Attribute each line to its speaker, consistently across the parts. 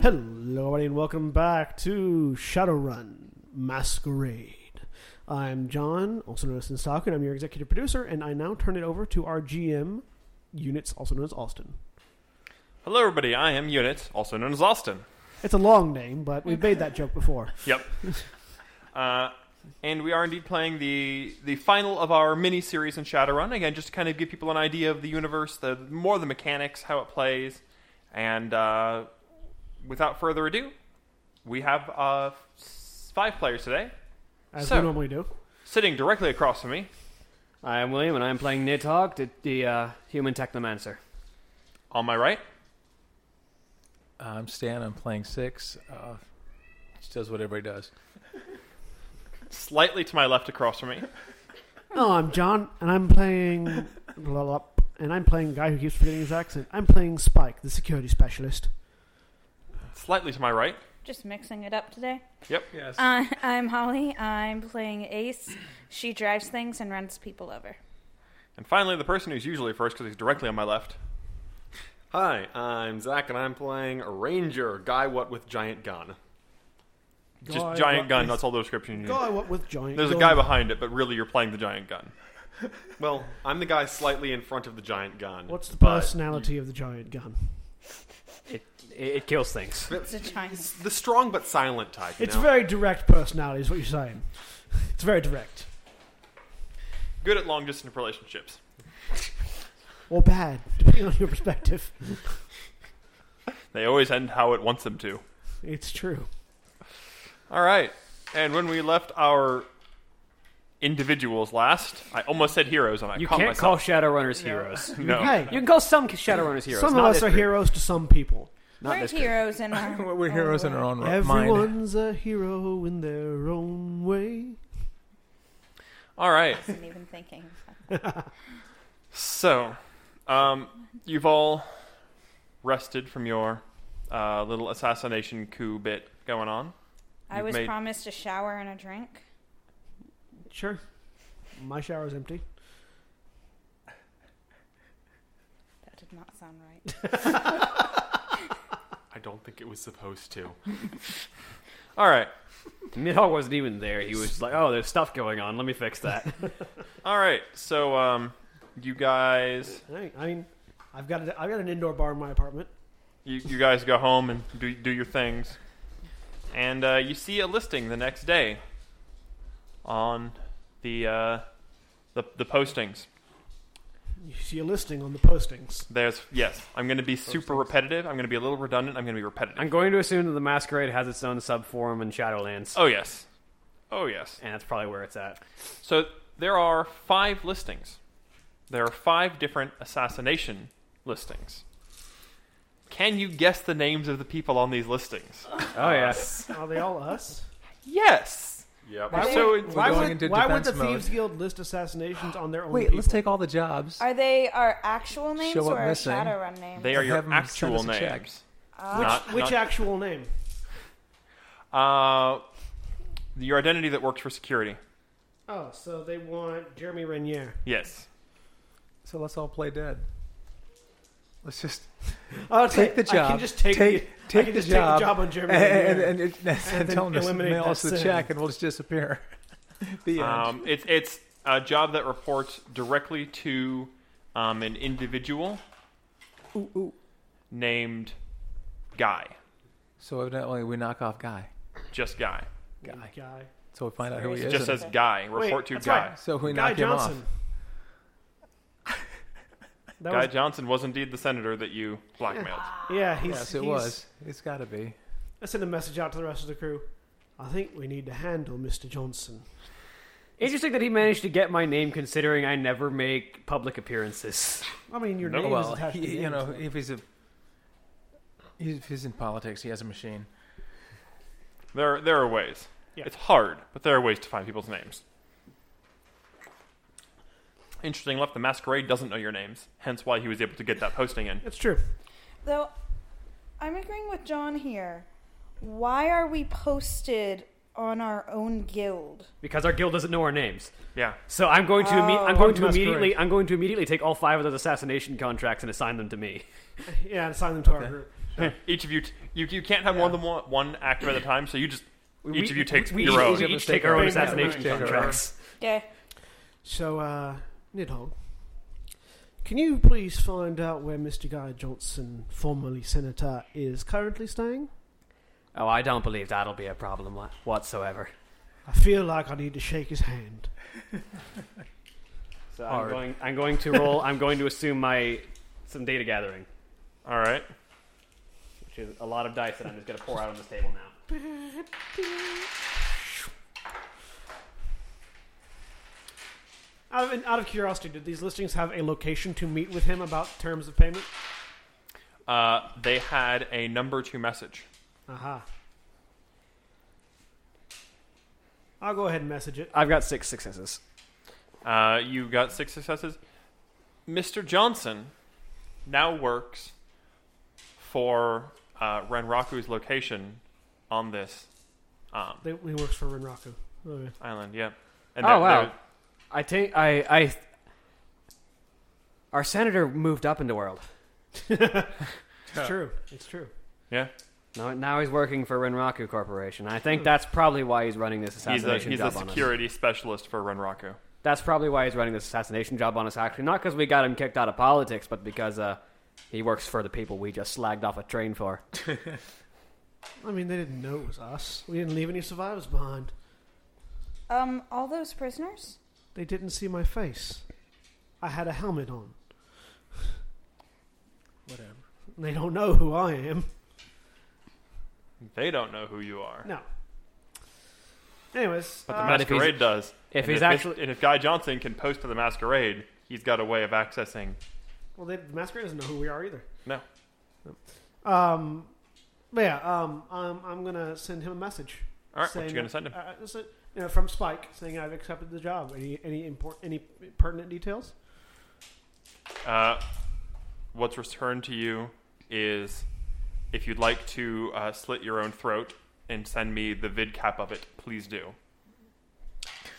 Speaker 1: Hello, everybody, and welcome back to Shadowrun Masquerade. I'm John, also known as Sensaku, and I'm your executive producer, and I now turn it over to our GM, Units, also known as Austin.
Speaker 2: Hello, everybody. I am Unit, also known as Austin.
Speaker 1: It's a long name, but we've made that joke before.
Speaker 2: Yep. uh, and we are indeed playing the the final of our mini series in Shadowrun. Again, just to kind of give people an idea of the universe, the more the mechanics, how it plays, and uh, without further ado, we have uh, s- five players today.
Speaker 1: As
Speaker 2: So-
Speaker 1: we normally do.
Speaker 2: Sitting directly across from me,
Speaker 3: I am William, and I'm playing Nidhogg, the, the uh, human technomancer.
Speaker 2: on my right,
Speaker 4: I'm Stan. I'm playing six. Uh, just does what everybody does.
Speaker 2: slightly to my left across from me,
Speaker 1: No, Oh, I'm John, and I'm playing. blah, blah, and I'm playing a guy who keeps forgetting his accent. I'm playing Spike, the security specialist.
Speaker 2: slightly to my right.
Speaker 5: Just mixing it up today.
Speaker 2: Yep.
Speaker 4: Yes.
Speaker 5: Uh, I'm Holly. I'm playing Ace. She drives things and runs people over.
Speaker 2: And finally, the person who's usually first because he's directly on my left.
Speaker 6: Hi, I'm Zach, and I'm playing a ranger, guy what with giant gun.
Speaker 2: Just
Speaker 1: Guy,
Speaker 2: giant
Speaker 1: what
Speaker 2: gun.
Speaker 1: is-
Speaker 2: That's all the description you need.
Speaker 1: Guy, what Oh, with giant?
Speaker 2: There's a
Speaker 1: gun.
Speaker 2: guy behind it, but really you're playing the giant gun.
Speaker 6: Well, I'm the guy slightly in front of the giant gun.
Speaker 1: What's the
Speaker 6: but
Speaker 1: personality of the giant gun?
Speaker 3: It, it, it kills things.
Speaker 5: It's a giant.
Speaker 6: The strong but silent type. You
Speaker 1: It's
Speaker 6: know?
Speaker 1: very direct personality, is what you're saying. It's very direct.
Speaker 2: Good at long distance relationships.
Speaker 1: Or bad, depending on your perspective.
Speaker 2: They always end how it wants them to.
Speaker 1: It's true.
Speaker 2: All right. And when we left our individuals last, I almost said heroes, and I
Speaker 3: You
Speaker 2: caught
Speaker 3: can't call
Speaker 2: myself.
Speaker 3: Shadowrunners heroes.
Speaker 2: no.
Speaker 1: Hey,
Speaker 3: You can call some Shadowrunners heroes.
Speaker 1: some of
Speaker 3: not
Speaker 1: us
Speaker 3: this
Speaker 1: are
Speaker 3: group.
Speaker 1: heroes to some people.
Speaker 3: Not
Speaker 5: We're
Speaker 3: this group.
Speaker 5: heroes in our.
Speaker 1: Oh,
Speaker 4: We're heroes in our own right mind.
Speaker 1: Everyone's a hero in their own way.
Speaker 2: All right.
Speaker 5: I wasn't even thinking.
Speaker 2: So, um, you've all rested from your uh, little assassination coup bit going on.
Speaker 5: I
Speaker 2: You've
Speaker 5: was
Speaker 2: made-
Speaker 5: promised a shower and a drink.
Speaker 1: Sure. My shower's empty.
Speaker 5: That did not sound right.
Speaker 6: I don't think it was supposed to.
Speaker 2: All right.
Speaker 3: Nidhogg wasn't even there. He was like, oh, there's stuff going on. Let me fix that.
Speaker 2: All right. So, um, you guys,
Speaker 1: I I mean, I've got a, I've got an indoor bar in my apartment.
Speaker 2: you, you guys go home and do, do your things. And uh, you see a listing the next day on the, uh, the, the postings.
Speaker 1: You see a listing on the postings.
Speaker 2: There's yes. I'm going to be super repetitive. I'm going to be a little redundant. I'm going to be repetitive.
Speaker 3: I'm going to assume that the Masquerade has its own subform in Shadowlands,
Speaker 2: oh yes, oh yes.
Speaker 3: and that's probably where it's at.
Speaker 2: So there are five listings. There are five different assassination listings. Can you guess the names of the people on these listings?
Speaker 3: Oh, yeah.
Speaker 1: Are they all us?
Speaker 2: Yes.
Speaker 6: Yep.
Speaker 2: Why
Speaker 1: So
Speaker 2: would-
Speaker 1: why
Speaker 4: going
Speaker 1: would,
Speaker 4: into
Speaker 1: why would
Speaker 4: defense
Speaker 1: the
Speaker 4: mode.
Speaker 1: Thieves Guild list assassinations on their own?
Speaker 4: Wait,
Speaker 1: people?
Speaker 4: let's take all the jobs.
Speaker 5: Are they our actual names
Speaker 4: Show up
Speaker 5: or our
Speaker 4: missing.
Speaker 5: Shadowrun names?
Speaker 2: They are your
Speaker 4: Have 'em send
Speaker 2: actual
Speaker 4: us a check. Uh,
Speaker 2: names.
Speaker 1: which,
Speaker 2: Not-
Speaker 1: which
Speaker 2: not-
Speaker 1: actual name?
Speaker 2: Uh, your identity that works for security.
Speaker 1: Oh, so they want Jeremy Renier.
Speaker 2: Yes.
Speaker 4: So let's all play dead. Let's just
Speaker 1: Oh,
Speaker 4: take the job.
Speaker 1: I can just take,
Speaker 4: take,
Speaker 1: the,
Speaker 4: take
Speaker 1: I can
Speaker 4: the
Speaker 1: just take
Speaker 4: job.
Speaker 1: the job on Jeremy
Speaker 4: and,
Speaker 1: Renier.
Speaker 4: and, and, and,
Speaker 1: And
Speaker 4: tell them
Speaker 1: then
Speaker 4: to
Speaker 1: eliminate
Speaker 4: mail
Speaker 1: that
Speaker 4: us the
Speaker 1: sin.
Speaker 4: check, and we'll just disappear. the end.
Speaker 2: Um, it's it's a job that reports directly to um, an individual named Guy,
Speaker 4: so evidently we knock off guy.
Speaker 2: just Guy,
Speaker 4: Guy.
Speaker 1: guy.
Speaker 4: So we find out who he is.
Speaker 2: just
Speaker 4: and-
Speaker 2: says Guy. Report
Speaker 1: Wait,
Speaker 2: to
Speaker 1: that's
Speaker 2: Guy.
Speaker 1: right.
Speaker 4: so we
Speaker 1: Guy
Speaker 4: knock
Speaker 1: Johnson.
Speaker 4: him off.
Speaker 1: That
Speaker 2: Guy
Speaker 1: was,
Speaker 2: Johnson was indeed the senator that you blackmailed.
Speaker 1: yeah, he's,
Speaker 4: Yes, it
Speaker 1: he's-
Speaker 4: was. It's got to be.
Speaker 1: I sent a message out to the rest of the crew. I think we need to handle Mr. Johnson.
Speaker 3: Interesting that he managed to get my name considering I never make public appearances.
Speaker 1: I mean, your
Speaker 2: No,
Speaker 1: name is
Speaker 4: well,
Speaker 1: attached to the
Speaker 4: he, you
Speaker 1: name,
Speaker 4: know,
Speaker 1: so-
Speaker 4: if he's a if he's in politics, he has a machine.
Speaker 2: There there are ways.
Speaker 1: Yeah.
Speaker 2: It's hard, but there are ways to find people's names. Interesting enough, the masquerade doesn't know your names, hence why he was able to get that posting in.
Speaker 1: It's true.
Speaker 5: Though, I'm agreeing with John here. Why are we posted on our own guild?
Speaker 3: Because our guild doesmme know our names.
Speaker 2: Yeah.
Speaker 3: So I'm going to imme- I'm going to
Speaker 1: Masquerade.
Speaker 3: immediately I'm going to immediately take all five of those assassination contracts and assign them to me.
Speaker 1: Yeah, and assign them to our
Speaker 4: Okay.
Speaker 1: group.
Speaker 2: each of you, t- you you can't have more than one, one active at a time. So you just each
Speaker 3: We-
Speaker 2: of you takes
Speaker 3: we,
Speaker 2: your
Speaker 3: we
Speaker 2: own.
Speaker 3: We each take our own
Speaker 1: Yeah,
Speaker 3: assassination
Speaker 4: we each take our
Speaker 3: contracts.
Speaker 5: Okay.
Speaker 1: So, uh, Nidhogg, can you please find out where Mr. Guy Johnson, formerly Senator, is currently staying?
Speaker 3: Oh, I don't believe that'll be a problem wha- whatsoever.
Speaker 1: I feel like I need to shake his hand.
Speaker 3: So I'm
Speaker 4: Hard.
Speaker 3: going. I'm going to roll. I'm going to assume my some data gathering,
Speaker 2: All right.
Speaker 3: which is a lot of dice that I'm just going to pour out on this table now.
Speaker 1: Out of, and out of curiosity, did these listings have a location to meet with him about terms of payment?
Speaker 2: Uh, they had a number two message.
Speaker 1: Aha. I'll go ahead and message it.
Speaker 3: I've got six successes.
Speaker 2: Uh, you got six successes. Mr. Johnson now works for uh, Renraku's location on this um,
Speaker 1: They, he works for Oh, Renraku. Okay.
Speaker 2: island. Yeah. And
Speaker 3: oh
Speaker 2: they're-
Speaker 3: wow!
Speaker 2: they're-
Speaker 3: I take. I. I. Our senator moved up in the world.
Speaker 1: It's true. It's true.
Speaker 2: Yeah.
Speaker 3: Now, now he's working for Renraku Corporation. I think that's probably why he's running this
Speaker 2: He's a,
Speaker 3: assassination
Speaker 2: he's a
Speaker 3: job on us.
Speaker 2: security specialist for Renraku.
Speaker 3: That's probably why he's running this assassination job on us. Actually, not because we got him kicked out of politics, but because uh, he works for the people we just slagged off a train for.
Speaker 1: I mean, they didn't know it was us. We didn't leave any survivors behind.
Speaker 5: Um, all those prisoners?
Speaker 1: They didn't see my face. I had a helmet on.
Speaker 4: Whatever.
Speaker 1: They don't know who I am.
Speaker 2: They don't know who you are.
Speaker 1: No. Anyways,
Speaker 2: But the
Speaker 1: uh,
Speaker 3: But if he's-
Speaker 2: masquerade does.
Speaker 3: if
Speaker 2: And
Speaker 3: he's
Speaker 2: this-
Speaker 3: actually-
Speaker 2: and if Guy Johnson can post to the masquerade, he's got a way of accessing.
Speaker 1: well, they, the masquerade doesn't know who we are either.
Speaker 2: No.
Speaker 1: Um, but yeah, um, um, I'm gonna send him a message.
Speaker 2: All right, what
Speaker 1: saying-
Speaker 2: you gonna send him?
Speaker 1: Uh, so- you know, from Spike saying I've accepted the job. Any any import, any pertinent details?
Speaker 2: Uh, what's returned to you is if you'd like to uh, slit your own throat and send me the vid cap of it, please do.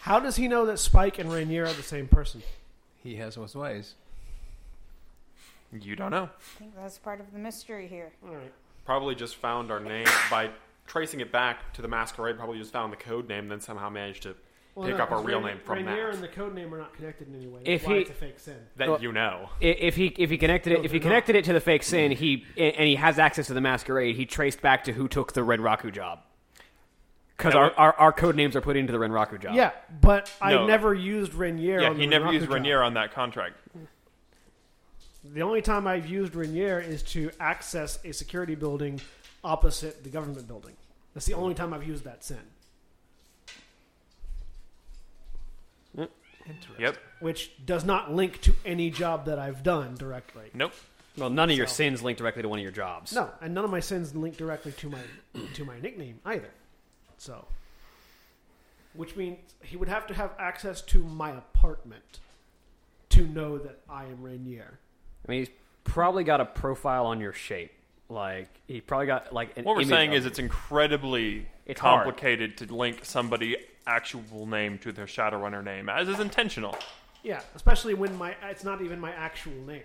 Speaker 1: How does he know that Spike and Rainier are the same person?
Speaker 4: He has his ways.
Speaker 2: You don't know.
Speaker 5: I think that's part of the mystery here.
Speaker 1: All right.
Speaker 6: Probably just found our name by tracing it back to the masquerade. Probably just found the code name, then somehow managed to pick up our real name from
Speaker 1: Rainier
Speaker 6: that.
Speaker 1: and the code name are not connected in any way.
Speaker 3: If
Speaker 1: That's why
Speaker 3: he-
Speaker 1: it's a fake sin.
Speaker 6: that
Speaker 3: Well-
Speaker 6: you know.
Speaker 3: I- If he if he connected it if he
Speaker 1: they're not.
Speaker 3: connected it to the fake sin he and he has access to the masquerade he traced back to who took the Renraku job because
Speaker 2: Yeah,
Speaker 3: our,
Speaker 2: but-
Speaker 3: our our code names are put into the Renraku job.
Speaker 1: Yeah, but
Speaker 2: No.
Speaker 1: I never used Rainier.
Speaker 2: yeah,
Speaker 1: on
Speaker 2: he
Speaker 1: the
Speaker 2: never
Speaker 1: Renraku
Speaker 2: used
Speaker 1: job.
Speaker 2: Rainier on that contract.
Speaker 1: The only time I've used Rainier is to access a security building opposite the government building. That's the only time I've used that sin.
Speaker 2: Yep.
Speaker 1: Which does not link to any job that I've done directly.
Speaker 2: Nope.
Speaker 3: Well, none of your
Speaker 1: So-
Speaker 3: sins link directly to one of your jobs.
Speaker 1: No, and none of my sins link directly to my to my nickname either. So, which means he would have to have access to my apartment to know that I am Rainier.
Speaker 3: I mean he's probably got a profile on your shape. Like he probably got like an
Speaker 2: What we're
Speaker 3: image
Speaker 2: saying
Speaker 3: of
Speaker 2: is
Speaker 3: you.
Speaker 2: it's incredibly
Speaker 3: It's hard.
Speaker 2: complicated to link somebody actual name to their Shadowrunner name, as is intentional.
Speaker 1: Yeah, especially when my it's not even my actual name.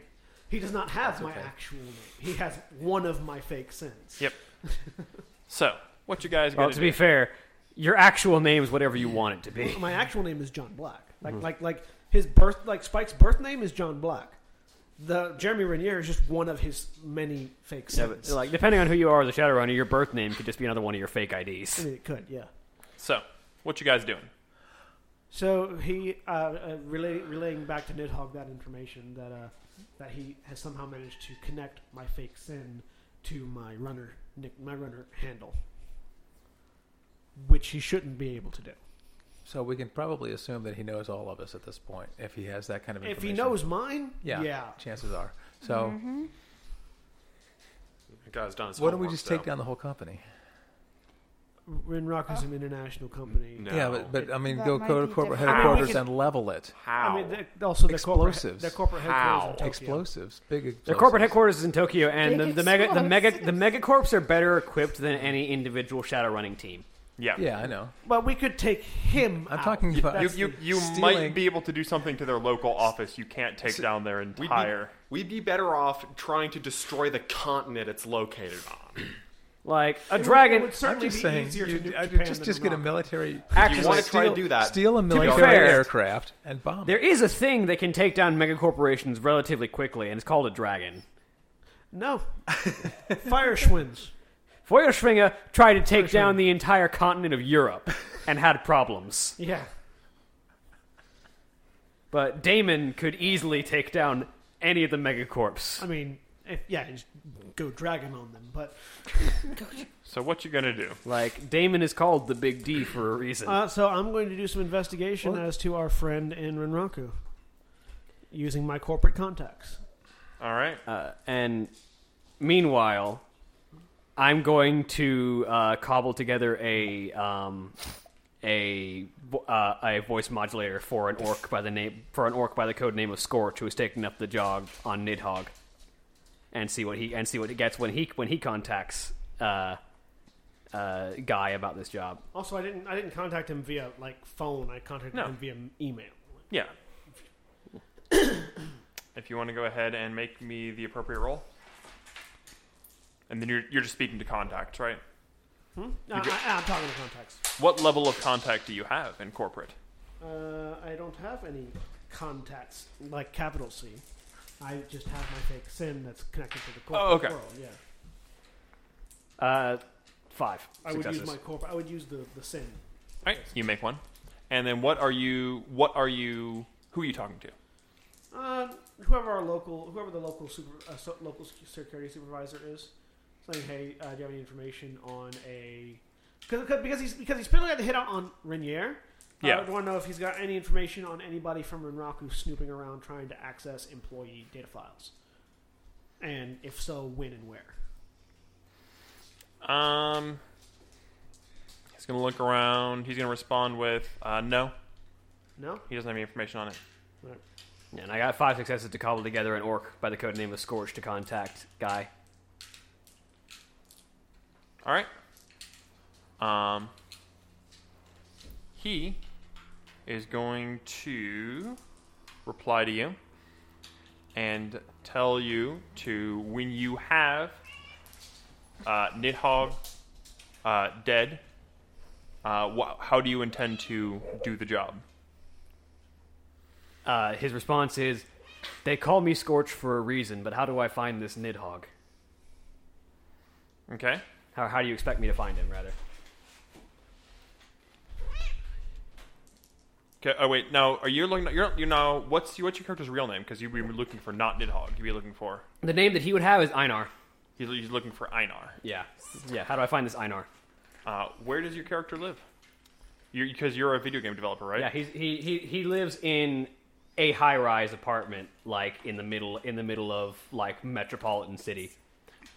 Speaker 1: He does not have my actual name. He has one of my fake sins.
Speaker 2: Yep. So, what you guys
Speaker 3: well
Speaker 2: gonna
Speaker 3: to
Speaker 2: do?
Speaker 3: be fair your actual name is whatever you want it to be.
Speaker 1: My actual name is John Black. Like
Speaker 3: Mm-hmm.
Speaker 1: like like his birth like Spike's birth name is John Black. The Jeremy Rainier is just one of his many fake
Speaker 3: Yeah,
Speaker 1: sins.
Speaker 3: but, like depending on who you are as a Shadowrunner, your birth name could just be another one of your fake IDs.
Speaker 1: I mean, it could, yeah.
Speaker 2: so, what you guys doing?
Speaker 1: So he uh, uh, relay, relaying back to Nidhogg that information that uh, that he has somehow managed to connect my fake sin to my runner nick, my runner handle, which he shouldn't be able to do.
Speaker 4: So we can probably assume that he knows all of us at this point, if he has that kind of
Speaker 1: If he
Speaker 4: information.
Speaker 1: knows mine,
Speaker 4: yeah,
Speaker 1: yeah.
Speaker 4: chances are. So
Speaker 6: The guy's done his
Speaker 4: why don't we
Speaker 6: homework,
Speaker 4: just
Speaker 6: though.
Speaker 4: take down the whole company?
Speaker 1: Renrock is an international company.
Speaker 6: No.
Speaker 4: Yeah, but, but I mean,
Speaker 5: That
Speaker 4: go
Speaker 5: might
Speaker 4: go to
Speaker 5: be
Speaker 4: corporate
Speaker 5: different.
Speaker 1: Ah, we
Speaker 4: headquarters
Speaker 1: could- Oh,
Speaker 4: and level it.
Speaker 6: How?
Speaker 1: I mean, they're- also their corporate
Speaker 4: Explosives.
Speaker 1: their corporate
Speaker 6: How?
Speaker 1: headquarters. in Tokyo.
Speaker 4: Explosives, big explosives.
Speaker 3: Their corporate headquarters is in Tokyo, and the,
Speaker 5: Big
Speaker 3: the mega the mega
Speaker 5: explosives.
Speaker 3: the megacorps are better equipped than any individual shadow running team.
Speaker 2: Yeah.
Speaker 4: Yeah, I know.
Speaker 1: Well, we could take him.
Speaker 4: I'm
Speaker 1: out.
Speaker 4: talking about
Speaker 2: You, you, you
Speaker 4: Stealing-
Speaker 2: might be able to do something to their local office. You can't take down their
Speaker 6: We'd
Speaker 2: entire.
Speaker 6: Be, we'd be better off trying to destroy the continent it's located on.
Speaker 3: Like a
Speaker 1: It would- It
Speaker 3: dragon.
Speaker 1: would
Speaker 4: I'm
Speaker 1: certainly
Speaker 4: just
Speaker 1: be
Speaker 4: saying,
Speaker 1: easier
Speaker 4: you-
Speaker 1: to nuke
Speaker 4: I-
Speaker 1: Japan
Speaker 4: just
Speaker 1: than
Speaker 4: just get a
Speaker 1: Iraq.
Speaker 4: military.
Speaker 6: you
Speaker 3: Actually,
Speaker 6: want to try to steal- do that?
Speaker 4: Steal a military
Speaker 3: fair-
Speaker 4: aircraft and bomb.
Speaker 3: there
Speaker 4: it.
Speaker 3: is a thing that can take down megacorporations relatively quickly, and it's called a dragon.
Speaker 1: No, fire schwins.
Speaker 3: Feuerschwinger tried to take down the entire continent of Europe and had problems.
Speaker 1: Yeah,
Speaker 3: But Damon could easily take down any of the megacorps.
Speaker 1: I mean, if, yeah, just go dragon on them. But
Speaker 2: So what you gonna do?
Speaker 3: Like Damon is called the Big D for a reason.
Speaker 1: uh, so I'm going to do some investigation as to our friend in Renraku, using my corporate contacts.
Speaker 2: All right.
Speaker 3: Uh, and meanwhile, I'm going to uh, cobble together a um, a vo- uh, a voice modulator for an orc by the name for an orc by the code name of Scorch, who is taking up the job on Nidhogg, and see what he and see what he gets when he when he contacts uh, uh, Guy about this job.
Speaker 1: Also, I didn't I didn't contact him via like phone. I contacted
Speaker 2: No.
Speaker 1: him via email.
Speaker 2: Yeah. if you want to go ahead and make me the appropriate roll. And then you're, you're just speaking to contacts, right?
Speaker 1: No, I, Uh, I, I'm talking to contacts.
Speaker 2: What level of contact do you have in corporate?
Speaker 1: Uh, I don't have any contacts like capital C. I just have my fake sin that's connected to the corporate
Speaker 2: Oh, okay.
Speaker 1: world. Yeah,
Speaker 3: Uh, five
Speaker 1: I would
Speaker 3: successes.
Speaker 1: use my corporate. I would use the the sin.
Speaker 2: All right, you make one. And then what are you? What are you? Who are you talking to?
Speaker 1: Um, whoever our local, whoever the local super, uh, so, local sec- security supervisor is, saying, "Hey, uh, do you have any information on a?" Cause, cause, because he's because he's pinning the hit out on Renier.
Speaker 2: Yeah.
Speaker 1: I want to know if he's got any information on anybody from Renraku snooping around trying to access employee data files, and if so, when and where.
Speaker 2: Um, he's gonna look around. He's gonna respond with, uh, "No,
Speaker 1: No.
Speaker 2: he doesn't have any information on it."
Speaker 3: And I got five successes to cobble together an orc by the code name of Scorch to contact Guy.
Speaker 2: All right. Um, he is going to reply to you and tell you to when you have uh, Nidhogg uh, dead. Uh, wh- how do you intend to do the job?
Speaker 3: Uh, his response is, "They call me Scorch for a reason, but how do I find this Nidhogg?
Speaker 2: Okay.
Speaker 3: How how do you expect me to find him? Rather,
Speaker 2: Okay. Oh wait. Now, are you looking? You're you know what's your, what's your character's real name? Because you'd be looking for not Nidhogg. You'd be looking for
Speaker 3: the name that he would have is Einar.
Speaker 2: he's, he's looking for Einar.
Speaker 3: Yeah, yeah. How do I find this Einar?
Speaker 2: Uh, where does your character live? Because you're, a video game developer, right?
Speaker 3: Yeah, he's, he he he lives in a high-rise apartment, like in the middle in the middle of like metropolitan city.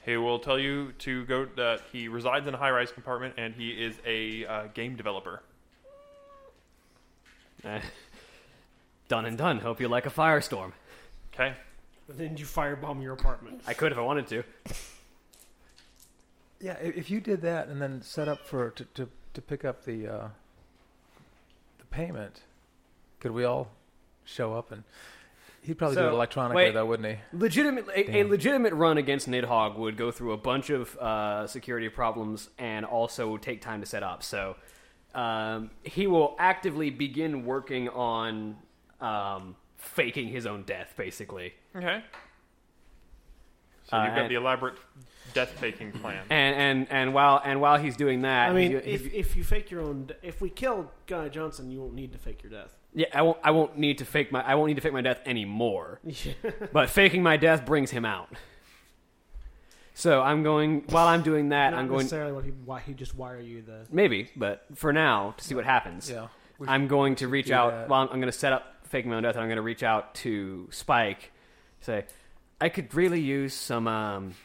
Speaker 2: He will tell you to go. That he resides in a high-rise compartment, and he is a uh, game developer.
Speaker 3: Eh. done and done. Hope you like a firestorm.
Speaker 2: Okay.
Speaker 1: Then you firebomb your apartment.
Speaker 3: I could if I wanted to.
Speaker 4: Yeah, i- if you did that and then set up for to to, to pick up the uh, the payment, could we all show up and he'd probably do
Speaker 3: So,
Speaker 4: it electronically
Speaker 3: wait.
Speaker 4: though, wouldn't he?
Speaker 3: Legitimate, a, a
Speaker 4: Damn.
Speaker 3: legitimate run against Nidhogg would go through a bunch of uh, security problems and also take time to set up. So um, he will actively begin working on um, faking his own death, basically.
Speaker 2: Okay. So
Speaker 3: Uh,
Speaker 2: you've got
Speaker 3: and-
Speaker 2: the elaborate death-taking plan.
Speaker 3: And and and while and while he's doing that,
Speaker 1: I mean,
Speaker 3: he- he-
Speaker 1: if, if you fake your own, de- if we kill Guy Johnson, you won't need to fake your death.
Speaker 3: yeah, I won't I won't need to fake my I won't need to fake my death anymore. but faking my death brings him out. So I'm going while I'm doing that,
Speaker 1: Not
Speaker 3: I'm going
Speaker 1: necessarily what he why he just wire you the.
Speaker 3: maybe, but for now to see what happens.
Speaker 4: Yeah. We-
Speaker 3: I'm going to reach
Speaker 4: do
Speaker 3: out.
Speaker 4: that.
Speaker 3: Well, I'm, going to set up fake my own death, and I'm going to reach out to Spike. Say, I could really use some um,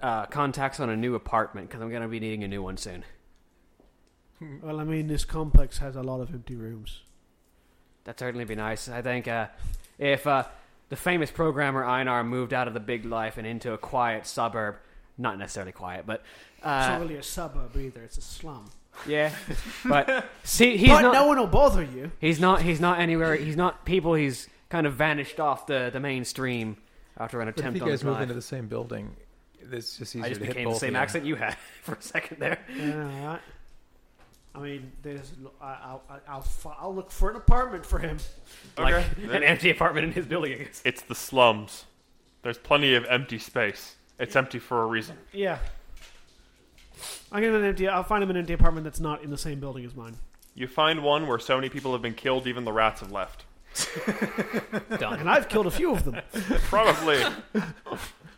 Speaker 3: uh, contacts on a new apartment because I'm going to be needing a new one soon.
Speaker 1: Well, I mean, this complex has a lot of empty rooms.
Speaker 3: That'd certainly be nice. I think uh, if uh, the famous programmer Einar moved out of the big life and into a quiet suburb, not necessarily quiet, but
Speaker 1: It's not
Speaker 3: uh,
Speaker 1: really a suburb either; it's a slum.
Speaker 3: Yeah, but see, he's
Speaker 1: but
Speaker 3: not.
Speaker 1: no one will bother you.
Speaker 3: He's not. He's not anywhere. He's not people. He's kind of vanished off the the mainstream after an
Speaker 4: But if
Speaker 3: attempt
Speaker 4: you
Speaker 3: on his
Speaker 4: guys moved
Speaker 3: life.
Speaker 4: into the same building, it's just easier
Speaker 3: I just
Speaker 4: to hit
Speaker 3: became the
Speaker 4: both
Speaker 3: same
Speaker 4: of them.
Speaker 3: accent you had for a second there.
Speaker 1: Yeah, all right. I mean, there's. I, I'll, I'll, I'll, fi- I'll look for an apartment for him.
Speaker 3: Like
Speaker 2: Okay.
Speaker 3: an empty apartment in his building. I guess.
Speaker 2: It's the slums. There's plenty of empty space. It's empty for a reason.
Speaker 1: Yeah. I'll get an empty. I'll find him an empty apartment that's not in the same building as mine,
Speaker 2: You find one where so many people have been killed, even the rats have left.
Speaker 1: and I've killed a few of them.
Speaker 2: Probably.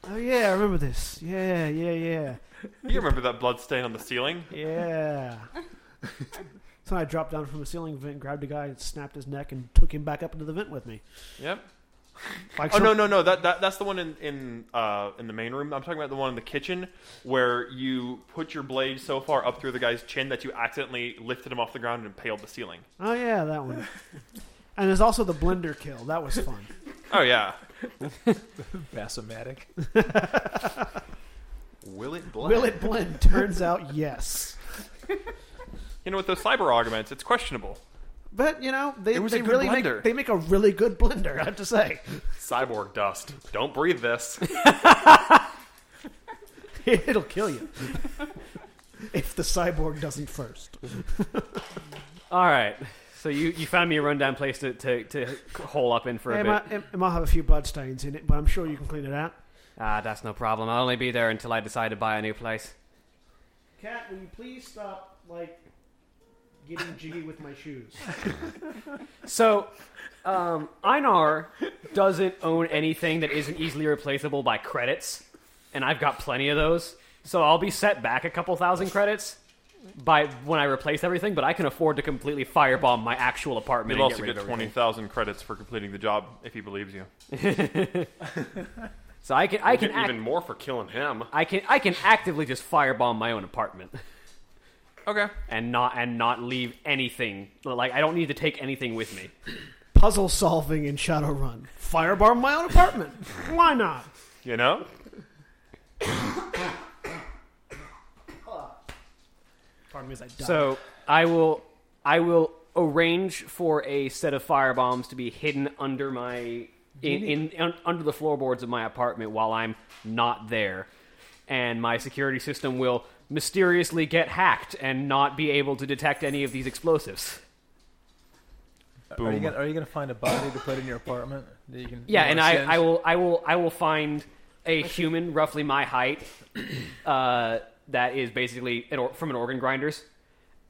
Speaker 1: Oh yeah, I remember this. Yeah, yeah, yeah,
Speaker 2: you remember that blood stain on the ceiling?
Speaker 1: yeah. so I dropped down from a ceiling vent, grabbed a guy, and snapped his neck, and took him back up into the vent with me.
Speaker 2: Yep.
Speaker 1: Like
Speaker 2: Oh
Speaker 1: some-
Speaker 2: no no no that, that that's the one in in uh, in the main room. I'm talking about the one in the kitchen where you put your blade so far up through the guy's chin that you accidentally lifted him off the ground and impaled the ceiling.
Speaker 1: Oh yeah, that one. and there's also the blender kill. That was fun.
Speaker 2: Oh yeah.
Speaker 4: Basomatic.
Speaker 7: Will it blend?
Speaker 1: Will it blend? Turns out yes.
Speaker 2: You know with those cyber augments, it's questionable.
Speaker 1: But you know they,
Speaker 7: It was
Speaker 1: they
Speaker 7: a good
Speaker 1: really make
Speaker 7: blender.
Speaker 1: they make a really good blender. I have to say,
Speaker 2: Cyborg dust. Don't breathe this.
Speaker 1: it'll kill you if the cyborg doesn't first.
Speaker 3: All right. So you, you found me a rundown place to, to, to hole up in for a
Speaker 1: It
Speaker 3: bit.
Speaker 1: might, it might have a few blood stains in it, but I'm sure you can clean it out.
Speaker 3: Ah, that's no problem. I'll only be there until I decide to buy a new place.
Speaker 1: Cat, will you please stop like getting jiggy with my shoes?
Speaker 3: So, um, Einar doesn't own anything that isn't easily replaceable by credits, and I've got plenty of those. So I'll be set back a couple thousand credits by when I replace everything, but I can afford to completely firebomb my actual apartment.
Speaker 2: You'll
Speaker 3: and
Speaker 2: also
Speaker 3: get rid
Speaker 2: get
Speaker 3: of everything.
Speaker 2: twenty thousand credits for completing the job if he believes you.
Speaker 3: So I can I can
Speaker 2: Get
Speaker 3: act,
Speaker 2: even more for killing him.
Speaker 3: I can I can actively just firebomb my own apartment.
Speaker 2: Okay.
Speaker 3: and not and not leave anything. Like I don't need to take anything with me.
Speaker 1: Puzzle solving in Shadowrun. Firebar my own apartment. Why not?
Speaker 2: You know?
Speaker 1: Pardon me as I die.
Speaker 3: So I will I will arrange for a set of fire bombs to be hidden under my in, in un, under the floorboards of my apartment while I'm not there, and my security system will mysteriously get hacked and not be able to detect any of these explosives.
Speaker 4: Are you gonna, are you gonna find a body to put in your apartment? That you can,
Speaker 3: Yeah,
Speaker 4: you
Speaker 3: and
Speaker 4: know,
Speaker 3: I,
Speaker 4: singe?
Speaker 3: I will I will I will find a human roughly my height uh, that is basically an or- from an organ grinders,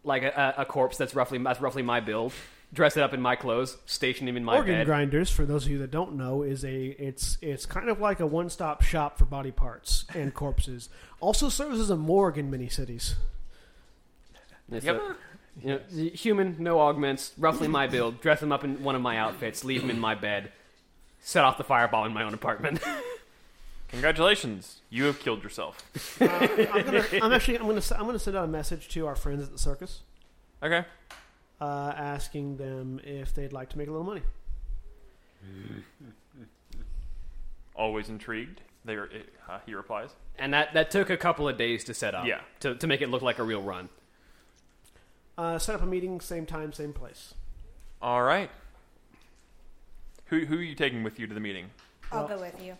Speaker 3: like a, a a corpse that's roughly that's roughly my build. Dress it up in my clothes, station him in my
Speaker 1: Organ
Speaker 3: bed.
Speaker 1: grinders, for those of you that don't know, is a it's it's kind of like a one stop shop for body parts and corpses. also serves as a morgue in many cities.
Speaker 3: It's a- you know, human, no augments, roughly my build. Dress him up in one of my outfits, leave him in my bed, set off the fireball in my own apartment.
Speaker 2: Congratulations. You have killed yourself.
Speaker 1: Uh, I'm, gonna, I'm actually I'm gonna s- I'm gonna send out a message to our friends at the circus,
Speaker 2: Okay.
Speaker 1: uh, asking them if they'd like to make a little money.
Speaker 2: Always intrigued. They are, uh, he replies.
Speaker 3: and that, that took a couple of days to set up.
Speaker 2: Yeah.
Speaker 3: To, to make it look like a real run.
Speaker 1: Uh, set up a meeting, same time, same place.
Speaker 2: All right. Who who are you taking with you to the meeting?
Speaker 5: I'll
Speaker 1: Well-
Speaker 5: go with you.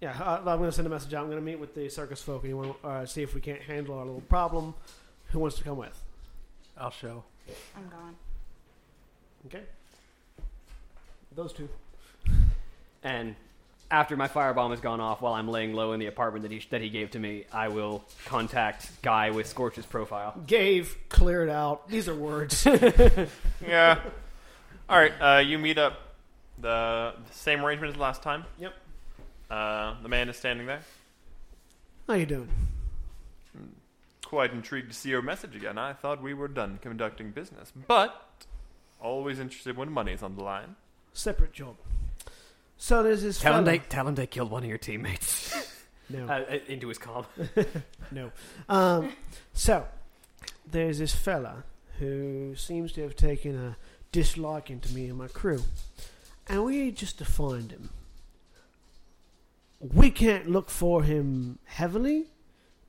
Speaker 1: Yeah, uh, I'm going to send a message out. I'm going to meet with the circus folk and you want to, uh, see if we can't handle our little problem. Who wants to come with?
Speaker 4: I'll show.
Speaker 5: I'm gone.
Speaker 1: Okay. Those two.
Speaker 3: And after my firebomb has gone off, while I'm laying low in the apartment that he that he gave to me, I will contact guy with Scorch's profile.
Speaker 1: Gave, cleared out. These are words.
Speaker 2: Yeah. All right. Uh, you meet up. The, the same arrangement as last time.
Speaker 1: Yep.
Speaker 2: Uh, the man is standing there,
Speaker 1: How you doing?
Speaker 2: quite intrigued to see your message again. I thought we were done conducting business, but always interested when money is on the line.
Speaker 1: Separate job. So there's this
Speaker 3: Tell him
Speaker 1: fella-
Speaker 3: they tell him they killed one of your teammates.
Speaker 1: No.
Speaker 3: uh, into his comm.
Speaker 1: No. Um, so, there's this fella who seems to have taken a disliking to me and my crew. And we need just to find him. We can't look for him heavily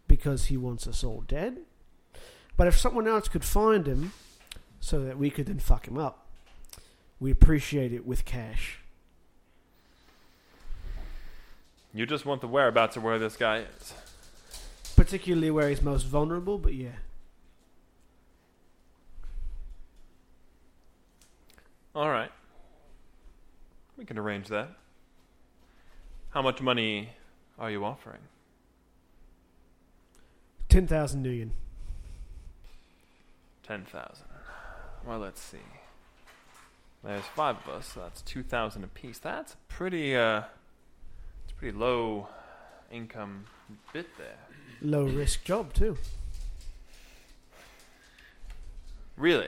Speaker 1: because he wants us all dead. But if someone else could find him, so that we could then fuck him up, we appreciate it with cash.
Speaker 6: You just want the whereabouts of where this guy is.
Speaker 1: Particularly where he's most vulnerable, but yeah.
Speaker 6: All right. We can arrange that. How much money are you offering?
Speaker 1: 10,000 million.
Speaker 6: 10,000. Well, let's see. There's five of us, so that's 2,000 apiece. That's pretty, uh, it's pretty low income bit there.
Speaker 1: Low risk job, too.
Speaker 6: Really?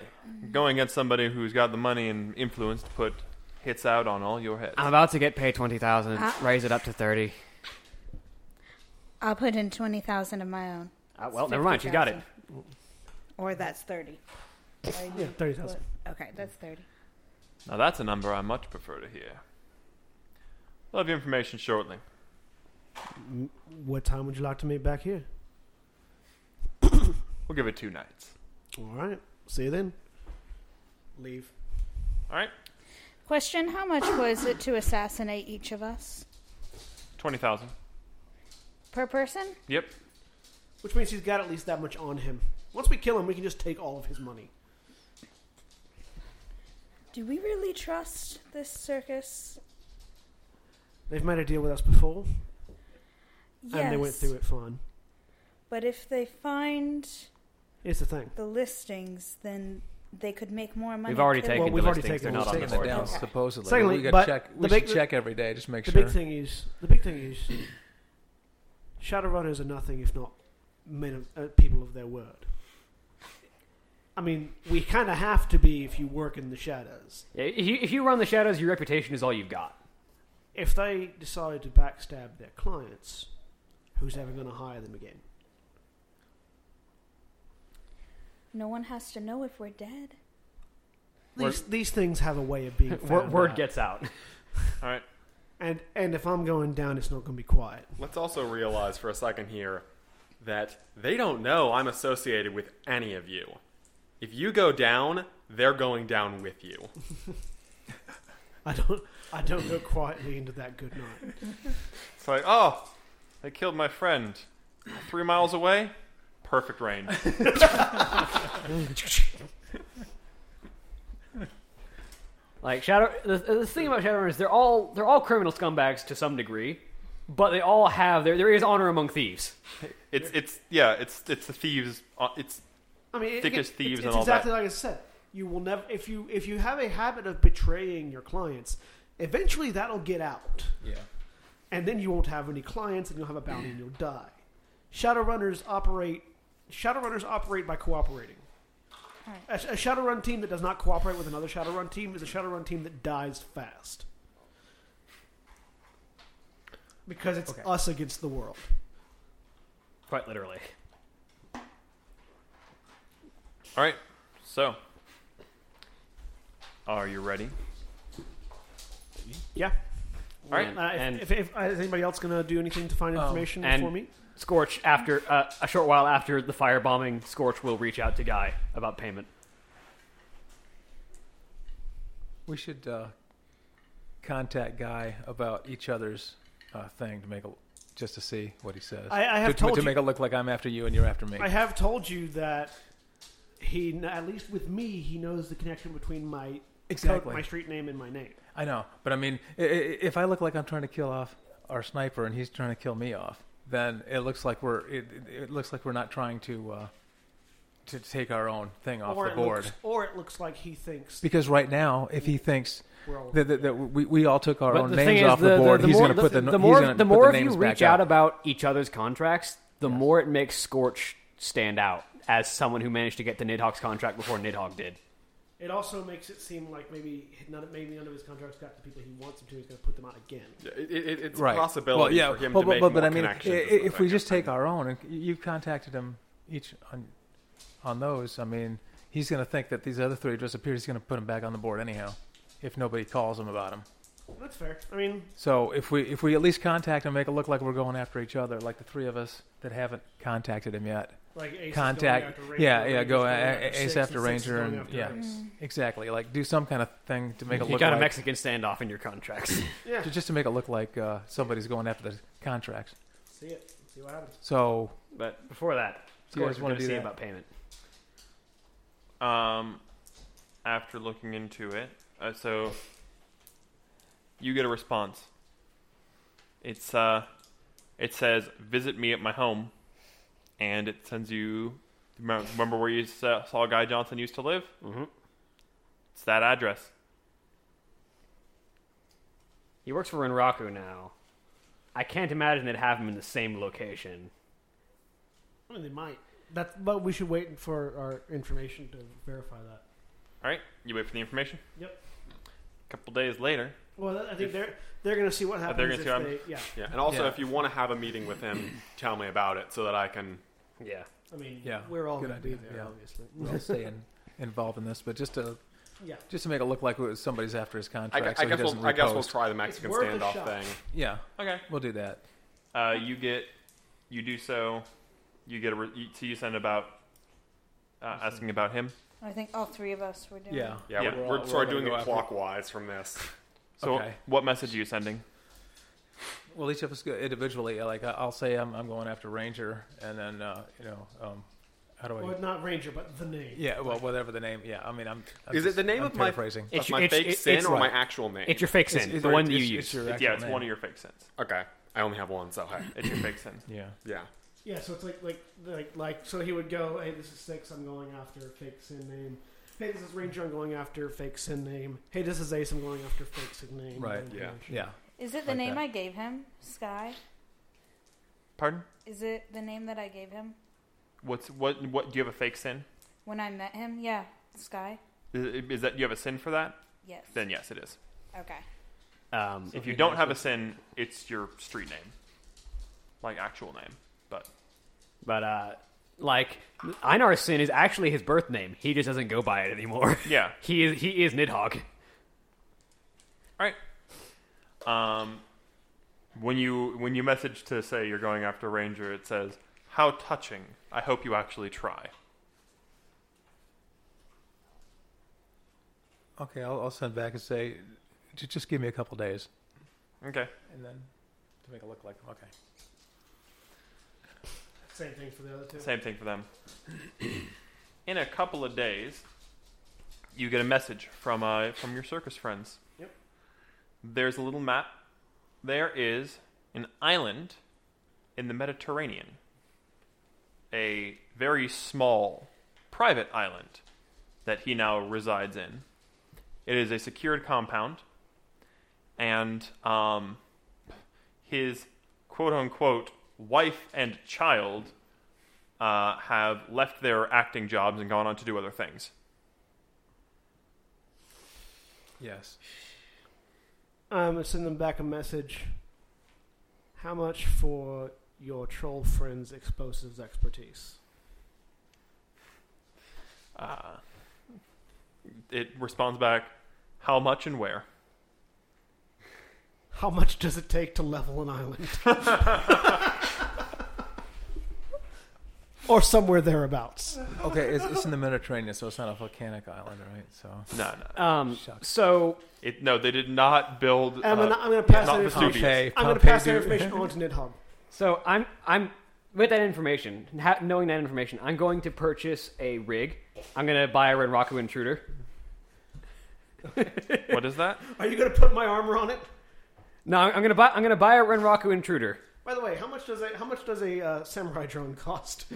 Speaker 6: Going at somebody who's got the money and influence to put hits out on all your heads.
Speaker 3: I'm about to get paid twenty thousand.
Speaker 5: Uh,
Speaker 3: raise it up to thirty.
Speaker 5: I'll put in 20,000 of my own.
Speaker 3: Uh, well, never mind. She's got it.
Speaker 5: 50,000. Or that's 30.
Speaker 1: Yeah, 30,000.
Speaker 5: Okay, that's 30.
Speaker 6: Now that's a number I much prefer to hear. We'll have your information shortly.
Speaker 1: What time would you like to meet back here?
Speaker 6: We'll give it two nights.
Speaker 1: All right. See you then. Leave.
Speaker 6: All right?
Speaker 5: Question How much was it to assassinate each of us?
Speaker 6: 20,000.
Speaker 5: Per person?
Speaker 6: Yep.
Speaker 1: Which means he's got at least that much on him. Once we kill him, we can just take all of his money.
Speaker 5: Do we really trust this circus?
Speaker 1: They've made a deal with us before,
Speaker 5: Yes.
Speaker 1: and they went through it fine.
Speaker 5: But if they find
Speaker 1: Here's the thing.
Speaker 5: the listings, then they could make more money.
Speaker 3: We've already
Speaker 5: couldn't
Speaker 3: taken
Speaker 1: Well,
Speaker 3: the
Speaker 1: we've already
Speaker 3: listings.
Speaker 1: taken
Speaker 3: They're
Speaker 1: the
Speaker 3: not on the
Speaker 1: listings.
Speaker 4: Taking it
Speaker 3: board.
Speaker 4: down
Speaker 5: Okay.
Speaker 4: supposedly.
Speaker 1: Secondly,
Speaker 4: we
Speaker 1: but
Speaker 4: got check.
Speaker 1: the
Speaker 4: We
Speaker 1: big-
Speaker 4: should check every day just make
Speaker 1: The
Speaker 4: sure.
Speaker 1: big thing is the big thing is Shadowrunners are nothing if not men of uh, people of their word. I mean, we kind of have to be if you work in the shadows.
Speaker 3: If you, if you run the shadows, your reputation is all you've got.
Speaker 1: If they decide to backstab their clients, who's ever going to hire them again?
Speaker 5: No one has to know if we're dead.
Speaker 1: These, these things have a way of being
Speaker 3: Wor-
Speaker 1: found
Speaker 3: word
Speaker 1: out.
Speaker 3: gets out.
Speaker 6: All right.
Speaker 1: and and if I'm going down, it's not going to be quiet.
Speaker 8: Let's also realize for a second here that they don't know I'm associated with any of you. If you go down, they're going down with you.
Speaker 1: I don't I don't go quietly into that good night.
Speaker 6: It's like, oh, they killed my friend. Three miles away? Perfect range.
Speaker 3: Like Shadow, the, the thing about Shadowrunners, they're all they're all criminal scumbags to some degree, but they all have there there is honor among thieves.
Speaker 6: It's, it's, yeah, it's, it's the thieves. uh, It's,
Speaker 1: I mean, it-
Speaker 6: Thick
Speaker 1: it-
Speaker 6: as thieves
Speaker 1: it's,
Speaker 6: and
Speaker 1: it's
Speaker 6: all that.
Speaker 1: exactly like I said. You will never if you if you have a habit of betraying your clients, eventually that'll get out,
Speaker 4: Yeah.
Speaker 1: and then you won't have any clients, and you'll have a bounty, and you'll die. Shadowrunners operate. Shadowrunners operate by cooperating.
Speaker 5: Alright.
Speaker 1: A, a Shadowrun team that does not cooperate with another Shadowrun team is a Shadowrun team that dies fast. Because it's
Speaker 3: Okay.
Speaker 1: us against the world.
Speaker 3: Quite literally.
Speaker 6: all right. So, are you ready?
Speaker 1: Yeah.
Speaker 6: All right.
Speaker 3: And,
Speaker 1: Uh, if,
Speaker 3: and
Speaker 1: if, if, uh, is anybody else going to do anything to find
Speaker 4: Oh,
Speaker 1: information
Speaker 3: and-
Speaker 1: for me?
Speaker 3: Scorch, after uh, a short while after the firebombing, Scorch will reach out to Guy about payment.
Speaker 4: We should uh, contact Guy about each other's uh, thing to make a, just to see what he says.
Speaker 1: I, I
Speaker 4: to,
Speaker 1: have
Speaker 4: to,
Speaker 1: told
Speaker 4: to
Speaker 1: you.
Speaker 4: make it look like I'm after you and you're after me.
Speaker 1: I have told you that he, kn- at least with me, he knows the connection between my code-
Speaker 4: Exactly.
Speaker 1: my street name and my name.
Speaker 4: I know, but I mean, i- i- if I look like I'm trying to kill off our sniper and he's trying to kill me off, then it looks like we're it, it- it looks like we're not trying to uh, to take our own thing off
Speaker 1: or
Speaker 4: the
Speaker 1: it
Speaker 4: board.
Speaker 1: looks, or it looks like he thinks
Speaker 4: because right now, if he thinks
Speaker 1: we're all.
Speaker 4: that, that, that we, we all took our
Speaker 3: But
Speaker 4: own
Speaker 3: the
Speaker 4: names
Speaker 3: thing is,
Speaker 4: off the, board, he's
Speaker 3: more,
Speaker 4: going to put the,
Speaker 3: the
Speaker 4: he's
Speaker 3: more
Speaker 4: gonna
Speaker 3: the
Speaker 4: put
Speaker 3: more of
Speaker 4: names
Speaker 3: you
Speaker 4: back
Speaker 3: reach
Speaker 4: up.
Speaker 3: out about each other's contracts, the more it makes Scorch stand out as someone who managed to get the Nidhogg's contract before Nidhogg did.
Speaker 1: It also makes it seem like maybe none, of- maybe none of his contracts got the people he wants him to. He's going to put them out again.
Speaker 8: It, it, it's
Speaker 4: right.
Speaker 8: a possibility
Speaker 4: well, yeah,
Speaker 8: for him
Speaker 4: well,
Speaker 8: to
Speaker 4: but,
Speaker 8: make
Speaker 4: but, but I
Speaker 8: more
Speaker 4: mean, i-
Speaker 8: connections. is
Speaker 4: if
Speaker 8: what
Speaker 4: we
Speaker 8: I'm
Speaker 4: just
Speaker 8: saying.
Speaker 4: take our own, and you contacted him each on on those. I mean, he's going to think that these other three disappeared. He's going to put them back on the board anyhow, if nobody calls him about them.
Speaker 1: That's fair. I mean,
Speaker 4: So if we if we at least contact him, make it look like we're going after each other, like the three of us that haven't contacted him yet.
Speaker 1: Like Ace is going
Speaker 4: Contact-
Speaker 1: after Ranger,
Speaker 4: yeah, yeah,
Speaker 1: Ranger's
Speaker 4: go
Speaker 1: going
Speaker 4: a-
Speaker 1: after
Speaker 4: a- Ace
Speaker 1: Six,
Speaker 4: after
Speaker 1: and Six is
Speaker 4: Ranger
Speaker 1: going
Speaker 4: and-
Speaker 1: after
Speaker 4: yeah.
Speaker 1: Ace.
Speaker 4: exactly. Like do some kind of thing to make it
Speaker 3: you
Speaker 4: look
Speaker 3: got
Speaker 4: like
Speaker 3: a Mexican standoff in your contracts.
Speaker 1: Yeah.
Speaker 4: ju- just to make it look like uh, somebody's going after the contracts.
Speaker 1: See it. See what happens.
Speaker 4: So
Speaker 3: But before that, of
Speaker 4: Do you
Speaker 3: course,
Speaker 4: guys
Speaker 3: we're going
Speaker 4: wanna
Speaker 3: to
Speaker 4: do
Speaker 3: see
Speaker 4: that?
Speaker 3: about payment.
Speaker 2: Um, after looking into it, uh, so you get a response. It's uh, it says visit me at my home, and it sends you. remem- Remember where you sa- saw Guy Johnson used to live?
Speaker 3: Mm-hmm.
Speaker 2: It's that address.
Speaker 3: He works for Renraku now. I can't imagine they'd have him in the same location.
Speaker 1: I mean, they might. That's, but we should wait for our information to verify that.
Speaker 2: All right, you wait for the information.
Speaker 1: Yep.
Speaker 2: A couple days later,
Speaker 1: Well, I think they're they're going to see what happens.
Speaker 2: Oh, they're
Speaker 1: if
Speaker 2: gonna see
Speaker 1: they, yeah.
Speaker 8: Yeah, and also
Speaker 4: Yeah.
Speaker 8: if you want to have a meeting with him, tell me about it so that I can.
Speaker 3: Yeah.
Speaker 1: I mean,
Speaker 4: Yeah,
Speaker 1: we're all
Speaker 4: good
Speaker 1: going to be
Speaker 4: idea,
Speaker 1: there,
Speaker 4: yeah.
Speaker 1: obviously.
Speaker 4: we'll stay in, involved in this, but just to
Speaker 1: Yeah.
Speaker 4: just to make it look like somebody's after his
Speaker 8: I,
Speaker 4: contract.
Speaker 8: I
Speaker 4: so he
Speaker 8: guess
Speaker 4: doesn't
Speaker 8: we'll, I guess we'll
Speaker 4: repost.
Speaker 8: try the Mexican
Speaker 1: worth a
Speaker 8: standoff
Speaker 1: shot.
Speaker 8: thing.
Speaker 4: Yeah,
Speaker 2: okay,
Speaker 4: we'll do that.
Speaker 2: uh, you get, you do so, you get a. Re- you, so you send about uh, asking about him.
Speaker 5: I think all three of us were doing.
Speaker 4: Yeah.
Speaker 8: Yeah,
Speaker 2: Yeah.
Speaker 4: We're
Speaker 8: we're, we're,
Speaker 4: all- we're all
Speaker 8: sort of
Speaker 4: gonna
Speaker 8: doing it
Speaker 4: go after-
Speaker 8: clockwise from this.
Speaker 2: So,
Speaker 4: Okay.
Speaker 2: what message are you sending?
Speaker 4: Well, each of us go individually. Like I- I'll say, I'm, I'm going after Ranger, and then uh, you know, um, how do I?
Speaker 1: Well, not Ranger, but the name.
Speaker 4: yeah, well, whatever the name. Yeah, I mean, I'm. I'm
Speaker 8: Is it
Speaker 4: just-
Speaker 8: the name
Speaker 4: I'm
Speaker 8: of my-
Speaker 4: paraphrasing?
Speaker 3: It's
Speaker 8: Of
Speaker 3: your-
Speaker 8: my
Speaker 3: it's-
Speaker 8: fake
Speaker 3: it's
Speaker 8: sin or my
Speaker 3: what?
Speaker 8: actual name?
Speaker 3: It's your fake sin, the one that you use.
Speaker 4: your
Speaker 2: yeah,
Speaker 4: actual
Speaker 2: it's
Speaker 4: name.
Speaker 2: one of your fake sins.
Speaker 8: okay. I only have one, so hey.
Speaker 2: It's your fake sin.
Speaker 4: Yeah.
Speaker 8: yeah.
Speaker 1: Yeah, so it's like like like like so he would go, hey, this is six. I'm going after fake sin name. Hey, this is Ranger. I'm going after fake sin name. Hey, this is Ace. I'm going after fake sin name.
Speaker 4: Right,
Speaker 1: And-
Speaker 8: yeah,
Speaker 4: Yeah.
Speaker 5: Is it the
Speaker 4: Like
Speaker 5: name
Speaker 4: that.
Speaker 5: I gave him? Sky?
Speaker 2: Pardon?
Speaker 5: Is it the name that I gave him
Speaker 2: What's what? What do you have a fake sin?
Speaker 5: when I met him? Yeah. Sky?
Speaker 2: Is, is that do you have a sin for that?
Speaker 5: Yes.
Speaker 2: Then yes, it is.
Speaker 5: Okay.
Speaker 3: Um,
Speaker 2: if you don't have a sin, it's your street name, like actual name. But
Speaker 3: but, uh, like, Einar's sin is actually his birth name. He just doesn't go by it anymore.
Speaker 2: yeah,
Speaker 3: he is he is Nidhogg.
Speaker 2: all right. Um, when you when you message to say you're going after Ranger, it says, "How touching! I hope you actually try."
Speaker 4: Okay, I'll, I'll send back and say, "J- just give me a couple days,
Speaker 2: Okay.
Speaker 4: and then to make it look like okay.
Speaker 1: Same thing for the other two.
Speaker 2: Same thing for them. In a couple of days, you get a message from uh, from your circus friends.
Speaker 1: Yep.
Speaker 2: There's a little map. There is an island in the Mediterranean. A very small private island that he now resides in. It is a secured compound, and um, his quote unquote wife and child uh, have left their acting jobs and gone on to do other things.
Speaker 4: Yes.
Speaker 1: Um, send them back a message. How much for your troll friend's explosives expertise?
Speaker 2: Uh, it responds back, how much and where?
Speaker 1: How much does it take to level an island? or somewhere thereabouts.
Speaker 4: Okay, it's, it's in the Mediterranean, so it's not a volcanic island, right? So
Speaker 2: No, no.
Speaker 3: Um,
Speaker 4: Shucks.
Speaker 3: so
Speaker 2: It, no, they did not build.
Speaker 1: And I'm
Speaker 2: uh,
Speaker 1: gonna, I'm gonna pass
Speaker 2: not
Speaker 1: that
Speaker 2: Vesuvius.
Speaker 1: information.
Speaker 4: Pompeii,
Speaker 1: I'm gonna
Speaker 4: Pompeii,
Speaker 1: pass that
Speaker 4: dude.
Speaker 1: information on to Nidhogg.
Speaker 3: So I'm I'm with that information, ha- knowing that information, I'm going to purchase a rig. I'm going to buy a Renraku intruder.
Speaker 2: what is that?
Speaker 1: Are you gonna put my armor on it?
Speaker 3: No, I'm going to buy I'm going to buy a Renraku intruder.
Speaker 1: By the way, how much does a how much does a uh, samurai drone cost?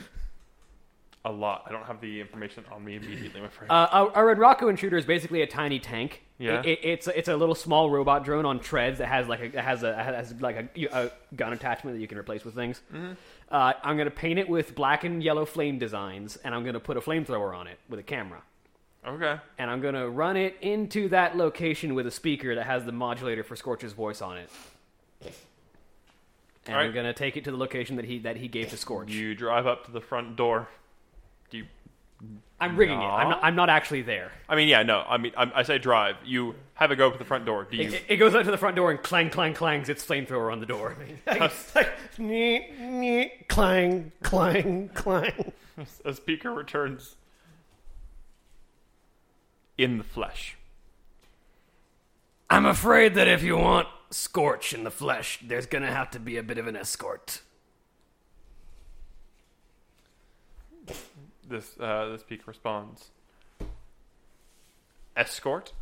Speaker 2: A lot. I don't have the information on me immediately, I'm afraid.
Speaker 3: Uh, a, a Renraku intruder is basically a tiny tank.
Speaker 2: Yeah.
Speaker 3: It, it, it's a- it's a little small robot drone on treads that has like a that has a has like a, a gun attachment that you can replace with things.
Speaker 2: Mm-hmm.
Speaker 3: Uh, I'm going to paint it with black and yellow flame designs, and I'm going to put a flamethrower on it with a camera.
Speaker 2: okay.
Speaker 3: and I'm gonna run it into that location with a speaker that has the modulator for Scorch's voice on it. And I'm
Speaker 2: Alright.
Speaker 3: gonna take it to the location that he that he gave to Scorch.
Speaker 2: You drive up to the front door. Do you,
Speaker 3: I'm rigging it. I'm
Speaker 2: No.
Speaker 3: not, I'm not actually there.
Speaker 2: I mean, yeah, no. I mean, I, I say drive. You have a go up to the front door. Do you?
Speaker 3: It, it goes up to the front door and clang clang clangs its flamethrower on the door.
Speaker 1: It's like, nee, nee, clang, clang, clang.
Speaker 2: as Beaker returns in the flesh.
Speaker 3: I'm afraid that if you want Scorch in the flesh, there's gonna have to be a bit of an escort.
Speaker 2: This uh, this Beaker responds. Escort.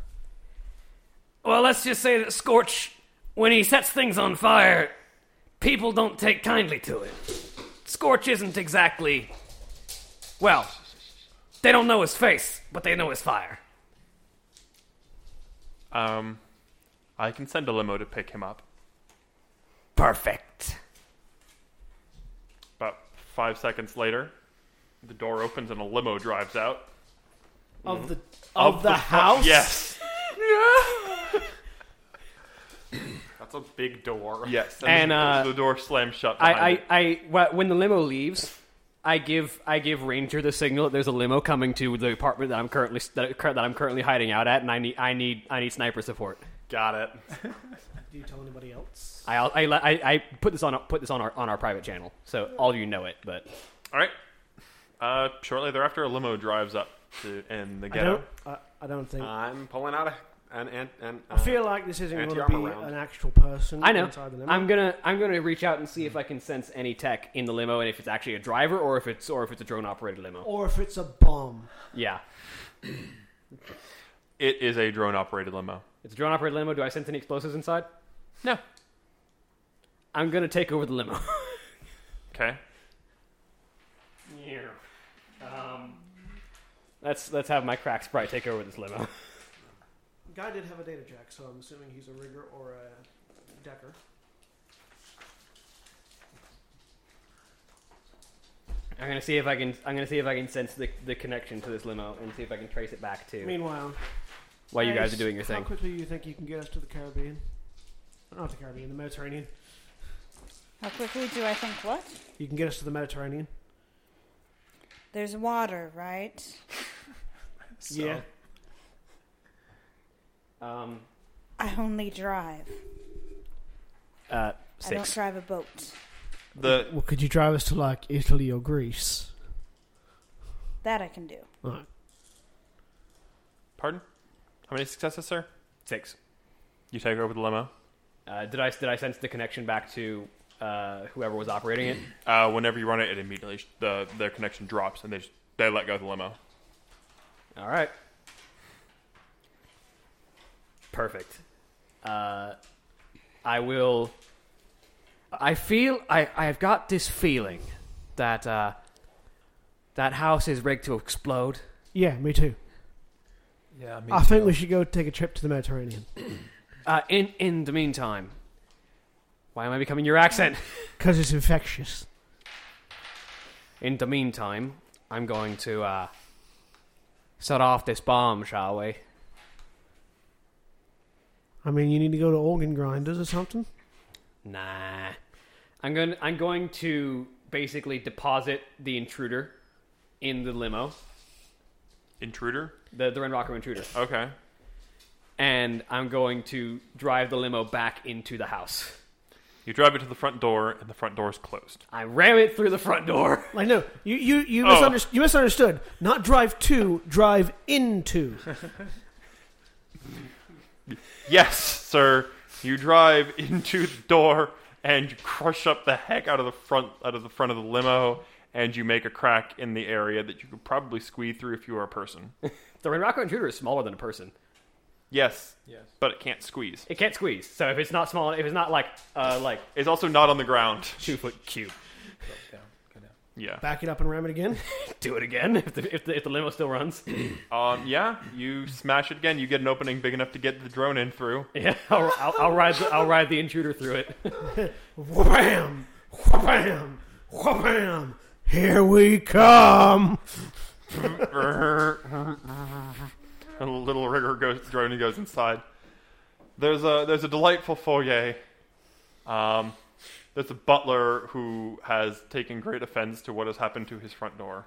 Speaker 3: Well, let's just say that Scorch, when he sets things on fire, people don't take kindly to it. Scorch isn't exactly. Well, they don't know his face, but they know his fire.
Speaker 2: Um, I can send a limo to pick him up.
Speaker 3: Perfect.
Speaker 2: About five seconds later, the door opens and a limo drives out.
Speaker 1: Of the of, the,
Speaker 2: fu-
Speaker 1: house.
Speaker 2: Yes.
Speaker 8: That's a big door.
Speaker 2: Yes.
Speaker 3: And,
Speaker 2: the,
Speaker 3: uh,
Speaker 2: the door slams shut. behind
Speaker 3: I,
Speaker 2: it.
Speaker 3: I, I, wh- when the limo leaves, I give, I give Ranger the signal that there's a limo coming to the apartment that I'm currently that, that I'm currently hiding out at, and I need, I need, I need sniper support.
Speaker 8: Got it.
Speaker 1: Do you tell anybody else?
Speaker 3: I, I, I, I put this on, put this on our, on our private channel, so all you know it. But
Speaker 2: All right. Uh, shortly thereafter, a limo drives up to in the
Speaker 1: I
Speaker 2: ghetto.
Speaker 1: don't. I, I don't think.
Speaker 8: I'm pulling out a, an an, an
Speaker 1: I feel like this isn't going to
Speaker 8: anti-armor
Speaker 1: be
Speaker 8: round.
Speaker 1: an actual person.
Speaker 3: I know.
Speaker 1: Inside the limo.
Speaker 3: I'm gonna, I'm gonna reach out and see if I can sense any tech in the limo, and if it's actually a driver or if it's, or if it's a drone operated limo.
Speaker 1: or if it's a bomb.
Speaker 3: Yeah,
Speaker 2: It is a drone operated limo.
Speaker 3: it's a drone operated limo. Do I sense any explosives inside?
Speaker 2: No.
Speaker 3: I'm gonna take over the limo.
Speaker 2: Okay.
Speaker 3: Yeah. Um, let's let's have my crack sprite take over this limo.
Speaker 1: Guy did have a data jack, so I'm assuming he's a rigger or a decker.
Speaker 3: I'm gonna see if I can I'm gonna see if I can sense the, the connection to this limo and see if I can trace it back to
Speaker 1: Meanwhile,
Speaker 3: while you guys are
Speaker 1: Ace,
Speaker 3: doing your
Speaker 1: How
Speaker 3: thing.
Speaker 1: quickly do you think you can get us to the Caribbean? Not the Caribbean, the Mediterranean.
Speaker 5: How quickly do I think what?
Speaker 1: You can get us to the Mediterranean.
Speaker 5: There's water, right?
Speaker 4: So-
Speaker 1: Yeah.
Speaker 3: Um,
Speaker 5: I only drive.
Speaker 3: uh,
Speaker 5: I don't
Speaker 3: six.
Speaker 5: drive a boat.
Speaker 4: uh,
Speaker 2: The
Speaker 1: Well, could you drive us to like Italy or Greece?
Speaker 5: That I can do.
Speaker 1: Right.
Speaker 2: pardon? How many successes, sir?
Speaker 3: Six.
Speaker 2: You take over the limo.
Speaker 3: Uh, did I did I sense the connection back to uh, whoever was operating it?
Speaker 2: Uh, whenever you run it, it immediately sh- the their connection drops and they just, they let go of the limo.
Speaker 3: All right. Perfect. Uh, I will. I feel I I've got this feeling that uh, that house is rigged to explode.
Speaker 1: Yeah, me too.
Speaker 4: Yeah, me
Speaker 1: I think
Speaker 4: too.
Speaker 1: we should go take a trip to the Mediterranean.
Speaker 3: Uh, in in the meantime, why am I becoming your accent?
Speaker 1: Because it's infectious.
Speaker 3: In the meantime, I'm going to uh, set off this bomb, shall we?
Speaker 1: I mean, you need to go to organ grinders or something.
Speaker 3: Nah. I'm going I'm going to basically deposit the intruder in the limo,
Speaker 2: Intruder.
Speaker 3: the the Ren Rocker intruder,
Speaker 2: Okay.
Speaker 3: and I'm going to drive the limo back into the house.
Speaker 2: You drive it to the front door and the front door is closed.
Speaker 3: I ram it through the front door.
Speaker 1: Like, no, you you you,
Speaker 2: Oh.
Speaker 1: misunderst- you misunderstood. Not drive to, drive into.
Speaker 2: Yes, sir. You drive into the door and you crush up the heck out of the front out of the front of the limo and you make a crack in the area that you could probably squeeze through if you were a person.
Speaker 3: The Ren Rocker intruder is smaller than a person.
Speaker 2: Yes.
Speaker 4: Yes.
Speaker 2: But it can't squeeze.
Speaker 3: It can't squeeze. So if it's not small, if it's not like uh like
Speaker 2: It's also not on the ground.
Speaker 3: two foot cube,
Speaker 4: Go down, go down.
Speaker 2: Yeah.
Speaker 1: Back it up and ram it again.
Speaker 3: do it again if the if the, if the limo still runs.
Speaker 2: Um, yeah, you smash it again. You get an opening big enough to get the drone in through.
Speaker 3: yeah, I'll, I'll, I'll ride the, I'll ride the intruder through it.
Speaker 1: Wham! Wham! Wham! Here we come!
Speaker 2: a little rigger goes drone and goes inside. There's a there's a delightful foyer. Um, there's a butler who has taken great offense to what has happened to his front door.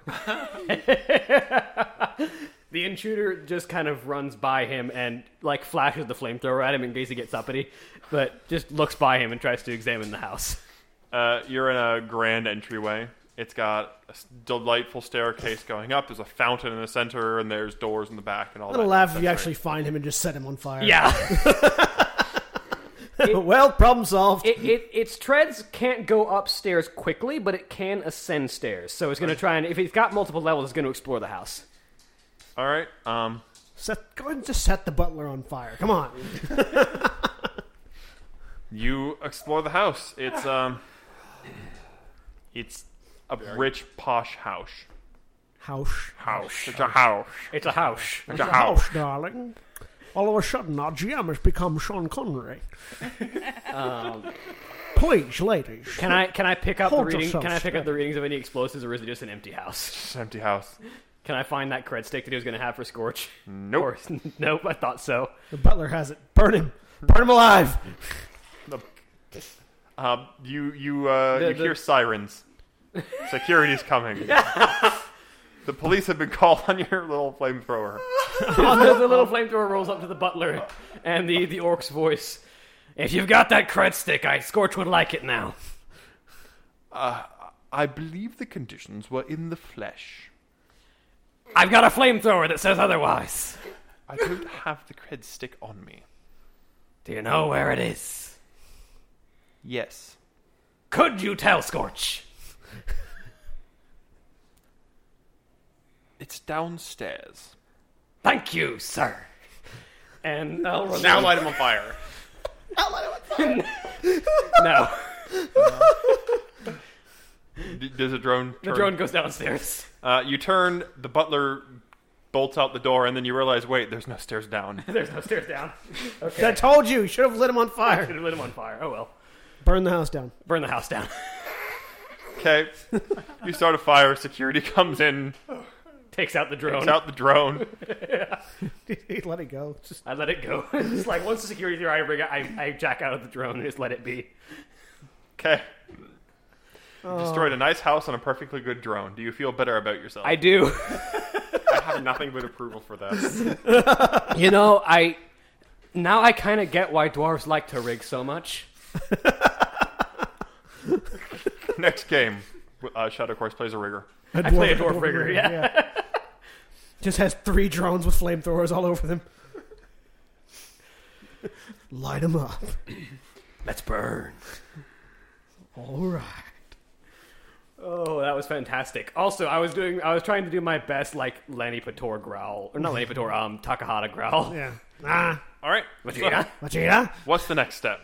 Speaker 3: The intruder just kind of runs by him and like flashes the flamethrower at him in case he gets uppity, but just looks by him and tries to examine the house.
Speaker 2: Uh, you're in a grand entryway. It's got a s- delightful staircase going up. There's a fountain in the center, and there's doors in the back, and all
Speaker 1: I'm gonna
Speaker 2: that
Speaker 1: laugh if
Speaker 2: nonsense,
Speaker 1: you
Speaker 2: right?
Speaker 1: actually find him and just set him on fire.
Speaker 3: Yeah,
Speaker 1: well, problem solved.
Speaker 3: it, it its treads can't go upstairs quickly, but it can ascend stairs. So it's gonna try and if it's got multiple levels, it's gonna explore the house.
Speaker 2: All right. Um,
Speaker 1: set, go ahead and just set the butler on fire. Come on.
Speaker 2: you explore the house. It's um, it's a rich, posh house.
Speaker 1: House.
Speaker 2: House. It's a house.
Speaker 3: It's a house.
Speaker 2: It's a house.
Speaker 1: darling. All of a sudden, our GM has become Sean Connery.
Speaker 3: Um,
Speaker 1: Please, ladies.
Speaker 3: Can I can I pick up
Speaker 1: Hold
Speaker 3: the reading?
Speaker 1: yourself
Speaker 3: Can I pick
Speaker 1: straight.
Speaker 3: up the readings of any explosives, or is it just an empty house?
Speaker 2: It's an empty house.
Speaker 3: Can I find that cred stick that he was gonna have for Scorch?
Speaker 2: Nope.
Speaker 3: Or- nope. I thought so.
Speaker 1: The butler has it. Burn him. Burn him alive.
Speaker 2: Um, you you uh,
Speaker 3: The-
Speaker 2: you
Speaker 3: the-
Speaker 2: hear sirens. Security's coming. the police have been called on your little flamethrower.
Speaker 3: the, the little flamethrower rolls up to the butler, and the the orc's voice. If you've got that cred stick, I Scorch would like it now.
Speaker 2: I believe the conditions were in the flesh.
Speaker 3: I've got a flamethrower that says otherwise.
Speaker 2: I don't have the cred stick on me.
Speaker 3: Do you know where it is?
Speaker 2: Yes.
Speaker 3: Could you tell Scorch?
Speaker 2: It's downstairs.
Speaker 3: Thank you, sir. And I'll roll
Speaker 8: Now light him on fire.
Speaker 3: no.
Speaker 2: D- does a drone turn?
Speaker 3: The drone goes downstairs.
Speaker 2: Uh, you turn, the butler bolts out the door, and then you realize, wait, there's no stairs down.
Speaker 3: There's no stairs down.
Speaker 1: I told you. You should have lit him on
Speaker 3: Should
Speaker 1: fire.
Speaker 3: have lit him on fire. Oh well.
Speaker 1: Burn the house down.
Speaker 3: Burn the house down.
Speaker 2: Okay. you start a fire, security comes in,
Speaker 3: Takes out the drone.
Speaker 2: takes out the drone.
Speaker 1: let it go. Just
Speaker 3: I let it go. it's like once the security through, I bring it, I, I jack out of the drone and just let it be.
Speaker 2: Okay. You destroyed a nice house on a perfectly good drone. Do you feel better about yourself?
Speaker 3: I do.
Speaker 8: I have nothing but approval for this.
Speaker 3: you know, I now I kind of get why dwarves like to rig so much.
Speaker 2: Next game, uh, Shadow Course plays a rigger.
Speaker 1: I
Speaker 3: play a dwarf rigger, yeah.
Speaker 1: Just has three drones with flamethrowers all over them. Light them up.
Speaker 3: Let's burn.
Speaker 1: All right.
Speaker 3: Oh, that was fantastic. Also, I was doing I was trying to do my best like Lenny Pator growl. Or not Lenny Pator, um Takahata growl.
Speaker 1: Yeah. Ah,
Speaker 2: All right.
Speaker 3: Yeah.
Speaker 1: Vegeta.
Speaker 2: What's the next step?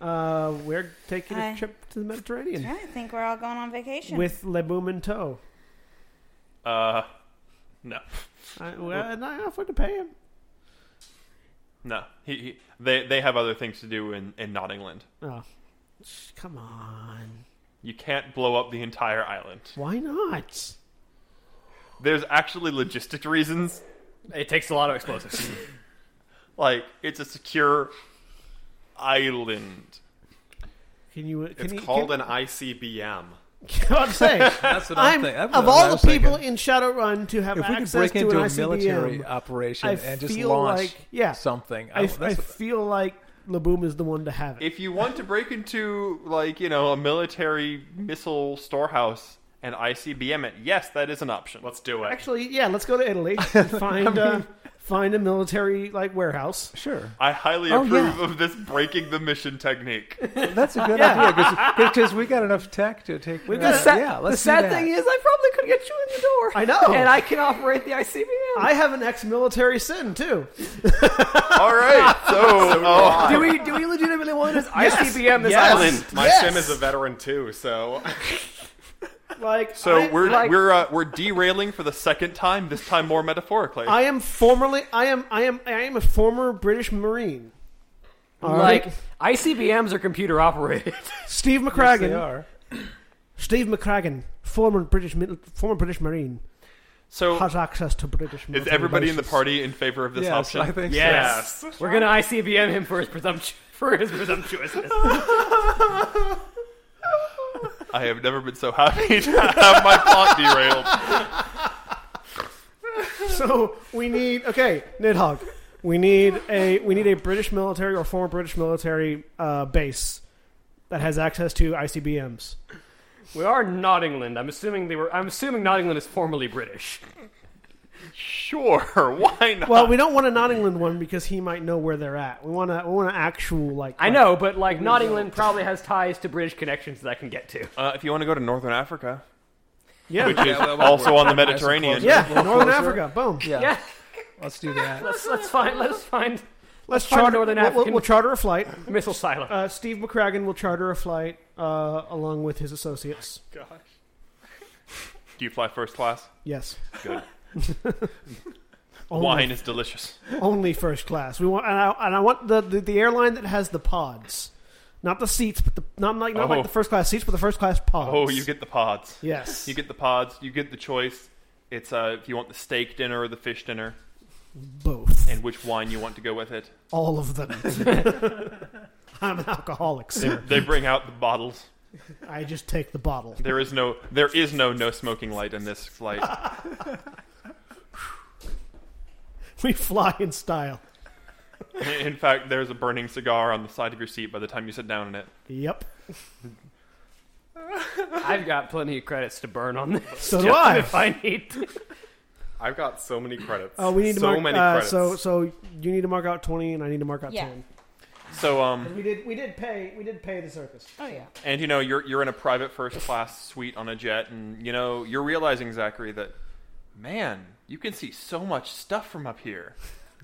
Speaker 1: Uh, we're taking
Speaker 5: Hi.
Speaker 1: a trip to the Mediterranean
Speaker 5: I think we're all going on vacation.
Speaker 1: with Le Boom and Toe.
Speaker 2: Uh, no,
Speaker 1: I, well, I'm not offered to pay him.
Speaker 2: no. He, he they they have other things to do in in not England.
Speaker 1: Oh, Shh, come on.
Speaker 2: You can't blow up the entire island.
Speaker 1: Why not?
Speaker 2: There's actually logistic reasons.
Speaker 3: It takes a lot of explosives.
Speaker 2: Like it's a secure island.
Speaker 1: Can you? uh, Can
Speaker 8: It's
Speaker 1: you,
Speaker 8: called
Speaker 1: Can,
Speaker 8: an ICBM.
Speaker 1: I'm saying.
Speaker 4: That's what I'm,
Speaker 1: I'm,
Speaker 4: thinking.
Speaker 1: of all the people in Shadowrun to have
Speaker 4: if we could
Speaker 1: access
Speaker 4: break
Speaker 1: to
Speaker 4: into
Speaker 1: an
Speaker 4: a
Speaker 1: ICBM,
Speaker 4: military operation
Speaker 1: I
Speaker 4: and just
Speaker 1: feel
Speaker 4: launch
Speaker 1: like- yeah.
Speaker 4: something,
Speaker 1: I,
Speaker 4: I,
Speaker 1: I
Speaker 4: that's what-
Speaker 1: feel like Laboom is the one to have it.
Speaker 2: If you want to break into like you know a military missile storehouse and ICBM it, yes, that is an option.
Speaker 8: Let's do it.
Speaker 1: Actually, yeah, let's go to Italy. and Find uh, find a military like warehouse.
Speaker 4: sure.
Speaker 2: I highly
Speaker 4: Oh,
Speaker 2: approve
Speaker 4: yeah.
Speaker 2: of this breaking the mission technique.
Speaker 4: That's a good idea because we got enough tech to take. We've
Speaker 1: got- The sad-
Speaker 4: yeah, let's
Speaker 3: the sad thing is I probably could get you in the door.
Speaker 1: I know.
Speaker 3: And I can operate the ICBM.
Speaker 1: I have an ex-military sin too.
Speaker 2: All right, so, uh,
Speaker 3: do we do we legitimately want this ICBM this
Speaker 1: Yes.
Speaker 3: island?
Speaker 8: uh, My
Speaker 1: Yes.
Speaker 8: sim is a veteran too, so
Speaker 1: Like,
Speaker 2: so
Speaker 1: I,
Speaker 2: we're
Speaker 1: like,
Speaker 2: we're uh, we're derailing for the second time. This time more metaphorically.
Speaker 1: I am formerly. I am. I am. I am a former British Marine. All right,
Speaker 3: Like ICBMs are computer operated.
Speaker 1: Steve
Speaker 4: they
Speaker 1: McCracken.
Speaker 4: are.
Speaker 1: Steve McCracken, former British mil- former British Marine,
Speaker 2: so
Speaker 1: has access to British.
Speaker 2: is
Speaker 1: military
Speaker 2: everybody in the
Speaker 1: bases.
Speaker 2: party in favor of this
Speaker 4: Yes,
Speaker 2: option?
Speaker 4: I think
Speaker 3: Yes. We're gonna ICBM him for his presumptu- for his presumptuousness.
Speaker 2: I have never been so happy to have my plot derailed.
Speaker 1: So we need okay, Nidhogg. We need a we need a British military or former British military uh, base that has access to ICBMs.
Speaker 3: We are Nottingland. I'm assuming they were. I'm assuming Nottingland is formerly British.
Speaker 2: Sure, why not?
Speaker 1: Well, we don't want a Nottingland one because he might know where they're at. We want a we want an actual like.
Speaker 3: I know, but like uh, Nottingland probably has ties to British connections that I can get to.
Speaker 2: Uh, if you want to go to Northern Africa,
Speaker 1: Yeah,
Speaker 2: which is also on the Mediterranean,
Speaker 1: yeah, Northern
Speaker 4: closer.
Speaker 1: Africa. Boom.
Speaker 4: Yeah,
Speaker 3: Yeah,
Speaker 4: let's do that.
Speaker 3: let's let's find let's find
Speaker 1: Let's
Speaker 3: find a
Speaker 1: charter.
Speaker 3: Northern
Speaker 1: we'll- we'll-
Speaker 3: African-
Speaker 1: we'll charter a flight.
Speaker 3: missile silo.
Speaker 1: Uh, Steve McCracken will charter a flight uh, along with his associates.
Speaker 2: do you fly first class?
Speaker 1: Yes.
Speaker 2: Good.
Speaker 1: only,
Speaker 2: Wine is delicious.
Speaker 1: only first class. We want, and I, and I want the, the, the airline that has the pods, not the seats, but the not like not
Speaker 2: Oh.
Speaker 1: like the first class seats, but the first class pods.
Speaker 2: Oh, you get the pods.
Speaker 1: yes,
Speaker 2: You get the pods. You get the choice. It's uh, if you want the steak dinner or the fish dinner,
Speaker 1: both
Speaker 2: and which wine you want to go with it.
Speaker 1: all of them. I'm an alcoholic,
Speaker 2: They,
Speaker 1: sir.
Speaker 2: they bring out the bottles.
Speaker 1: I just take the bottle.
Speaker 2: There is no, there is no no smoking light in this flight.
Speaker 1: We fly in style.
Speaker 2: In fact, there's a burning cigar on the side of your seat by the time you sit down in it.
Speaker 1: Yep.
Speaker 3: I've got plenty of credits to burn on this.
Speaker 1: So do I.
Speaker 3: If I need to.
Speaker 8: I've got so many credits.
Speaker 1: Oh, we need to
Speaker 8: so
Speaker 1: mark.
Speaker 8: many
Speaker 1: uh,
Speaker 8: credits.
Speaker 1: So, so you need to mark out twenty, and I need to mark out
Speaker 5: Yeah.
Speaker 1: ten.
Speaker 2: So, um,
Speaker 1: We did. We did pay. We did pay the circus.
Speaker 5: Oh yeah.
Speaker 2: and you know, you're you're in a private first class suite on a jet, and you know, you're realizing Zachary that, man, you can see so much stuff from up here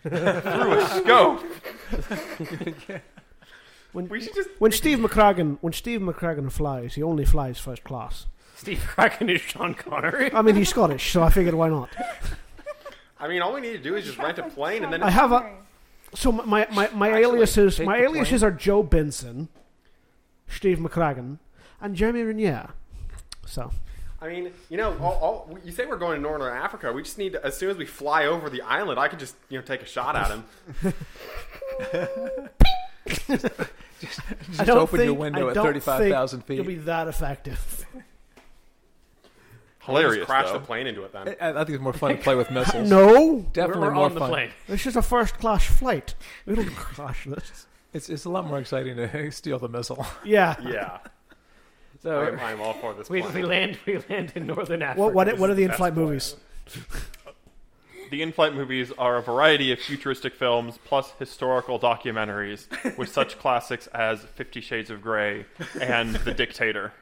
Speaker 2: through a scope.
Speaker 1: When,
Speaker 8: we should just
Speaker 1: when Steve McCracken when Steve McCracken flies, he only flies first class.
Speaker 3: Steve Kraken is Sean Connery.
Speaker 1: I mean, he's Scottish, so I figured why not.
Speaker 8: I mean, all we need to do is just rent a plane and then
Speaker 1: I have a so my my, my, my aliases
Speaker 4: take
Speaker 1: my
Speaker 4: the
Speaker 1: aliases are Joe Benson, Steve McCracken, and Jeremy Renier. So
Speaker 8: I mean, you know, all, all, you say we're going to Northern Africa. We just need to, as soon as we fly over the island, I could just you know take a shot at him.
Speaker 4: Just
Speaker 1: I don't
Speaker 4: open
Speaker 1: think,
Speaker 4: your
Speaker 1: I
Speaker 4: window at
Speaker 1: don't
Speaker 4: thirty-five thousand
Speaker 1: think It'll be
Speaker 4: feet.
Speaker 1: that effective.
Speaker 2: Hilarious.
Speaker 8: just crash
Speaker 2: though.
Speaker 8: the plane into it then.
Speaker 4: I, I think it's more fun to play with missiles.
Speaker 1: No,
Speaker 4: Definitely
Speaker 3: We're
Speaker 4: more
Speaker 3: on the
Speaker 4: fun.
Speaker 3: plane.
Speaker 1: this is a first class flight. It'll crash this.
Speaker 4: It's it's a lot more exciting to steal the missile.
Speaker 1: Yeah.
Speaker 8: Yeah,
Speaker 3: So
Speaker 8: I'm, I'm all for this.
Speaker 3: we,
Speaker 8: plane.
Speaker 3: we land we land in northern Africa.
Speaker 1: What what, what are the
Speaker 8: best
Speaker 1: in-flight
Speaker 8: plan.
Speaker 1: movies?
Speaker 2: The in-flight movies are a variety of futuristic films plus historical documentaries with such classics as Fifty Shades of Grey and The Dictator.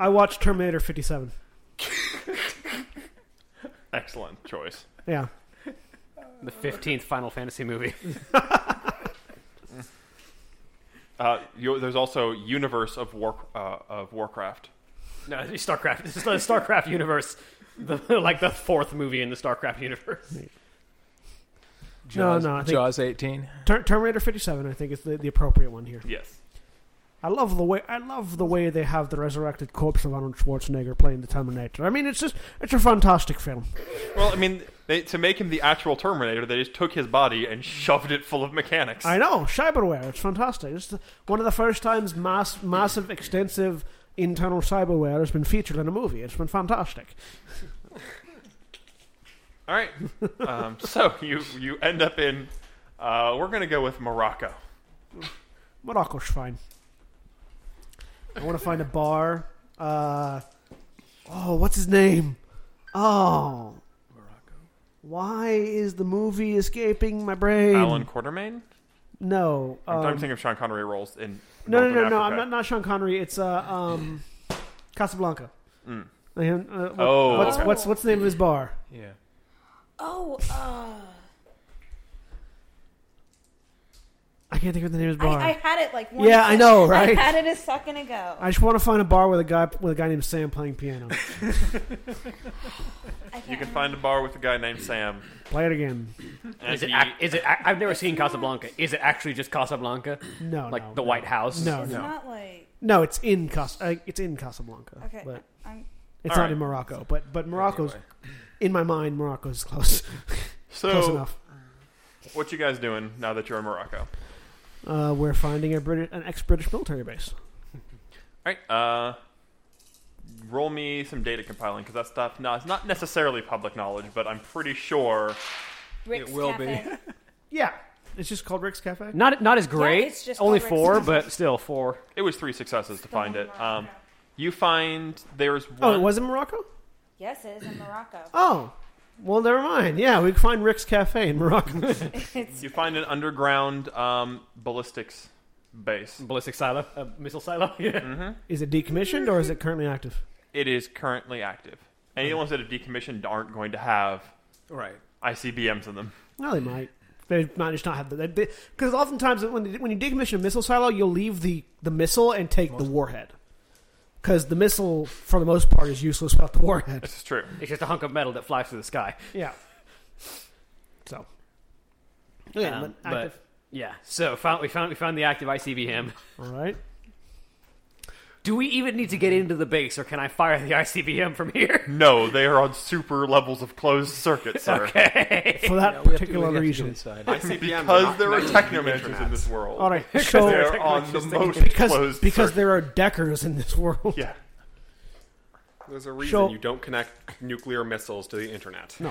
Speaker 1: I watched Terminator 57.
Speaker 2: Excellent choice.
Speaker 1: Yeah.
Speaker 3: the fifteenth Final Fantasy movie?
Speaker 2: Uh, you, there's also Universe of War uh, of Warcraft.
Speaker 3: No, it's StarCraft. This is the StarCraft universe. The, like the fourth movie in the StarCraft universe.
Speaker 1: No,
Speaker 4: Jaws,
Speaker 1: no, I think-
Speaker 4: Jaws eighteen.
Speaker 1: Ter- Terminator 57 I think is the, the appropriate one here.
Speaker 2: Yes.
Speaker 1: I love the way I love the way they have the resurrected corpse of Arnold Schwarzenegger playing the Terminator. I mean, it's just it's a fantastic film.
Speaker 2: Well, I mean, they, to make him the actual Terminator, they just took his body and shoved it full of mechanics.
Speaker 1: I know, cyberware. It's fantastic. It's the, one of the first times mass massive extensive internal cyberware has been featured in a movie. It's been fantastic.
Speaker 2: All right. Um, so you you end up in. Uh, we're gonna go with Morocco.
Speaker 1: Morocco's fine. I want to find a bar. Uh, oh, what's his name? Oh, why is the movie escaping my brain?
Speaker 2: Alan Quartermain.
Speaker 1: No,
Speaker 2: I'm,
Speaker 1: um,
Speaker 2: I'm thinking of Sean Connery roles in.
Speaker 1: no, no, no,
Speaker 2: Northern
Speaker 1: no.
Speaker 2: Africa.
Speaker 1: I'm not, not Sean Connery. It's uh, um, Casablanca.
Speaker 2: Mm.
Speaker 1: And, uh, what-
Speaker 2: Oh,
Speaker 1: what's,
Speaker 2: okay.
Speaker 1: what's what's the name of his bar?
Speaker 4: Yeah.
Speaker 5: Oh, uh,
Speaker 1: I can't think of the name of his
Speaker 5: I,
Speaker 1: bar.
Speaker 5: I
Speaker 1: I,
Speaker 5: had it like one
Speaker 1: Yeah, I know,
Speaker 5: sec-
Speaker 1: right?
Speaker 5: I had it a second ago. I,
Speaker 1: just want to find a bar with a guy with a guy named Sam playing piano.
Speaker 5: can't
Speaker 2: You can
Speaker 5: remember.
Speaker 2: find a bar with a guy named Sam.
Speaker 1: Play it again.
Speaker 2: And
Speaker 3: Is it?
Speaker 2: he-
Speaker 3: ac- Is it? ac- I've never seen Casablanca. Is it actually just Casablanca?
Speaker 1: No,
Speaker 3: Like
Speaker 1: no,
Speaker 3: the
Speaker 1: no.
Speaker 3: White House?
Speaker 1: No,
Speaker 5: It's
Speaker 1: no,
Speaker 5: not like
Speaker 1: no. It's in Cas. Uh, it's in Casablanca.
Speaker 5: okay.
Speaker 1: but
Speaker 5: I'm,
Speaker 1: it's
Speaker 2: All
Speaker 1: not
Speaker 2: right.
Speaker 1: in Morocco. But but Morocco's
Speaker 4: Anyway.
Speaker 1: in my mind. Morocco's close. close
Speaker 2: so,
Speaker 1: enough.
Speaker 2: what you guys doing now that you're in Morocco?
Speaker 1: Uh, we're finding a British, an ex-British military base.
Speaker 2: All right. Uh, roll me some data compiling because that stuff. No, it's not necessarily public knowledge, but I'm pretty sure
Speaker 5: Rick's
Speaker 4: will be.
Speaker 5: Cafe.
Speaker 1: Yeah, It's just called Rick's Cafe.
Speaker 3: Not not as great.
Speaker 5: it's just
Speaker 3: Only
Speaker 5: called
Speaker 3: four,
Speaker 5: Rick's.
Speaker 3: but still four.
Speaker 2: It was three successes to find it. Um, you find there's one.
Speaker 1: Oh, it was in Morocco.
Speaker 5: Yes, it is in Morocco.
Speaker 1: Oh, well, never mind. Yeah, we can find Rick's Cafe in Morocco.
Speaker 2: You find an underground um, ballistics base.
Speaker 3: Ballistic silo, uh, missile silo. Yeah.
Speaker 1: is it decommissioned or is it currently active?
Speaker 2: It is currently active. Any of the ones that have decommissioned aren't going to have
Speaker 4: Right.
Speaker 2: ICBMs in them.
Speaker 1: No, they might. They might just not have the because oftentimes when when you decommission a missile silo, you'll leave the, the missile and take the warhead because the missile, for the most part, is useless without the warhead.
Speaker 2: This is true.
Speaker 3: It's just a hunk of metal that flies through the sky.
Speaker 1: Yeah. So. Yeah,
Speaker 3: Um,
Speaker 1: but active.
Speaker 3: yeah. So found, we found we found the active ICBM.
Speaker 1: all right.
Speaker 3: Do we even need to get into the base, or can I fire the ICBM from here?
Speaker 2: No, they are on super levels of closed circuit, sir.
Speaker 3: Okay.
Speaker 1: For that
Speaker 4: Yeah, we have to- we
Speaker 1: particular
Speaker 4: have to get
Speaker 1: region.
Speaker 4: inside.
Speaker 2: Because there are technomancers in this world.
Speaker 1: All right.
Speaker 2: They
Speaker 1: So
Speaker 2: are on the most
Speaker 1: because
Speaker 2: closed
Speaker 1: because
Speaker 2: circuit.
Speaker 1: there are deckers in this world.
Speaker 2: Yeah.
Speaker 8: There's a reason
Speaker 1: Sure.
Speaker 8: you don't connect nuclear missiles to the internet.
Speaker 1: No.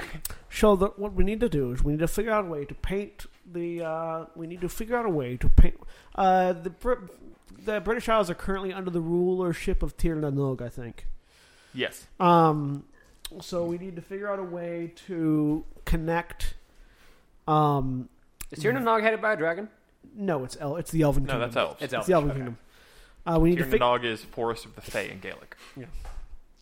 Speaker 1: So the, what we need to do is we need to figure out a way to paint the. Uh, we need to figure out a way to paint. Uh, the Br- the British Isles are currently under the rulership of Tir Nanog, I think.
Speaker 2: Yes.
Speaker 1: Um, so we need to figure out a way to connect. Um,
Speaker 3: Is Tiernanog headed by a dragon?
Speaker 1: no, it's El. It's the Elven
Speaker 2: No,
Speaker 1: Kingdom.
Speaker 2: that's elves.
Speaker 3: It's
Speaker 1: It's
Speaker 3: elf.
Speaker 1: the Elven Kingdom. Uh, we need to
Speaker 2: Here
Speaker 1: figure.
Speaker 2: Nog is Forest of the Fae in Gaelic.
Speaker 1: Yeah.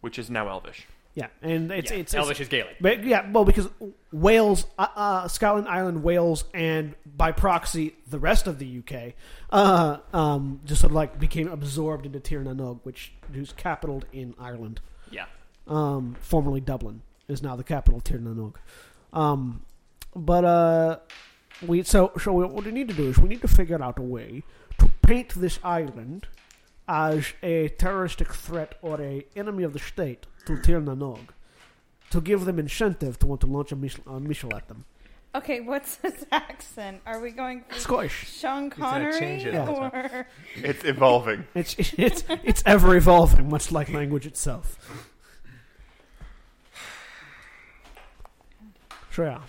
Speaker 2: Which is now Elvish.
Speaker 1: Yeah, and it's
Speaker 3: Yeah,
Speaker 1: it's, it's
Speaker 3: Elvish is Gaelic.
Speaker 1: But yeah, well, because Wales, uh, uh, Scotland, Ireland, Wales, and by proxy the rest of the UK, uh, um, just sort of like became absorbed into Tir na Nog, which whose capital in Ireland,
Speaker 3: Yeah.
Speaker 1: um, formerly Dublin, is now the capital of Tir na Nog. Um, but uh, we so so we, what we need to do is we need to figure out a way to paint this island as a terroristic threat or a enemy of the state to Tir na Nog to give them incentive to want to launch a missile, a missile at them.
Speaker 5: Okay, what's his accent? Are we going for
Speaker 1: Scottish.
Speaker 5: Sean
Speaker 4: gonna
Speaker 5: Connery
Speaker 4: change it all the
Speaker 5: or
Speaker 2: It's evolving.
Speaker 1: It's it's it's ever evolving, much like language itself. Sure. yeah.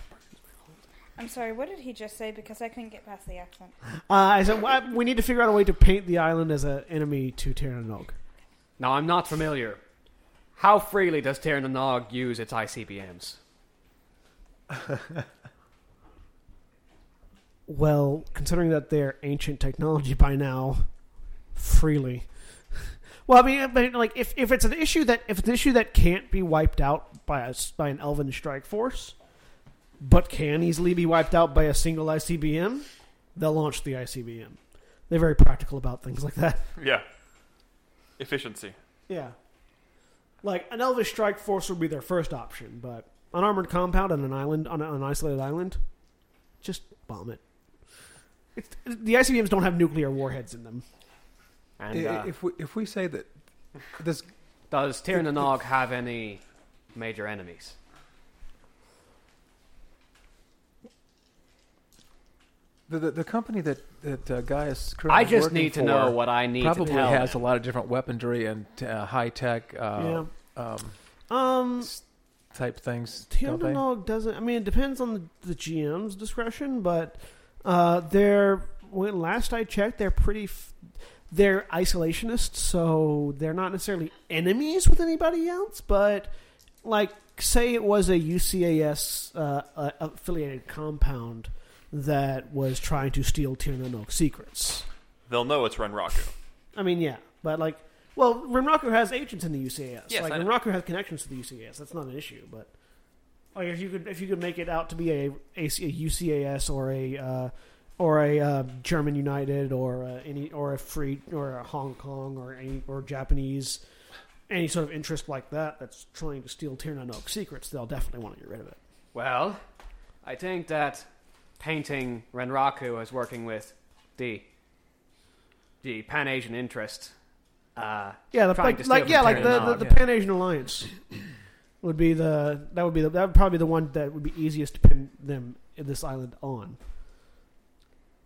Speaker 5: I'm sorry, what did he just say? Because I couldn't get past the accent.
Speaker 1: Uh, I said well, I- we need to figure out a way to paint the island as an enemy to Terranog.
Speaker 3: Now I'm not familiar. How freely does Tiernanog use its ICBMs?
Speaker 1: Well, considering that they're ancient technology by now, freely. Well, I mean, but like if, if it's an issue that if it's an issue that can't be wiped out by a, s- by an elven strike force, but can easily be wiped out by a single ICBM, they'll launch the ICBM. They're very practical about things like that.
Speaker 2: Yeah. Efficiency.
Speaker 1: Yeah, like an elvish strike force would be their first option, but an armored compound on an island on an isolated island, just bomb it. It's, the ICBMs don't have nuclear warheads in them.
Speaker 4: I-
Speaker 3: And
Speaker 4: i-
Speaker 3: uh,
Speaker 4: If we if we say that this
Speaker 3: does Tiernanog have any major enemies?
Speaker 4: the the, the company that that uh, guy is currently
Speaker 3: I just
Speaker 4: working
Speaker 3: need to
Speaker 4: for
Speaker 3: know what I need
Speaker 4: probably
Speaker 3: to tell
Speaker 4: has
Speaker 3: them.
Speaker 4: a lot of different weaponry and uh, high tech uh, um,
Speaker 1: yeah. Um.
Speaker 4: s- type things. don't they?
Speaker 1: Tandalog doesn't. I mean, it depends on the, the GM's discretion, but uh, they're when last I checked, they're pretty. F- they're isolationists, so they're not necessarily enemies with anybody else. But like, say it was a UCAS uh, uh, affiliated compound that was trying to steal Tiernanog secrets.
Speaker 2: They'll know it's Renraku.
Speaker 1: I mean, yeah, but like, well, Renraku has agents in the UCAS.
Speaker 2: Yes,
Speaker 1: like
Speaker 2: I know.
Speaker 1: Renraku has connections to the UCAS. That's not an issue, but like if you could if you could make it out to be a, a, UCAS or a uh, or a uh, German United or uh, any or a free or a Hong Kong or any or Japanese any sort of interest like that that's trying to steal Tiernan secrets, they'll definitely want to get rid of it.
Speaker 3: Well, I think that painting Renraku as working with the the Pan Asian interest. Uh,
Speaker 1: Yeah, the,
Speaker 3: trying to
Speaker 1: like,
Speaker 3: steal
Speaker 1: like yeah, like the,
Speaker 3: from Terran
Speaker 1: the,
Speaker 3: Nog.
Speaker 1: the
Speaker 4: yeah.
Speaker 1: Pan Asian Alliance would be the that would be the, that would probably be the one that would be easiest to pin them in this island on.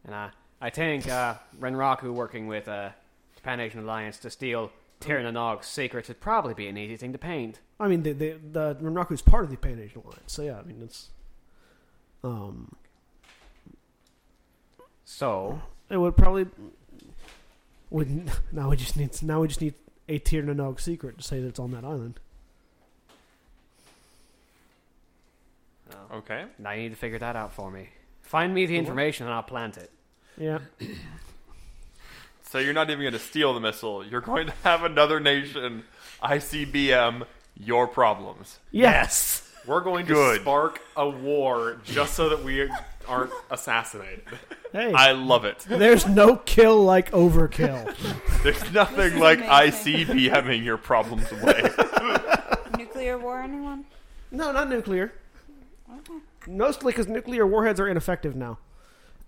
Speaker 3: and I, I think uh, Renraku working with uh, the Pan Asian Alliance to steal Tyrannog's secrets would probably be an easy thing to paint.
Speaker 1: I mean, the the, the Renraku is part of the Pan Asian Alliance, so yeah, I mean it's um
Speaker 3: So
Speaker 1: It would probably would now we just need now we just need a tier Nanog secret to say that it's on that island.
Speaker 2: Okay.
Speaker 3: now you need to figure that out for me. Find me the information and I'll plant it.
Speaker 1: Yeah.
Speaker 2: So you're not even going to steal the missile. You're going to have another nation ICBM your problems.
Speaker 1: Yes.
Speaker 8: We're going to
Speaker 2: Good.
Speaker 8: spark a war just so that we aren't assassinated.
Speaker 1: Hey.
Speaker 2: I love it.
Speaker 1: there's no kill like overkill.
Speaker 2: There's nothing
Speaker 5: is
Speaker 2: like
Speaker 5: amazing.
Speaker 2: ICBMing your problems away.
Speaker 5: Nuclear war, anyone?
Speaker 1: no, not nuclear. Mostly because nuclear warheads are ineffective now.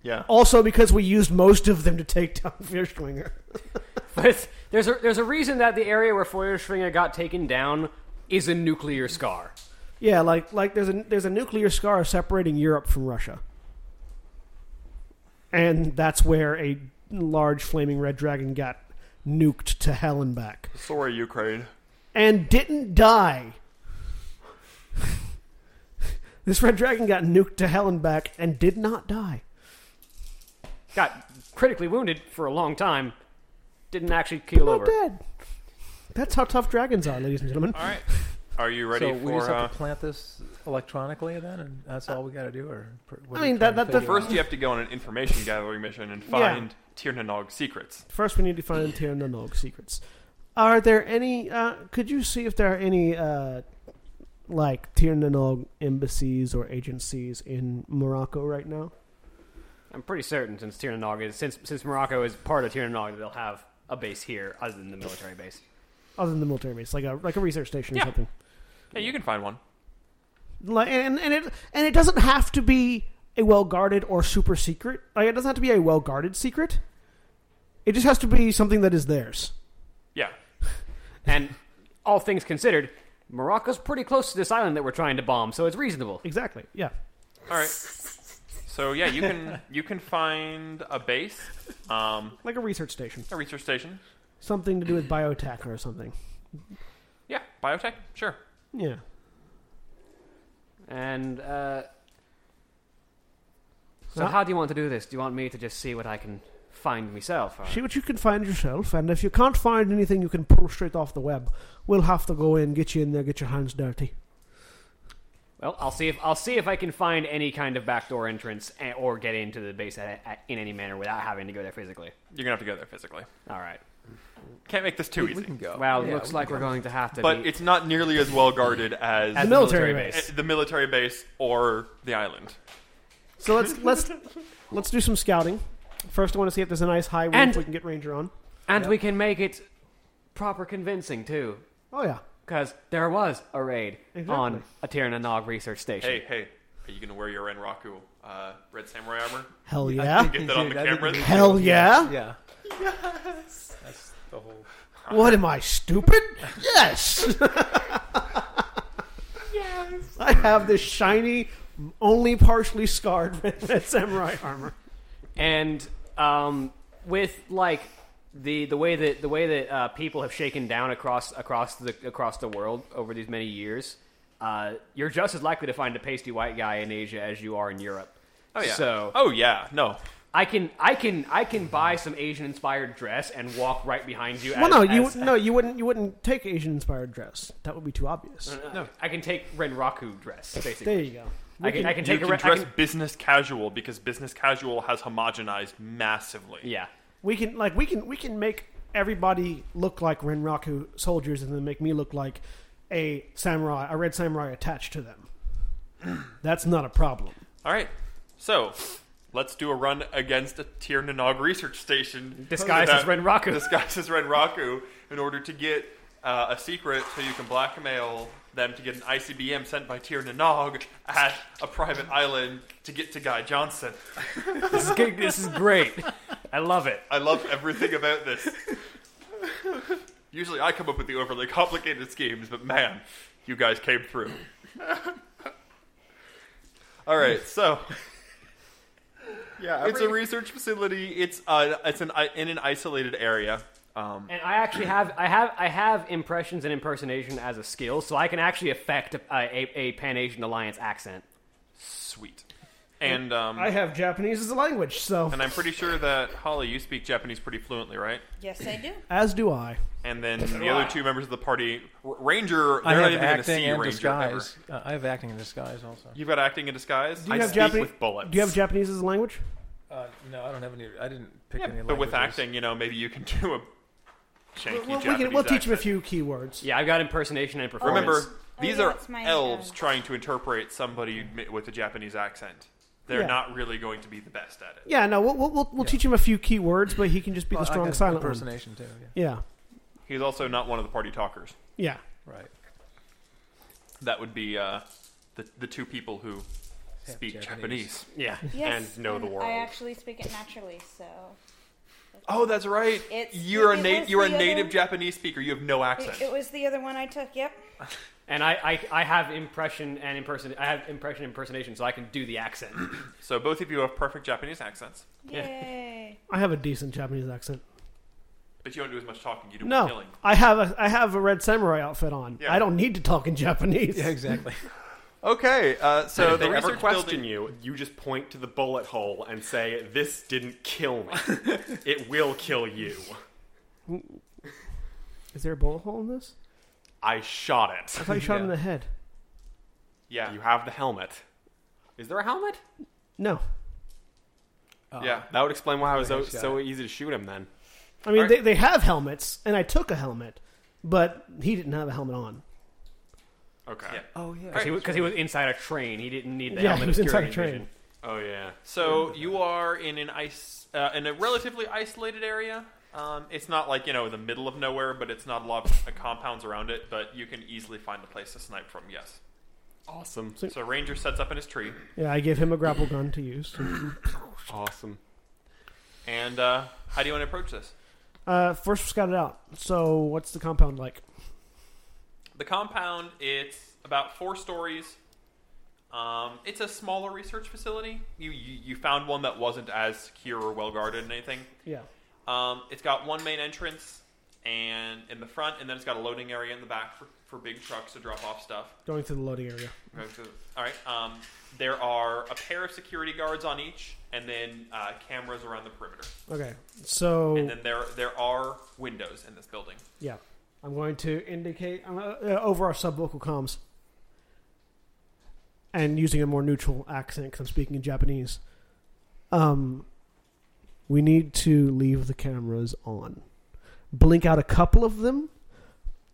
Speaker 2: yeah.
Speaker 1: Also because we used most of them to take down Fierschwinger.
Speaker 3: But there's a there's a reason that the area where Feuerschwinger got taken down is a nuclear scar.
Speaker 1: Yeah, like like there's a there's a nuclear scar separating Europe from Russia, and that's where a large flaming red dragon got nuked to hell and back,
Speaker 2: Sorry, Ukraine.
Speaker 1: and didn't die. this red dragon got nuked to hell and back and did not die.
Speaker 3: Got critically wounded for a long time. Didn't actually keel
Speaker 1: Not
Speaker 3: over.
Speaker 1: dead. That's how tough dragons are, ladies and gentlemen.
Speaker 2: All right. Are you ready
Speaker 4: so we just
Speaker 2: for. Uh,
Speaker 4: have to plant this electronically then, and that's all we got to do. Or per- what
Speaker 1: I
Speaker 4: are you
Speaker 1: mean,
Speaker 4: trying
Speaker 1: that-
Speaker 4: to
Speaker 1: that- the
Speaker 4: figure out?
Speaker 2: first, you have to go on an information gathering mission and find yeah. secrets.
Speaker 1: First, we need to find Tiernanog secrets. Are there any? Uh, could you see if there are any uh, like Tiernanog embassies or agencies in Morocco right now?
Speaker 3: I'm pretty certain since Tirnanog is since since Morocco is part of Tirnanog, they'll have a base here other than the military base.
Speaker 1: Other than the military base, like a like a research station or
Speaker 2: Yeah.
Speaker 1: something.
Speaker 2: Yeah, you can find one.
Speaker 1: Like, and and it and it doesn't have to be a well guarded or super secret. Like it doesn't have to be a well guarded secret. It just has to be something that is theirs.
Speaker 2: Yeah.
Speaker 3: And all things considered, Morocco's pretty close to this island that we're trying to bomb, so it's reasonable.
Speaker 1: Exactly. Yeah.
Speaker 2: All right. So yeah, you can you can find a base, um,
Speaker 1: Like a research station,
Speaker 2: a research station.
Speaker 1: something to do with biotech or something.
Speaker 2: Yeah, biotech. Sure.
Speaker 1: Yeah.
Speaker 3: And uh, so,
Speaker 1: Huh?
Speaker 3: how do you want to do this? Do you want me to just see what I can find myself? or-
Speaker 1: See what you can find yourself, and if you can't find anything you can pull straight off the web, we'll have to go in, get you in there, get your hands dirty.
Speaker 3: Well, I'll see if I'll see if I can find any kind of backdoor entrance and, or get into the base at, at, in any manner without having to go there physically.
Speaker 2: You're gonna have to go there physically.
Speaker 3: All right.
Speaker 2: Can't make this too
Speaker 4: We
Speaker 2: easy.
Speaker 4: can go.
Speaker 3: Well,
Speaker 4: Yeah,
Speaker 3: looks
Speaker 4: we
Speaker 3: like
Speaker 4: can
Speaker 3: we're
Speaker 4: go.
Speaker 3: going to have to.
Speaker 2: but
Speaker 3: be,
Speaker 2: it's not nearly as well guarded as
Speaker 1: The
Speaker 3: As
Speaker 1: military
Speaker 3: military
Speaker 1: base.
Speaker 2: eh, the military base or the island.
Speaker 1: So let's let's let's do some scouting. First, I want to see if there's a nice high roof
Speaker 3: And-
Speaker 1: we can get Ranger on.
Speaker 3: and we can make it proper convincing too,
Speaker 1: Oh yeah,
Speaker 3: because there was a raid on
Speaker 1: Exactly.
Speaker 3: a Tirananog research station.
Speaker 2: Hey, hey, are you gonna wear your Enraku uh, red samurai armor?
Speaker 1: hell yeah,
Speaker 2: Get that on the
Speaker 4: Dude, I think
Speaker 2: cameras.
Speaker 4: we-
Speaker 1: hell yeah.
Speaker 4: Yeah.
Speaker 1: What am I stupid? Yes. yes. I have this shiny, only partially scarred red, red samurai armor.
Speaker 3: and um, with like the the way that the way that uh, people have shaken down across across the across the world over these many years, uh, you're just as likely to find a pasty white guy in Asia as you are in Europe.
Speaker 2: Oh yeah.
Speaker 3: So
Speaker 2: Oh yeah. No.
Speaker 3: I can I can I can buy some Asian inspired dress and walk right behind you.
Speaker 1: Well,
Speaker 3: as,
Speaker 1: no, you
Speaker 3: as-
Speaker 1: no, you wouldn't. You wouldn't take Asian-inspired dress. That would be too obvious.
Speaker 3: I can take Renraku dress basically.
Speaker 1: There you go.
Speaker 3: I can, I can
Speaker 2: You
Speaker 3: take
Speaker 2: can
Speaker 3: a Ren- I
Speaker 2: dress
Speaker 3: can-
Speaker 2: business casual because business casual has homogenized massively.
Speaker 3: yeah.
Speaker 1: We can like we can we can make everybody look like Renraku soldiers, and then make me look like a samurai, a red samurai attached to them. That's not a problem.
Speaker 2: All right. So let's do a run against a Tier Nanog research station
Speaker 3: Disguised as Renraku.
Speaker 2: Disguised as Renraku in order to get uh, a secret so you can blackmail them to get an ICBM sent by Tier Nanog at a private island to get to Guy Johnson.
Speaker 3: This is good- this is great. I love it.
Speaker 2: I love everything about this. Usually I come up with the overly complicated schemes, but man, you guys came through. All right, so
Speaker 8: Yeah,
Speaker 2: it's a research facility. It's uh, it's an i- in an isolated area. Um,
Speaker 3: And I actually have I have I have impressions and impersonation as a skill, so I can actually affect a, a, a Pan Asian Alliance accent.
Speaker 2: sweet. And um,
Speaker 1: I have Japanese as a language, so
Speaker 2: and I'm pretty sure that Holly, you speak Japanese pretty fluently, right?
Speaker 5: Yes, I do.
Speaker 1: as do I.
Speaker 2: And then the other two members of the party, R- Ranger,
Speaker 4: I
Speaker 2: they're not
Speaker 4: have
Speaker 2: even going to see
Speaker 4: acting
Speaker 2: you,
Speaker 4: and
Speaker 2: Ranger. Ever.
Speaker 4: disguise. Uh, I have acting and disguise also.
Speaker 2: You've got acting in disguise.
Speaker 1: Do you
Speaker 8: I
Speaker 1: have
Speaker 8: speak
Speaker 1: Japanese?
Speaker 8: with bullets.
Speaker 1: Do you have Japanese as a language?
Speaker 4: Uh, no, I don't have any. I didn't pick any.
Speaker 2: but with
Speaker 4: languages.
Speaker 2: acting, you know, maybe you can do a
Speaker 1: We'll,
Speaker 2: shanky
Speaker 1: we'll- we
Speaker 2: Japanese
Speaker 1: can, we'll teach him a
Speaker 2: accent.
Speaker 1: few keywords.
Speaker 3: Yeah, I've got impersonation and performance.
Speaker 2: Remember,
Speaker 5: Oh,
Speaker 2: these
Speaker 5: yeah,
Speaker 2: are
Speaker 5: it's my,
Speaker 2: elves
Speaker 5: uh,
Speaker 2: trying to interpret somebody mi- with a Japanese accent. They're
Speaker 1: Yeah.
Speaker 2: not really going to be the best at it.
Speaker 1: Yeah, no, we'll, we'll, we'll, we'll teach him a few keywords, but he can just be
Speaker 4: Well,
Speaker 1: the
Speaker 4: I
Speaker 1: strong
Speaker 4: got
Speaker 1: silent one.
Speaker 4: impersonation too. Yeah.
Speaker 1: Yeah,
Speaker 2: He's also not one of the party talkers.
Speaker 1: yeah.
Speaker 4: Right.
Speaker 2: That would be uh, the the two people who
Speaker 4: Half
Speaker 2: speak Japanese.
Speaker 3: Yeah.
Speaker 5: Yes,
Speaker 8: And know the world.
Speaker 5: I actually speak it naturally, so
Speaker 2: Oh, that's right.
Speaker 5: It's-
Speaker 2: you're a
Speaker 5: it
Speaker 2: na-
Speaker 5: was
Speaker 2: you're a
Speaker 5: the other-
Speaker 2: native Japanese speaker. You have no
Speaker 5: it,
Speaker 2: accent.
Speaker 5: it was the other one I took. Yep.
Speaker 3: And I, I, I have impression and imperson. I have impression and impersonation, so I can do the accent.
Speaker 2: so both of you have perfect Japanese accents,
Speaker 3: Yeah.
Speaker 5: Yay.
Speaker 1: I have a decent Japanese accent.
Speaker 2: but you don't do as much talking. You do more
Speaker 1: No,
Speaker 2: killing.
Speaker 1: I have a I have a red samurai outfit on.
Speaker 2: Yeah.
Speaker 1: I don't need to talk in Japanese.
Speaker 4: Yeah, exactly.
Speaker 2: Okay, uh, so
Speaker 8: if
Speaker 2: the
Speaker 8: they ever
Speaker 2: research
Speaker 8: question
Speaker 2: building.
Speaker 8: you, you just point to the bullet hole and say, "This didn't kill me. it will kill you.
Speaker 1: Is there a bullet hole in this?
Speaker 8: I shot
Speaker 1: I
Speaker 8: it.
Speaker 1: thought you shot him in
Speaker 4: Yeah.
Speaker 1: the head.
Speaker 2: Yeah,
Speaker 8: You have the helmet. Is there a helmet?
Speaker 1: No,
Speaker 4: Uh,
Speaker 2: yeah.
Speaker 8: That would explain why I was so,
Speaker 4: think I shot
Speaker 8: so easy to shoot him then.
Speaker 1: I mean
Speaker 2: Alright.
Speaker 1: they, they have helmets, and I took a helmet, but he didn't have a helmet on.
Speaker 8: Okay.
Speaker 2: Yeah.
Speaker 4: Oh yeah.
Speaker 3: Because he, was- 'cause he was inside a train, he didn't need the
Speaker 1: yeah,
Speaker 3: helmet
Speaker 1: he was
Speaker 3: of
Speaker 1: inside a train.
Speaker 3: security vision.
Speaker 8: Oh yeah.
Speaker 2: So you are in an ice, uh, in a relatively isolated area. Um, it's not like you know the middle of nowhere, but it's not a lot of uh, compounds around it. But you can easily find a place to snipe from. Yes.
Speaker 8: Awesome.
Speaker 2: So ranger sets up in his tree,
Speaker 1: Yeah, I gave him a grapple gun to use.
Speaker 8: Awesome.
Speaker 2: and uh, how do you want to approach this?
Speaker 1: Uh, first, we scout it out. So, what's the compound like?
Speaker 2: The compound it's about four stories. Um, it's a smaller research facility. You, you you found one that wasn't as secure or well guarded and anything.
Speaker 1: Yeah.
Speaker 2: Um, it's got one main entrance and in the front, and then it's got a loading area in the back for, for big trucks to drop off stuff.
Speaker 1: Going through the loading area.
Speaker 2: Go to- All right. Um, there are a pair of security guards on each, and then uh, cameras around the perimeter.
Speaker 1: Okay. So,
Speaker 2: And then there there are windows in this building.
Speaker 1: yeah. I'm going to indicate uh, uh, over our subvocal comms and using a more neutral accent because I'm speaking in Japanese. Um, we need to leave the cameras on. Blink out a couple of them,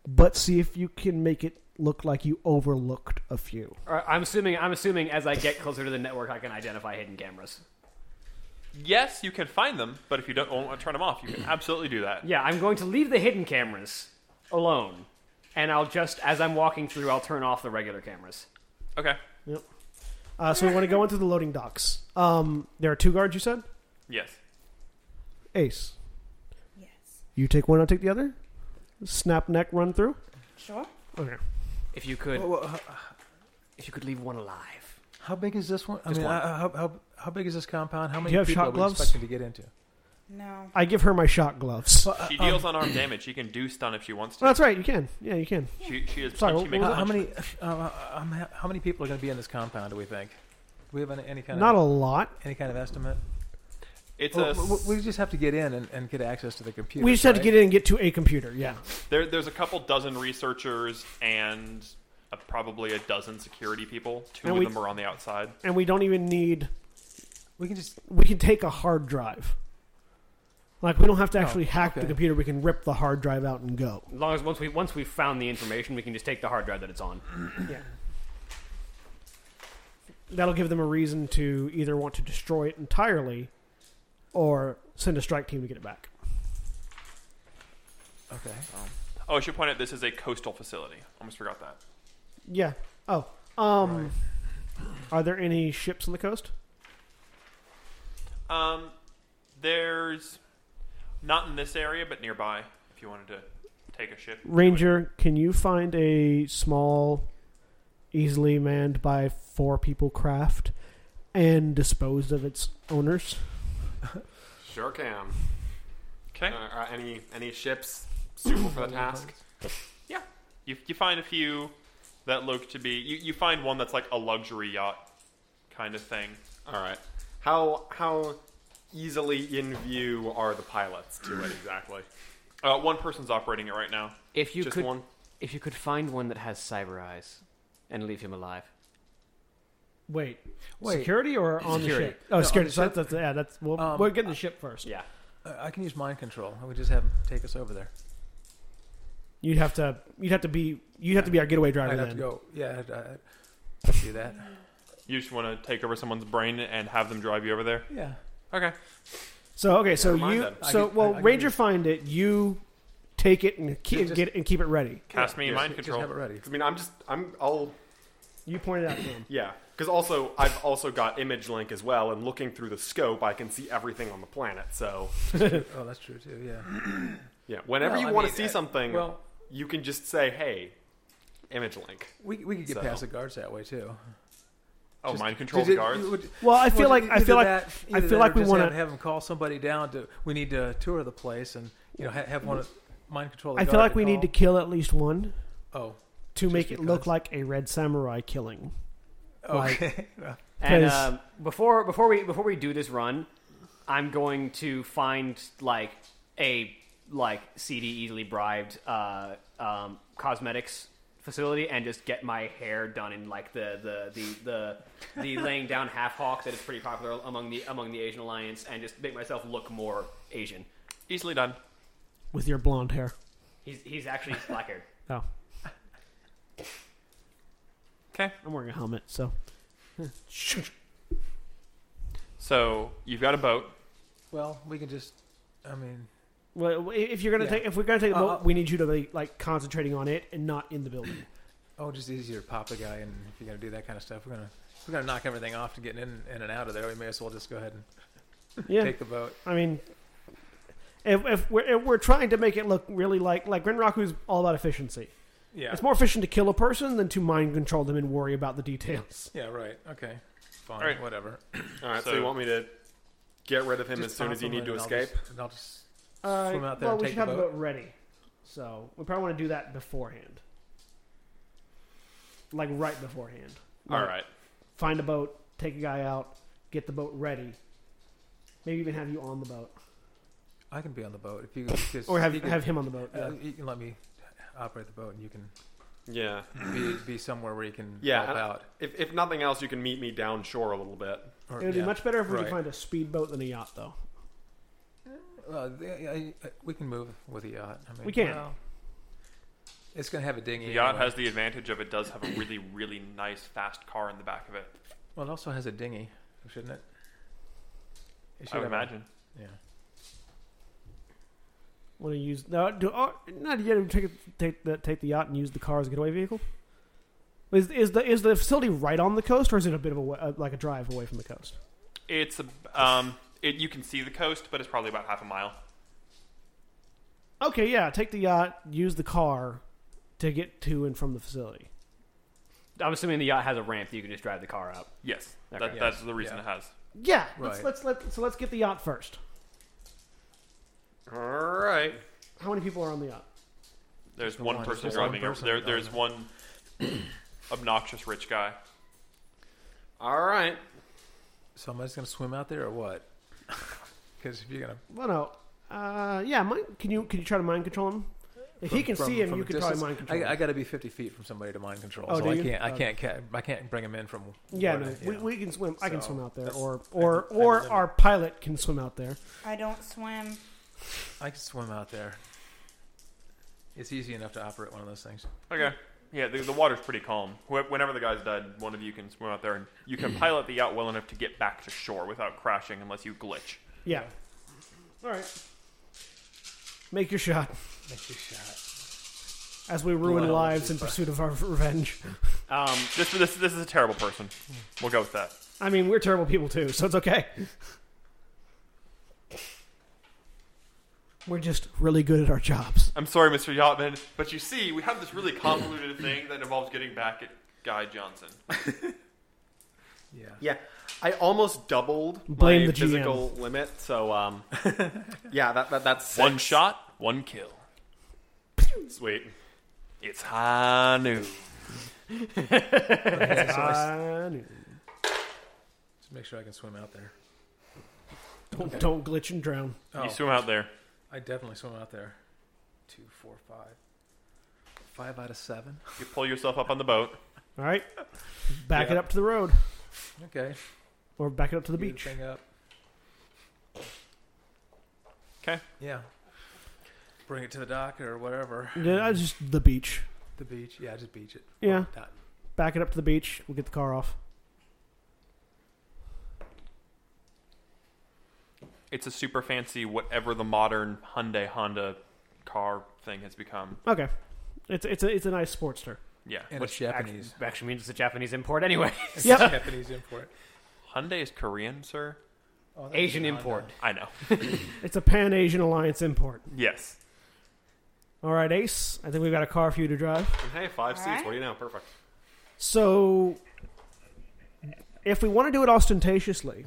Speaker 1: but see if you can make it look like you overlooked a few.
Speaker 3: All right, I'm assuming. I'm assuming as I get closer to the network, I can identify hidden cameras.
Speaker 2: Yes, you can find them, but if you don't want to turn them off, you can absolutely do that.
Speaker 3: Yeah, I'm going to leave the hidden cameras alone, and I'll just as I'm walking through, I'll turn off the regular cameras.
Speaker 2: Okay.
Speaker 1: Uh, so we want to go into the loading docks. Um, there are two guards, you said?
Speaker 2: Yes.
Speaker 1: Ace.
Speaker 5: Yes.
Speaker 1: You take one, I'll take the other. Snap neck, run through.
Speaker 5: Sure.
Speaker 1: Okay.
Speaker 3: If you could,
Speaker 4: Well, well, h-
Speaker 3: uh, if you could leave one alive.
Speaker 4: how big is this one? I
Speaker 3: Just
Speaker 4: mean,
Speaker 3: one.
Speaker 4: uh, how, how how big is this compound? How many
Speaker 1: you have
Speaker 4: people
Speaker 1: shot
Speaker 4: are we
Speaker 1: gloves?
Speaker 4: expecting to get into?
Speaker 5: No.
Speaker 1: I give her my shot gloves.
Speaker 4: Well, uh,
Speaker 2: She
Speaker 4: um,
Speaker 2: deals unarmed damage. She can do stun if she wants
Speaker 1: Well,
Speaker 2: to.
Speaker 1: that's right. You can. Yeah, you can.
Speaker 2: She, she is.
Speaker 1: Sorry,
Speaker 2: she
Speaker 1: wh-
Speaker 2: makes
Speaker 4: how,
Speaker 2: a
Speaker 4: how
Speaker 2: bunch.
Speaker 4: many uh, uh, um, how- how many people are going to be in this compound? Do we think? Do we have any, any kind
Speaker 1: Not
Speaker 4: of
Speaker 1: a lot.
Speaker 4: any kind of estimate?
Speaker 2: It's
Speaker 4: Well,
Speaker 2: a.
Speaker 4: w- w- we just have to get in and, and get access to the computer.
Speaker 1: We just had to get in and get to a computer. Yeah.
Speaker 2: There, there's a couple dozen researchers and uh probably a dozen security people. Two
Speaker 1: And
Speaker 2: of
Speaker 1: we-
Speaker 2: them are on the outside.
Speaker 1: And we don't even need.
Speaker 4: We can just
Speaker 1: We can take a hard drive. Like we don't have to actually hack the
Speaker 4: okay.
Speaker 1: computer. We can rip the hard drive out and go.
Speaker 3: As long as once we once we've found the information, we can just take the hard drive that it's on.
Speaker 1: Yeah. That'll give them a reason to either want to destroy it entirely, or send a strike team to get it back.
Speaker 4: okay.
Speaker 2: Oh, I should point out this is a coastal facility. Almost forgot that.
Speaker 1: Yeah. Oh. Um. Are there any ships on the coast?
Speaker 2: Um, there's not in this area, but nearby. If you wanted to take a ship,
Speaker 1: Ranger, can you find a small, easily manned by four people craft and dispose of its owners?
Speaker 8: Sure can.
Speaker 2: okay.
Speaker 8: Uh, are any any ships suitable for the task?
Speaker 2: You, you find a few that look to be. You, you find one that's like a luxury yacht, kind of thing.
Speaker 8: All right. How how easily in view are the pilots to it exactly?
Speaker 2: Uh, one person's operating it right now.
Speaker 3: If you
Speaker 8: Just
Speaker 3: could,
Speaker 8: one.
Speaker 3: if you could find one that has cyber eyes, and leave him alive.
Speaker 1: Wait,
Speaker 4: Wait.
Speaker 1: security or on
Speaker 3: Security.
Speaker 1: the ship? uh, Oh,
Speaker 4: on
Speaker 1: security.
Speaker 4: the
Speaker 1: So
Speaker 4: ship.
Speaker 1: that's, that's yeah. That's we'll,
Speaker 4: Um,
Speaker 1: we're getting the ship first.
Speaker 3: Yeah.
Speaker 4: Uh, I I can use mind control. I would just have him take us over there.
Speaker 1: You'd have to you'd have to be you'd have to be our getaway driver
Speaker 4: I'd
Speaker 1: then.
Speaker 4: have to go. Yeah, I'd, I'd, I'd do that.
Speaker 2: You just want to take over someone's brain and have them drive you over there.
Speaker 4: Yeah.
Speaker 2: Okay.
Speaker 1: So okay, so
Speaker 8: remind
Speaker 1: you
Speaker 8: them.
Speaker 4: I
Speaker 1: so
Speaker 4: can-
Speaker 1: well
Speaker 4: I- I can
Speaker 1: Ranger
Speaker 4: do-
Speaker 1: find it. You take it and keep
Speaker 4: Just-
Speaker 1: get it and keep it ready.
Speaker 2: Cast me
Speaker 8: Yeah,
Speaker 2: mind
Speaker 4: Just
Speaker 2: control.
Speaker 4: have it ready.
Speaker 8: 'Cause, I mean, I'm just I'm I'll
Speaker 1: You pointed out to him.
Speaker 8: yeah. Because also I've also got image link as well, and looking through the scope, I can see everything on the planet. So
Speaker 4: Oh, that's true too. Yeah.
Speaker 8: yeah, whenever
Speaker 4: Well,
Speaker 8: you
Speaker 4: I
Speaker 8: want to
Speaker 4: mean,
Speaker 8: see
Speaker 4: uh,
Speaker 8: something,
Speaker 4: well-
Speaker 8: you can just say, "Hey, image link."
Speaker 4: We we could get
Speaker 8: So-
Speaker 4: past the guards that way too.
Speaker 2: Oh,
Speaker 4: Just-
Speaker 2: mind control
Speaker 4: did
Speaker 2: the
Speaker 4: it-
Speaker 2: guards.
Speaker 4: it would-
Speaker 1: Well, I feel
Speaker 4: well,
Speaker 1: like I
Speaker 4: either
Speaker 1: feel like
Speaker 4: that-
Speaker 1: I
Speaker 4: either
Speaker 1: feel
Speaker 4: that
Speaker 1: like
Speaker 4: or
Speaker 1: we
Speaker 4: just
Speaker 1: want
Speaker 4: have,
Speaker 1: to.
Speaker 4: have them call somebody down to. We need to tour the place and you know ha- have one mind control. The
Speaker 1: I feel
Speaker 4: guard
Speaker 1: like we need to
Speaker 4: call.
Speaker 1: kill at least one
Speaker 4: Oh,
Speaker 1: to make it look
Speaker 4: because.
Speaker 1: like a red samurai killing.
Speaker 4: Oh,
Speaker 1: Like-
Speaker 4: okay. Well,
Speaker 3: And
Speaker 1: 'Cause-
Speaker 3: um, before before we before we do this run, I'm going to find like a like CD easily bribed uh, um, cosmetics facility and just get my hair done in like the the the the, the laying down half hawk that is pretty popular among the among the Asian alliance and just make myself look more Asian.
Speaker 2: Easily done.
Speaker 1: with your blonde hair.
Speaker 3: He's he's actually black haired.
Speaker 1: Oh,
Speaker 2: Okay.
Speaker 1: I'm wearing a helmet, so
Speaker 2: So you've got a boat.
Speaker 4: well, we can just. I mean,
Speaker 1: well, if you're gonna
Speaker 4: Yeah.
Speaker 1: take if we're gonna take a
Speaker 4: Uh,
Speaker 1: boat,
Speaker 4: uh,
Speaker 1: we need you to be like concentrating on it and not in the building.
Speaker 4: oh, just easier to pop a guy, and if you're gonna do that kind of stuff, we're gonna we're gonna knock everything off to getting in, in and out of there. We may as well just go ahead and
Speaker 1: Yeah,
Speaker 4: take the boat.
Speaker 1: I mean, if, if we're if we're trying to make it look really like like Renraku's all about efficiency.
Speaker 4: Yeah.
Speaker 1: It's more efficient to kill a person than to mind control them and worry about the details.
Speaker 4: yeah. Right. Okay. Fine.
Speaker 2: All right.
Speaker 4: Whatever.
Speaker 8: All right. So,
Speaker 2: So-
Speaker 8: you want me to get rid of him
Speaker 4: Just
Speaker 8: as soon as you
Speaker 4: constantly,
Speaker 8: need to
Speaker 4: and I'll
Speaker 8: escape?
Speaker 4: just- and I'll just
Speaker 1: Uh,
Speaker 4: Swim out there
Speaker 1: well,
Speaker 4: and
Speaker 1: we
Speaker 4: take
Speaker 1: should
Speaker 4: the
Speaker 1: have the
Speaker 4: boat.
Speaker 1: boat ready, so we probably want to do that beforehand, like right beforehand.
Speaker 8: All
Speaker 1: Like,
Speaker 8: right.
Speaker 1: find a boat, take a guy out, get the boat ready. Maybe even have you on the boat,
Speaker 4: I can be on the boat if you just,
Speaker 1: or have
Speaker 4: you can,
Speaker 1: have him on the boat.
Speaker 4: uh,
Speaker 1: yeah.
Speaker 4: you can let me operate the boat, and you can
Speaker 8: Yeah.
Speaker 4: be be somewhere where you can
Speaker 8: Yeah,
Speaker 4: help
Speaker 8: I-
Speaker 4: out.
Speaker 8: If if nothing else, you can meet me down shore a little bit.
Speaker 4: Or,
Speaker 1: it would
Speaker 4: yeah.
Speaker 1: be much better if we could
Speaker 4: right.
Speaker 1: find a speedboat than a yacht, though.
Speaker 4: Well, th- yeah, I- I- we can move with the yacht. I mean,
Speaker 1: We can.
Speaker 4: well, it's going to have a dinghy.
Speaker 2: The yacht
Speaker 4: anyway.
Speaker 2: has the advantage of it does have a really, really nice, fast car in the back of it.
Speaker 4: Well, it also has a dinghy, shouldn't it? It
Speaker 2: I would
Speaker 4: have a-
Speaker 2: imagine.
Speaker 4: yeah.
Speaker 1: Want to use no? Do oh, not yet. Take take the take the yacht and use the car as a getaway vehicle. Is, is the is the facility right on the coast, or is it a bit of a wa- uh, like a drive away from the coast?
Speaker 2: It's a, um, it, you can see the coast, but it's probably about half a mile.
Speaker 1: Okay, yeah, take the yacht, use the car to get to and from the facility.
Speaker 3: I'm assuming the yacht has a ramp that you can just drive the car out.
Speaker 2: Yes,
Speaker 3: Okay.
Speaker 2: that,
Speaker 3: Yes.
Speaker 2: that's the reason
Speaker 4: Yeah.
Speaker 2: it has.
Speaker 1: Yeah, let's,
Speaker 4: Right.
Speaker 1: let's let so let's get the yacht first.
Speaker 8: All right.
Speaker 1: How many people are on the yacht?
Speaker 2: There's
Speaker 4: the
Speaker 2: one,
Speaker 4: one-
Speaker 2: person
Speaker 4: just the one
Speaker 2: driving it.
Speaker 4: person
Speaker 2: There,
Speaker 4: driving
Speaker 2: there's
Speaker 4: it.
Speaker 2: one obnoxious rich guy.
Speaker 8: All right.
Speaker 4: So am I just going to swim out there or what? Because if you're going to.
Speaker 1: Well, no, uh, yeah. Mind, can you can you try to mind control him? If he can see him, you can probably mind control.
Speaker 4: I, I
Speaker 1: him.
Speaker 4: got to be 50 feet from somebody to mind control.
Speaker 1: Oh,
Speaker 4: so
Speaker 1: do
Speaker 4: I
Speaker 1: you?
Speaker 4: can't, I
Speaker 1: Okay.
Speaker 4: can't. ca- I can't bring him in from.
Speaker 1: Yeah,
Speaker 4: water,
Speaker 1: no,
Speaker 4: you
Speaker 1: we,
Speaker 4: know.
Speaker 1: we can swim. I can
Speaker 4: So,
Speaker 1: swim out there,
Speaker 4: that's-
Speaker 1: or
Speaker 4: I
Speaker 1: or
Speaker 4: have a
Speaker 1: or
Speaker 4: limit.
Speaker 1: our pilot can swim out there.
Speaker 5: I don't swim.
Speaker 4: I can swim out there. It's easy enough to operate one of those things.
Speaker 2: Okay. Yeah, the, the water's pretty calm. Wh- Whenever the guy's dead, one of you can swim out there and you can pilot the yacht well enough to get back to shore without crashing unless you glitch.
Speaker 1: Yeah. All right. Make your shot
Speaker 4: Make your shot.
Speaker 1: as we ruin
Speaker 4: Well,
Speaker 1: lives in
Speaker 4: she's fine.
Speaker 1: pursuit of our revenge.
Speaker 3: Um,
Speaker 2: This, this, this is a terrible person. We'll go with that.
Speaker 1: I mean, we're terrible people too, so it's okay. We're just really good at our jobs.
Speaker 2: I'm sorry, Mr. Yachtman, but you see, we have this really convoluted thing that involves getting back at Guy Johnson.
Speaker 4: Yeah.
Speaker 8: Yeah. I almost doubled
Speaker 1: Blame
Speaker 8: my
Speaker 1: the GM.
Speaker 8: physical limit, so um, yeah, that, that that's six.
Speaker 2: One shot, one kill.
Speaker 8: Sweet.
Speaker 2: It's high noon.
Speaker 4: Okay, so I s-
Speaker 1: I knew.
Speaker 4: make sure I can swim out there.
Speaker 1: Don't, don't glitch and drown.
Speaker 4: Oh,
Speaker 2: You swim out there.
Speaker 4: I definitely swim out there. Two, four, five. Five out of seven.
Speaker 2: You pull yourself up on the boat.
Speaker 1: All right, back it
Speaker 4: Yeah.
Speaker 1: up to the road
Speaker 4: Okay.
Speaker 1: or back it up to the
Speaker 4: Heat
Speaker 1: beach.
Speaker 4: Thing up.
Speaker 2: 'Kay.
Speaker 4: Yeah. Bring it to the dock or whatever.
Speaker 1: Yeah, it's just the beach.
Speaker 4: The beach. Yeah, just beach it.
Speaker 1: Yeah.
Speaker 4: Done.
Speaker 1: Back it up to the beach. We'll get the car off.
Speaker 2: It's a super fancy, whatever the modern Hyundai Honda car thing has become.
Speaker 1: Okay, it's it's a it's a nice sportster.
Speaker 2: Yeah,
Speaker 4: And
Speaker 2: which
Speaker 4: it's Japanese.
Speaker 3: Actually, actually means it's a Japanese import anyway.
Speaker 4: It's
Speaker 1: Yep.
Speaker 4: Japanese import.
Speaker 2: Hyundai is Korean, sir.
Speaker 4: Oh, that
Speaker 3: Asian
Speaker 4: was a Honda.
Speaker 3: import.
Speaker 2: I know.
Speaker 1: It's a Pan Asian Alliance import.
Speaker 2: Yes.
Speaker 1: All right, Ace. I think we've got a car for you to drive.
Speaker 8: And hey, five
Speaker 5: All
Speaker 8: seats.
Speaker 5: right.
Speaker 8: What do you know? Perfect.
Speaker 1: So, if we want to do it ostentatiously,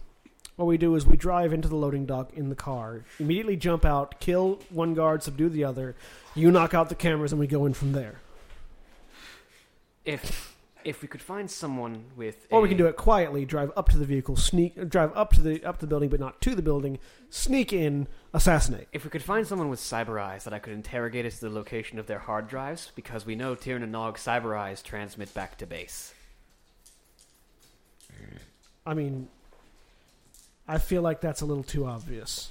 Speaker 1: what we do is we drive into the loading dock in the car, immediately jump out, kill one guard, subdue the other. You knock out the cameras, and we go in from there.
Speaker 3: if if we could find someone with,
Speaker 1: Or we can do it quietly. Drive up to the vehicle, sneak, drive up to the up the building, but not to the building. Sneak in, assassinate.
Speaker 3: If we could find someone with cyber eyes that I could interrogate as to the location of their hard drives, because we know Tyrion and Nog cyber eyes transmit back to base.
Speaker 1: I mean, I feel like that's a little too obvious.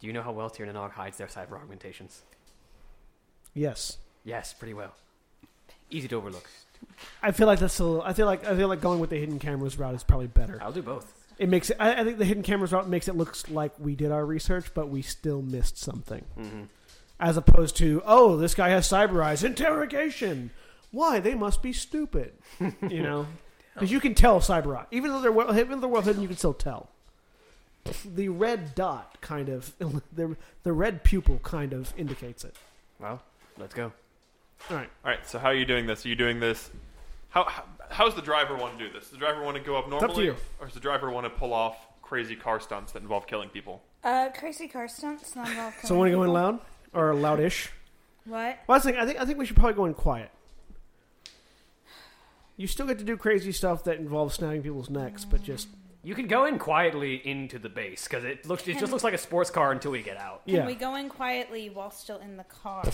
Speaker 3: Do you know how well Tyrion and Nog hides their cyber augmentations?
Speaker 1: Yes,
Speaker 3: Yes, pretty well. Easy to overlook.
Speaker 1: I feel like that's a little. I feel like I feel like going with the hidden cameras route is probably better.
Speaker 3: I'll do both.
Speaker 1: It makes it. I, I think the hidden cameras route makes it look like we did our research, but we still missed something.
Speaker 3: Mhm.
Speaker 1: As opposed to, oh, this guy has cyber eyes. Interrogation. Why they must be stupid? You know, because you can tell cyber eye. Even though they're well, even though they're well hidden, you can still tell. The red dot kind of the the red pupil kind of indicates it.
Speaker 3: Well, let's go.
Speaker 1: All right.
Speaker 2: All right. So how are you doing this? Are you doing this? How, how how's the driver want to do this? Does the driver want to go up normally,
Speaker 1: you.
Speaker 2: or does the driver want to pull off crazy car stunts that involve killing people?
Speaker 5: Uh, crazy car stunts. Not involved.
Speaker 1: So want to go in loud or loudish?
Speaker 5: What?
Speaker 1: Well, I was thinking, I think I think we should probably go in quiet. You still get to do crazy stuff that involves snapping people's necks, but just
Speaker 3: You can go in quietly into the base because it looks it
Speaker 5: Can-
Speaker 3: just looks like a sports car until we get out.
Speaker 5: Can
Speaker 1: yeah.
Speaker 5: we go in quietly while still in the car?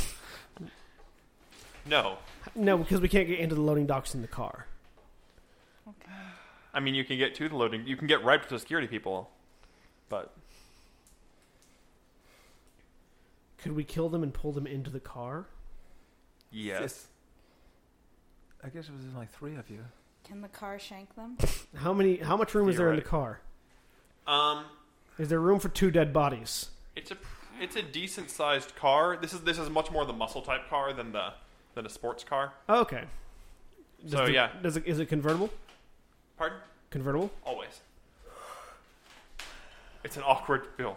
Speaker 2: No.
Speaker 1: No, because we can't get into the loading docks in the car.
Speaker 2: I mean, you can get to the loading. You can get right to the security people, but
Speaker 1: Could we kill them and pull them into the car?
Speaker 2: yes.
Speaker 4: I guess it was in like three of you.
Speaker 5: Can the car shank them?
Speaker 1: How many? How much room is there in the
Speaker 2: Theoretic-
Speaker 1: car?
Speaker 2: Um,
Speaker 1: Is there room for two dead bodies?
Speaker 2: it's a it's a decent sized car. This is this is much more the muscle type car than the than a sports car.
Speaker 1: Oh, okay. Does
Speaker 2: So,
Speaker 1: the-
Speaker 2: yeah.
Speaker 1: Does it, is it convertible?
Speaker 2: Pardon?
Speaker 1: Convertible?
Speaker 2: Always. It's an awkward build.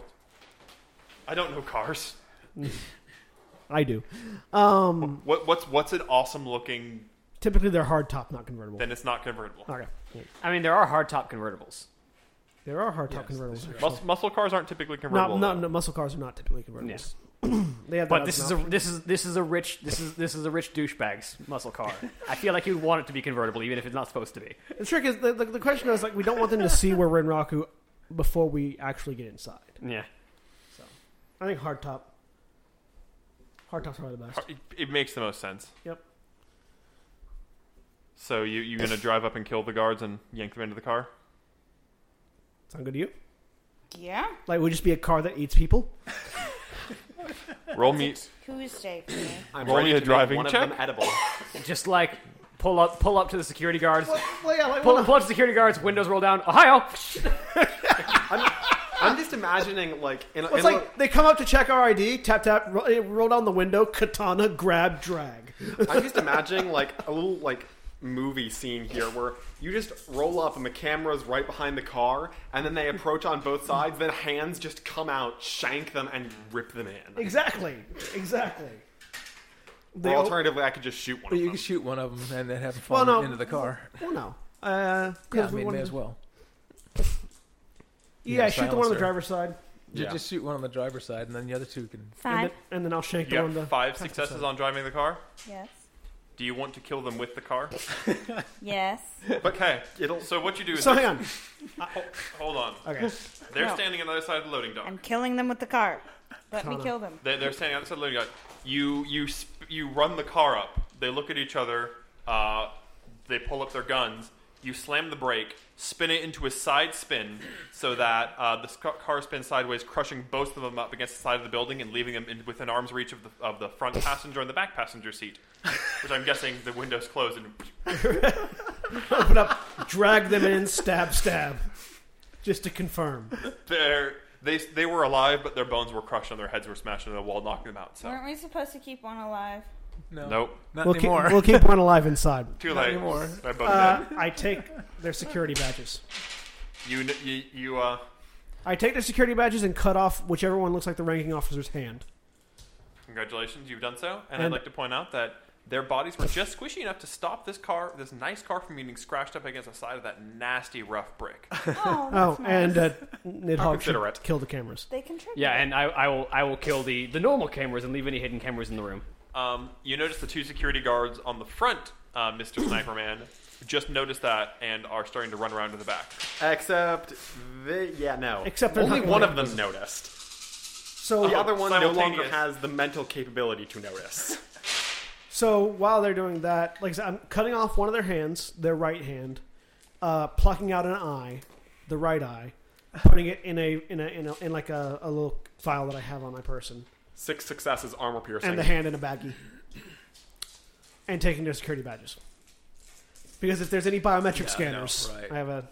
Speaker 2: I don't know cars.
Speaker 1: I do. Um,
Speaker 2: What what's what's an awesome looking?
Speaker 1: typically they're hardtop, not convertible.
Speaker 2: Then it's not convertible.
Speaker 1: Okay. Yeah.
Speaker 3: I mean, there are hardtop convertibles.
Speaker 1: There are hardtop
Speaker 4: Yes,
Speaker 1: convertibles.
Speaker 4: sure.
Speaker 1: actually.
Speaker 2: Mus- muscle cars aren't typically convertible.
Speaker 1: Not, not,
Speaker 2: though.
Speaker 1: no, muscle cars are not typically convertibles. they have that
Speaker 3: But
Speaker 1: as
Speaker 3: this
Speaker 1: an
Speaker 3: is a this is this is a rich this is this is a rich douchebag's muscle car. I feel like you'd want it to be convertible, even if it's not supposed to be.
Speaker 1: The trick is the, the, the question is like we don't want them to see where we're in Raku before we actually get inside.
Speaker 3: Yeah.
Speaker 1: I think hardtop. Hardtop's probably the best.
Speaker 2: It, it makes the most sense.
Speaker 1: Yep.
Speaker 2: So you you gonna drive up and kill the guards and yank them into the car?
Speaker 1: Sound good to you?
Speaker 5: Yeah.
Speaker 1: Like would it just be a car that eats people?
Speaker 2: Roll me.
Speaker 5: Tuesday for me.
Speaker 8: I'm
Speaker 2: Roll me
Speaker 8: ready
Speaker 2: a
Speaker 8: to
Speaker 2: driving
Speaker 8: make one
Speaker 2: check.
Speaker 8: of them edible.
Speaker 3: Just like pull up pull up to the security guards.
Speaker 1: Well, yeah, like,
Speaker 3: Pull, pull up to security guards, windows roll down. Ohio!
Speaker 8: I'm just imagining like in,
Speaker 1: it's
Speaker 8: in
Speaker 1: like they come up to check our ID, tap tap, roll, eh, roll down the window, katana, grab, drag.
Speaker 8: I'm just imagining like a little like movie scene here where you just roll up and the camera's right behind the car and then they approach on both sides then hands just come out shank them and rip them in
Speaker 1: Exactly, exactly. They
Speaker 8: or
Speaker 1: o-
Speaker 8: alternatively i could just shoot one
Speaker 4: But
Speaker 8: of
Speaker 4: you
Speaker 8: them
Speaker 4: can shoot one of them and then have them
Speaker 1: Well, no.
Speaker 4: fall into the car.
Speaker 1: well, no. Uh,
Speaker 4: Yeah, I
Speaker 1: if we
Speaker 4: mean, may
Speaker 1: wanted-
Speaker 4: as well.
Speaker 1: Yeah,
Speaker 4: Yeah,
Speaker 1: shoot the one on the
Speaker 4: silencer.
Speaker 1: driver's side,
Speaker 4: You
Speaker 8: Yeah.
Speaker 4: just shoot one on the driver's side, and then the other two can.
Speaker 1: and
Speaker 5: Five.
Speaker 1: then, and then I'll shank the
Speaker 2: You
Speaker 1: one on
Speaker 2: have
Speaker 1: the
Speaker 2: five
Speaker 1: passenger
Speaker 2: successes
Speaker 1: side.
Speaker 2: on driving the car.
Speaker 5: Yes.
Speaker 2: Do you want to kill them with the car?
Speaker 5: Yes.
Speaker 2: okay.
Speaker 8: It'll.
Speaker 2: So what you do is
Speaker 1: So hang on.
Speaker 2: hold on.
Speaker 1: Okay.
Speaker 2: They're
Speaker 5: No.
Speaker 2: standing on the other side of the loading dock.
Speaker 5: I'm killing them with the car. Let me
Speaker 1: Connor.
Speaker 5: kill them.
Speaker 2: They're, they're standing on the side of the loading dock. You you sp- you run the car up. They look at each other. Uh, they pull up their guns. You slam the brake, spin it into a side spin, so that uh, the sc- car spins sideways, crushing both of them up against the side of the building and leaving them in, within arm's reach of the, of the front passenger and the back passenger seat, which I'm guessing the windows close and
Speaker 1: Open up. Drag them in. Stab. Stab. Just to confirm.
Speaker 2: they're, they they were alive, but their bones were crushed and their heads were smashed into the wall, knocking them out. So
Speaker 5: Weren't we supposed to keep one alive?
Speaker 4: No,
Speaker 2: nope,
Speaker 4: not
Speaker 1: We'll keep,
Speaker 4: anymore.
Speaker 1: we'll keep one alive inside.
Speaker 2: too
Speaker 4: Not
Speaker 2: late.
Speaker 4: anymore.
Speaker 2: They're both dead.
Speaker 1: Uh, I take their security badges.
Speaker 2: You kn- you you uh.
Speaker 1: I take their security badges and cut off whichever one looks like the ranking officer's hand.
Speaker 2: Congratulations, you've done so. And, I'd
Speaker 1: And-
Speaker 2: like to point out that their bodies were just squishy enough to stop this car, this nice car, from getting scratched up against the side of that nasty, rough brick.
Speaker 5: Oh,
Speaker 1: Oh,
Speaker 5: that's nice.
Speaker 1: and uh, Nidhogg should
Speaker 2: considerate.
Speaker 1: kill the cameras.
Speaker 5: they contribute.
Speaker 3: Yeah, and I, I will I will kill the, the normal cameras and leave any hidden cameras in the room.
Speaker 2: Um, you notice the two security guards on the front, uh, Mr. Sniperman, just noticed that and are starting to run around to the back.
Speaker 8: Except, they, yeah, no.
Speaker 1: Except they're
Speaker 8: only
Speaker 1: not
Speaker 8: one
Speaker 1: gonna
Speaker 8: of them noticed.
Speaker 1: So,
Speaker 8: The other one no longer
Speaker 2: Oh, simultaneous.
Speaker 8: has the mental capability to notice.
Speaker 1: so while they're doing that, like I said, I'm cutting off one of their hands, their right hand, uh, plucking out an eye, the right eye, putting it in a in a in, a, in like a, a little file that I have on my person,
Speaker 8: Six successes, armor piercing.
Speaker 1: and the hand in a baggie, and taking their security badges. Because if there's any biometric scanners,
Speaker 4: right.
Speaker 1: I have a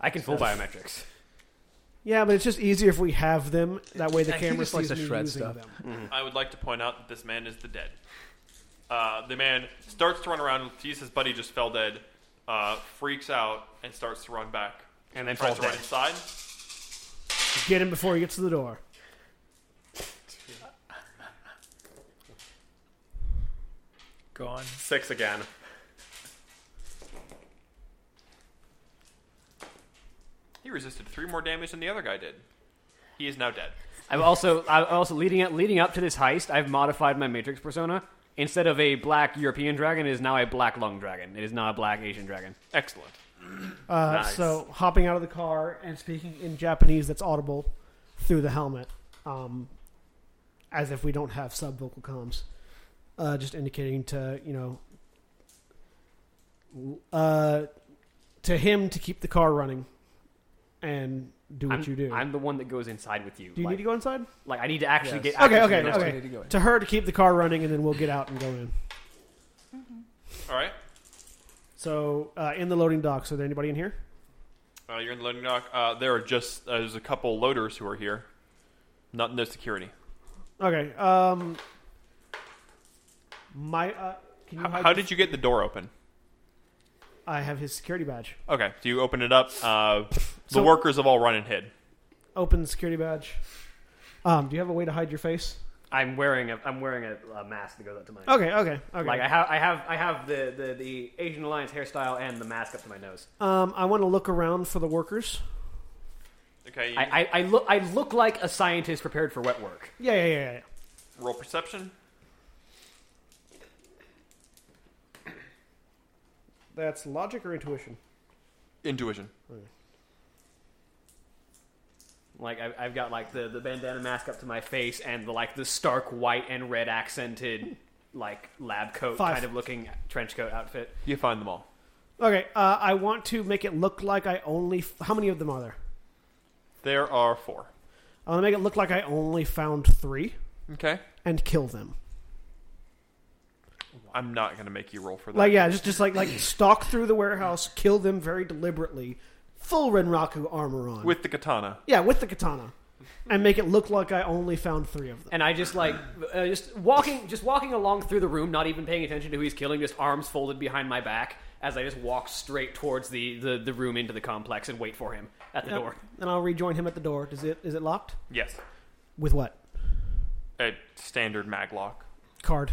Speaker 3: I can full biometrics.
Speaker 1: Yeah, but it's just easier if we have them. That way, the
Speaker 4: Yeah, he
Speaker 1: camera
Speaker 4: just likes
Speaker 1: sees
Speaker 4: to
Speaker 1: me
Speaker 4: shred
Speaker 1: using
Speaker 4: stuff.
Speaker 1: them.
Speaker 2: I would like to point out that this man is the dead. Uh, the man starts to run around, sees his buddy just fell dead, uh, freaks out, and starts to run back.
Speaker 3: And then
Speaker 2: Tries
Speaker 3: falls
Speaker 2: to run
Speaker 3: dead.
Speaker 2: inside.
Speaker 1: Get him before he gets to the door.
Speaker 4: Go on.
Speaker 8: Six again.
Speaker 2: He resisted three more damage than the other guy did. He is now dead.
Speaker 3: I've also I also leading up leading up to this heist, I've modified my Matrix persona. Instead of a black European dragon, it is now a black lung dragon. It is now a black Asian dragon.
Speaker 2: Excellent.
Speaker 1: Uh, So, hopping out of the car and speaking in Japanese that's audible through the helmet, um, as if we don't have subvocal comms, uh, just indicating to you know, uh, to him to keep the car running, and do what
Speaker 3: I'm,
Speaker 1: you do.
Speaker 3: I'm the one that goes inside with you.
Speaker 1: do you
Speaker 3: like,
Speaker 1: need to go inside?
Speaker 3: like I need to actually
Speaker 4: Yes.
Speaker 3: get access
Speaker 1: okay,
Speaker 3: to
Speaker 4: Next
Speaker 3: the-
Speaker 1: okay.
Speaker 4: we need to go in.
Speaker 1: To her to keep the car running, and then we'll get out and go in.
Speaker 2: All right.
Speaker 1: So, uh, in the loading docks, are there anybody in here?
Speaker 2: Uh, you're in the loading dock. Uh, there are just uh, there's a couple loaders who are here. Not no security.
Speaker 1: Okay. Um. My. Uh, can you
Speaker 2: How,
Speaker 1: hide
Speaker 2: how did you get the door open?
Speaker 1: I have his security badge.
Speaker 2: Okay, so you open it up. Uh, the
Speaker 1: So-
Speaker 2: workers have all run and hid.
Speaker 1: Open the security badge. Um. Do you have a way to hide your face?
Speaker 3: I'm wearing a I'm wearing a, a mask that goes up to my
Speaker 1: Okay. Okay. Okay.
Speaker 3: Like I have I have I have the, the, the Asian Alliance hairstyle and the mask up to my nose.
Speaker 1: um. I want to look around for the workers.
Speaker 2: Okay, you
Speaker 3: I, I, I look I look like a scientist prepared for wet work.
Speaker 1: Yeah. Yeah. Yeah. yeah.
Speaker 2: roll perception.
Speaker 1: That's logic or intuition.
Speaker 2: Intuition.
Speaker 3: Like I've, I've got like the, the bandana mask up to my face and the like the stark white and red accented like lab coat
Speaker 1: Five.
Speaker 3: kind of looking trench coat outfit.
Speaker 2: You find them all.
Speaker 1: Okay. Uh. I want to make it look like I only. F- how many of them are there?
Speaker 2: There are four.
Speaker 1: I want to make it look like I only found three
Speaker 2: Okay,
Speaker 1: and kill them.
Speaker 2: I'm not gonna make you roll for that.
Speaker 1: Like yeah, just just like like stalk through the warehouse, kill them very deliberately, full Renraku armor on.
Speaker 2: With the katana.
Speaker 1: Yeah, with the katana, and make it look like I only found three of them.
Speaker 3: And I just like uh, just walking just walking along through the room, not even paying attention to who he's killing, just arms folded behind my back as I just walk straight towards the, the, the room into the complex and wait for him at the
Speaker 1: Yep.
Speaker 3: door.
Speaker 1: And I'll rejoin him at the door. Is it is it locked?
Speaker 2: Yes,
Speaker 1: With what
Speaker 2: a standard maglock.
Speaker 1: card?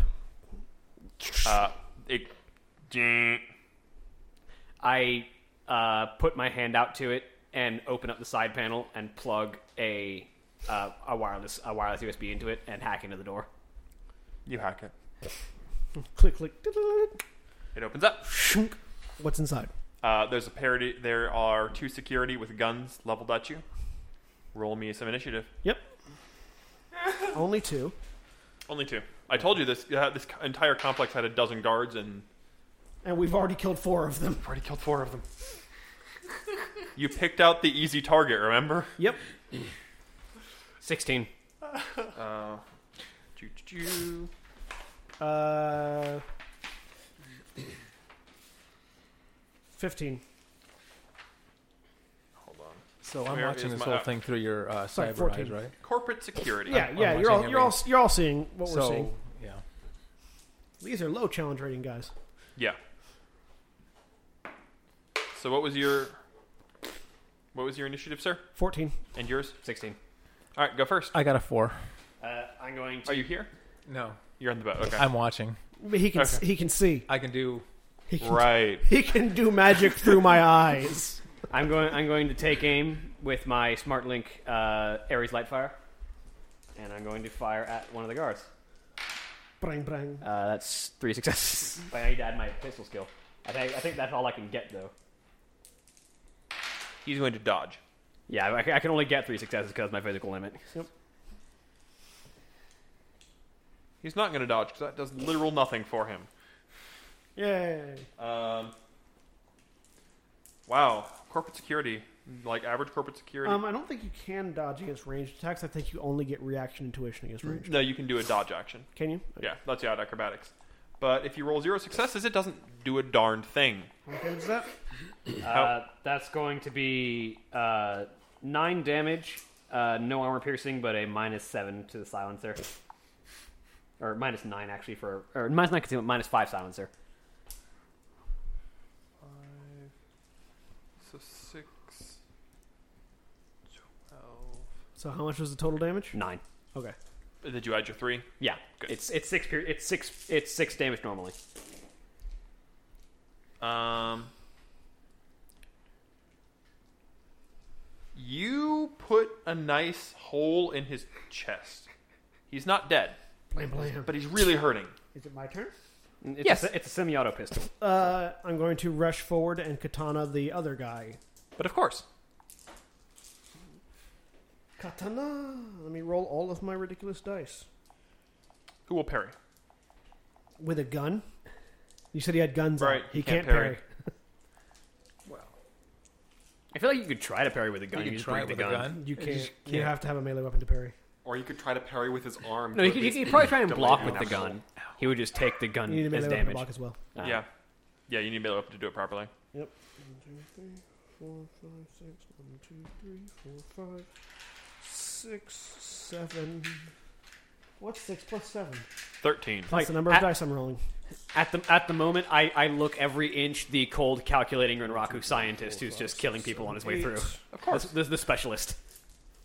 Speaker 2: Uh, it.
Speaker 3: I uh, put my hand out to it and open up the side panel and plug a uh, a wireless a wireless USB into it and hack into the door.
Speaker 2: You hack it.
Speaker 1: Click, click.
Speaker 2: It opens up.
Speaker 1: Shunk. What's inside?
Speaker 2: Uh, there's a parody. There are two security with guns leveled at you. Roll me some initiative.
Speaker 1: Yep. Only two.
Speaker 2: Only two. I told you this. Uh, this entire complex had a dozen guards, and
Speaker 1: And we've already killed four of them.
Speaker 2: I've already killed four of them. you picked out the easy target. Remember?
Speaker 1: Yep.
Speaker 3: 16.
Speaker 2: Uh, choo choo choo.
Speaker 1: Uh, 15.
Speaker 2: Hold on.
Speaker 4: So I'm
Speaker 2: Where
Speaker 4: watching
Speaker 2: is
Speaker 4: this
Speaker 2: my-
Speaker 4: whole
Speaker 2: uh,
Speaker 4: thing through your uh,
Speaker 1: like
Speaker 4: cyber
Speaker 1: 14.
Speaker 4: eyes, right?
Speaker 2: Corporate security.
Speaker 1: Yeah,
Speaker 4: I'm
Speaker 1: yeah, you're
Speaker 4: watching
Speaker 1: all, you're all
Speaker 4: everything.
Speaker 1: you're all seeing what we're
Speaker 4: So
Speaker 1: seeing.
Speaker 4: yeah,
Speaker 1: These are low challenge rating guys.
Speaker 2: Yeah. So what was your what was your initiative, sir?
Speaker 1: 14.
Speaker 2: And yours?
Speaker 3: 16.
Speaker 2: All right, go first.
Speaker 4: I got a four.
Speaker 3: Uh, I'm going
Speaker 2: Are
Speaker 3: to.
Speaker 2: you here?
Speaker 4: No,
Speaker 2: You're on the boat. Okay.
Speaker 4: I'm watching.
Speaker 1: But he can
Speaker 2: Okay.
Speaker 1: he can see.
Speaker 4: I can do.
Speaker 1: He can,
Speaker 2: right.
Speaker 1: he can do magic through my eyes.
Speaker 3: I'm going. I'm going to take aim with my smart link uh, Ares Lightfire, and I'm going to fire at one of the guards.
Speaker 1: Brang brang.
Speaker 3: Uh, that's three successes. but I need to add my pistol skill. I think, I think that's all I can get though.
Speaker 2: He's going to dodge.
Speaker 3: Yeah, I, I can only get three successes because my physical limit.
Speaker 2: He's not going to dodge because that does literal nothing for him.
Speaker 1: Yay.
Speaker 2: Um. Wow. Corporate security, like average corporate security.
Speaker 1: Um, I don't think you can dodge against ranged attacks. I think you only get reaction and tuition against range.
Speaker 2: no, you can do a dodge action.
Speaker 1: Can you?
Speaker 2: Yeah, that's out acrobatics. But if you roll zero successes, it doesn't do a darn thing.
Speaker 1: Okay, what's that?
Speaker 3: Uh, that's going to be uh, nine damage, uh, no armor piercing, but a minus seven to the silencer, or minus nine actually for, or minus nine concealment, minus five silencer.
Speaker 2: So six, twelve.
Speaker 1: So how much was the total damage?
Speaker 3: Nine.
Speaker 1: Okay.
Speaker 2: Did you add your three?
Speaker 3: Yeah,
Speaker 2: Good.
Speaker 3: it's it's six. peri- It's six. It's six damage normally.
Speaker 2: Um, you put a nice hole in his chest. He's not dead,
Speaker 1: Blam blam.
Speaker 2: but he's really hurting.
Speaker 1: Is it my turn?
Speaker 3: It's
Speaker 2: Yes.
Speaker 3: a, se- it's a semi-auto pistol.
Speaker 1: Uh, I'm going to rush forward and katana the other guy.
Speaker 2: But of course,
Speaker 1: Katana. Let me roll all of my ridiculous dice
Speaker 2: who will parry?
Speaker 1: with a gun. You said he had guns. out.
Speaker 2: Right,
Speaker 1: He,
Speaker 2: he
Speaker 1: can't,
Speaker 2: can't
Speaker 1: parry.
Speaker 2: parry.
Speaker 3: I feel like you could try to parry with a gun.
Speaker 4: You
Speaker 3: You,
Speaker 4: can
Speaker 3: just
Speaker 4: try
Speaker 3: bring
Speaker 4: it
Speaker 3: the
Speaker 4: with a
Speaker 3: gun.
Speaker 4: gun.
Speaker 1: You
Speaker 4: It
Speaker 1: can't.
Speaker 4: just
Speaker 1: You have to have a melee weapon to parry.
Speaker 8: Or you could try to parry with his arm.
Speaker 3: No,
Speaker 8: to
Speaker 3: you
Speaker 8: at
Speaker 3: could, you
Speaker 8: least-
Speaker 3: could probably try and block with the
Speaker 8: Ow.
Speaker 3: gun. He would just take the gun
Speaker 1: You need a melee
Speaker 3: as
Speaker 1: weapon to
Speaker 3: damage.
Speaker 1: block as well.
Speaker 3: Ah.
Speaker 2: Yeah, yeah. You need to be able to do it properly.
Speaker 1: Yep. One, two, three, four, five, six. One, two, three, four, five, six, seven. What's six plus seven?
Speaker 2: Thirteen.
Speaker 1: That's
Speaker 3: Like,
Speaker 1: the number of
Speaker 3: at-
Speaker 1: dice I'm rolling.
Speaker 3: At the at the moment, I, I look every inch the cold, calculating Renraku scientist who's just killing people on his way through.
Speaker 2: Of
Speaker 3: This,
Speaker 2: course.
Speaker 3: this is the specialist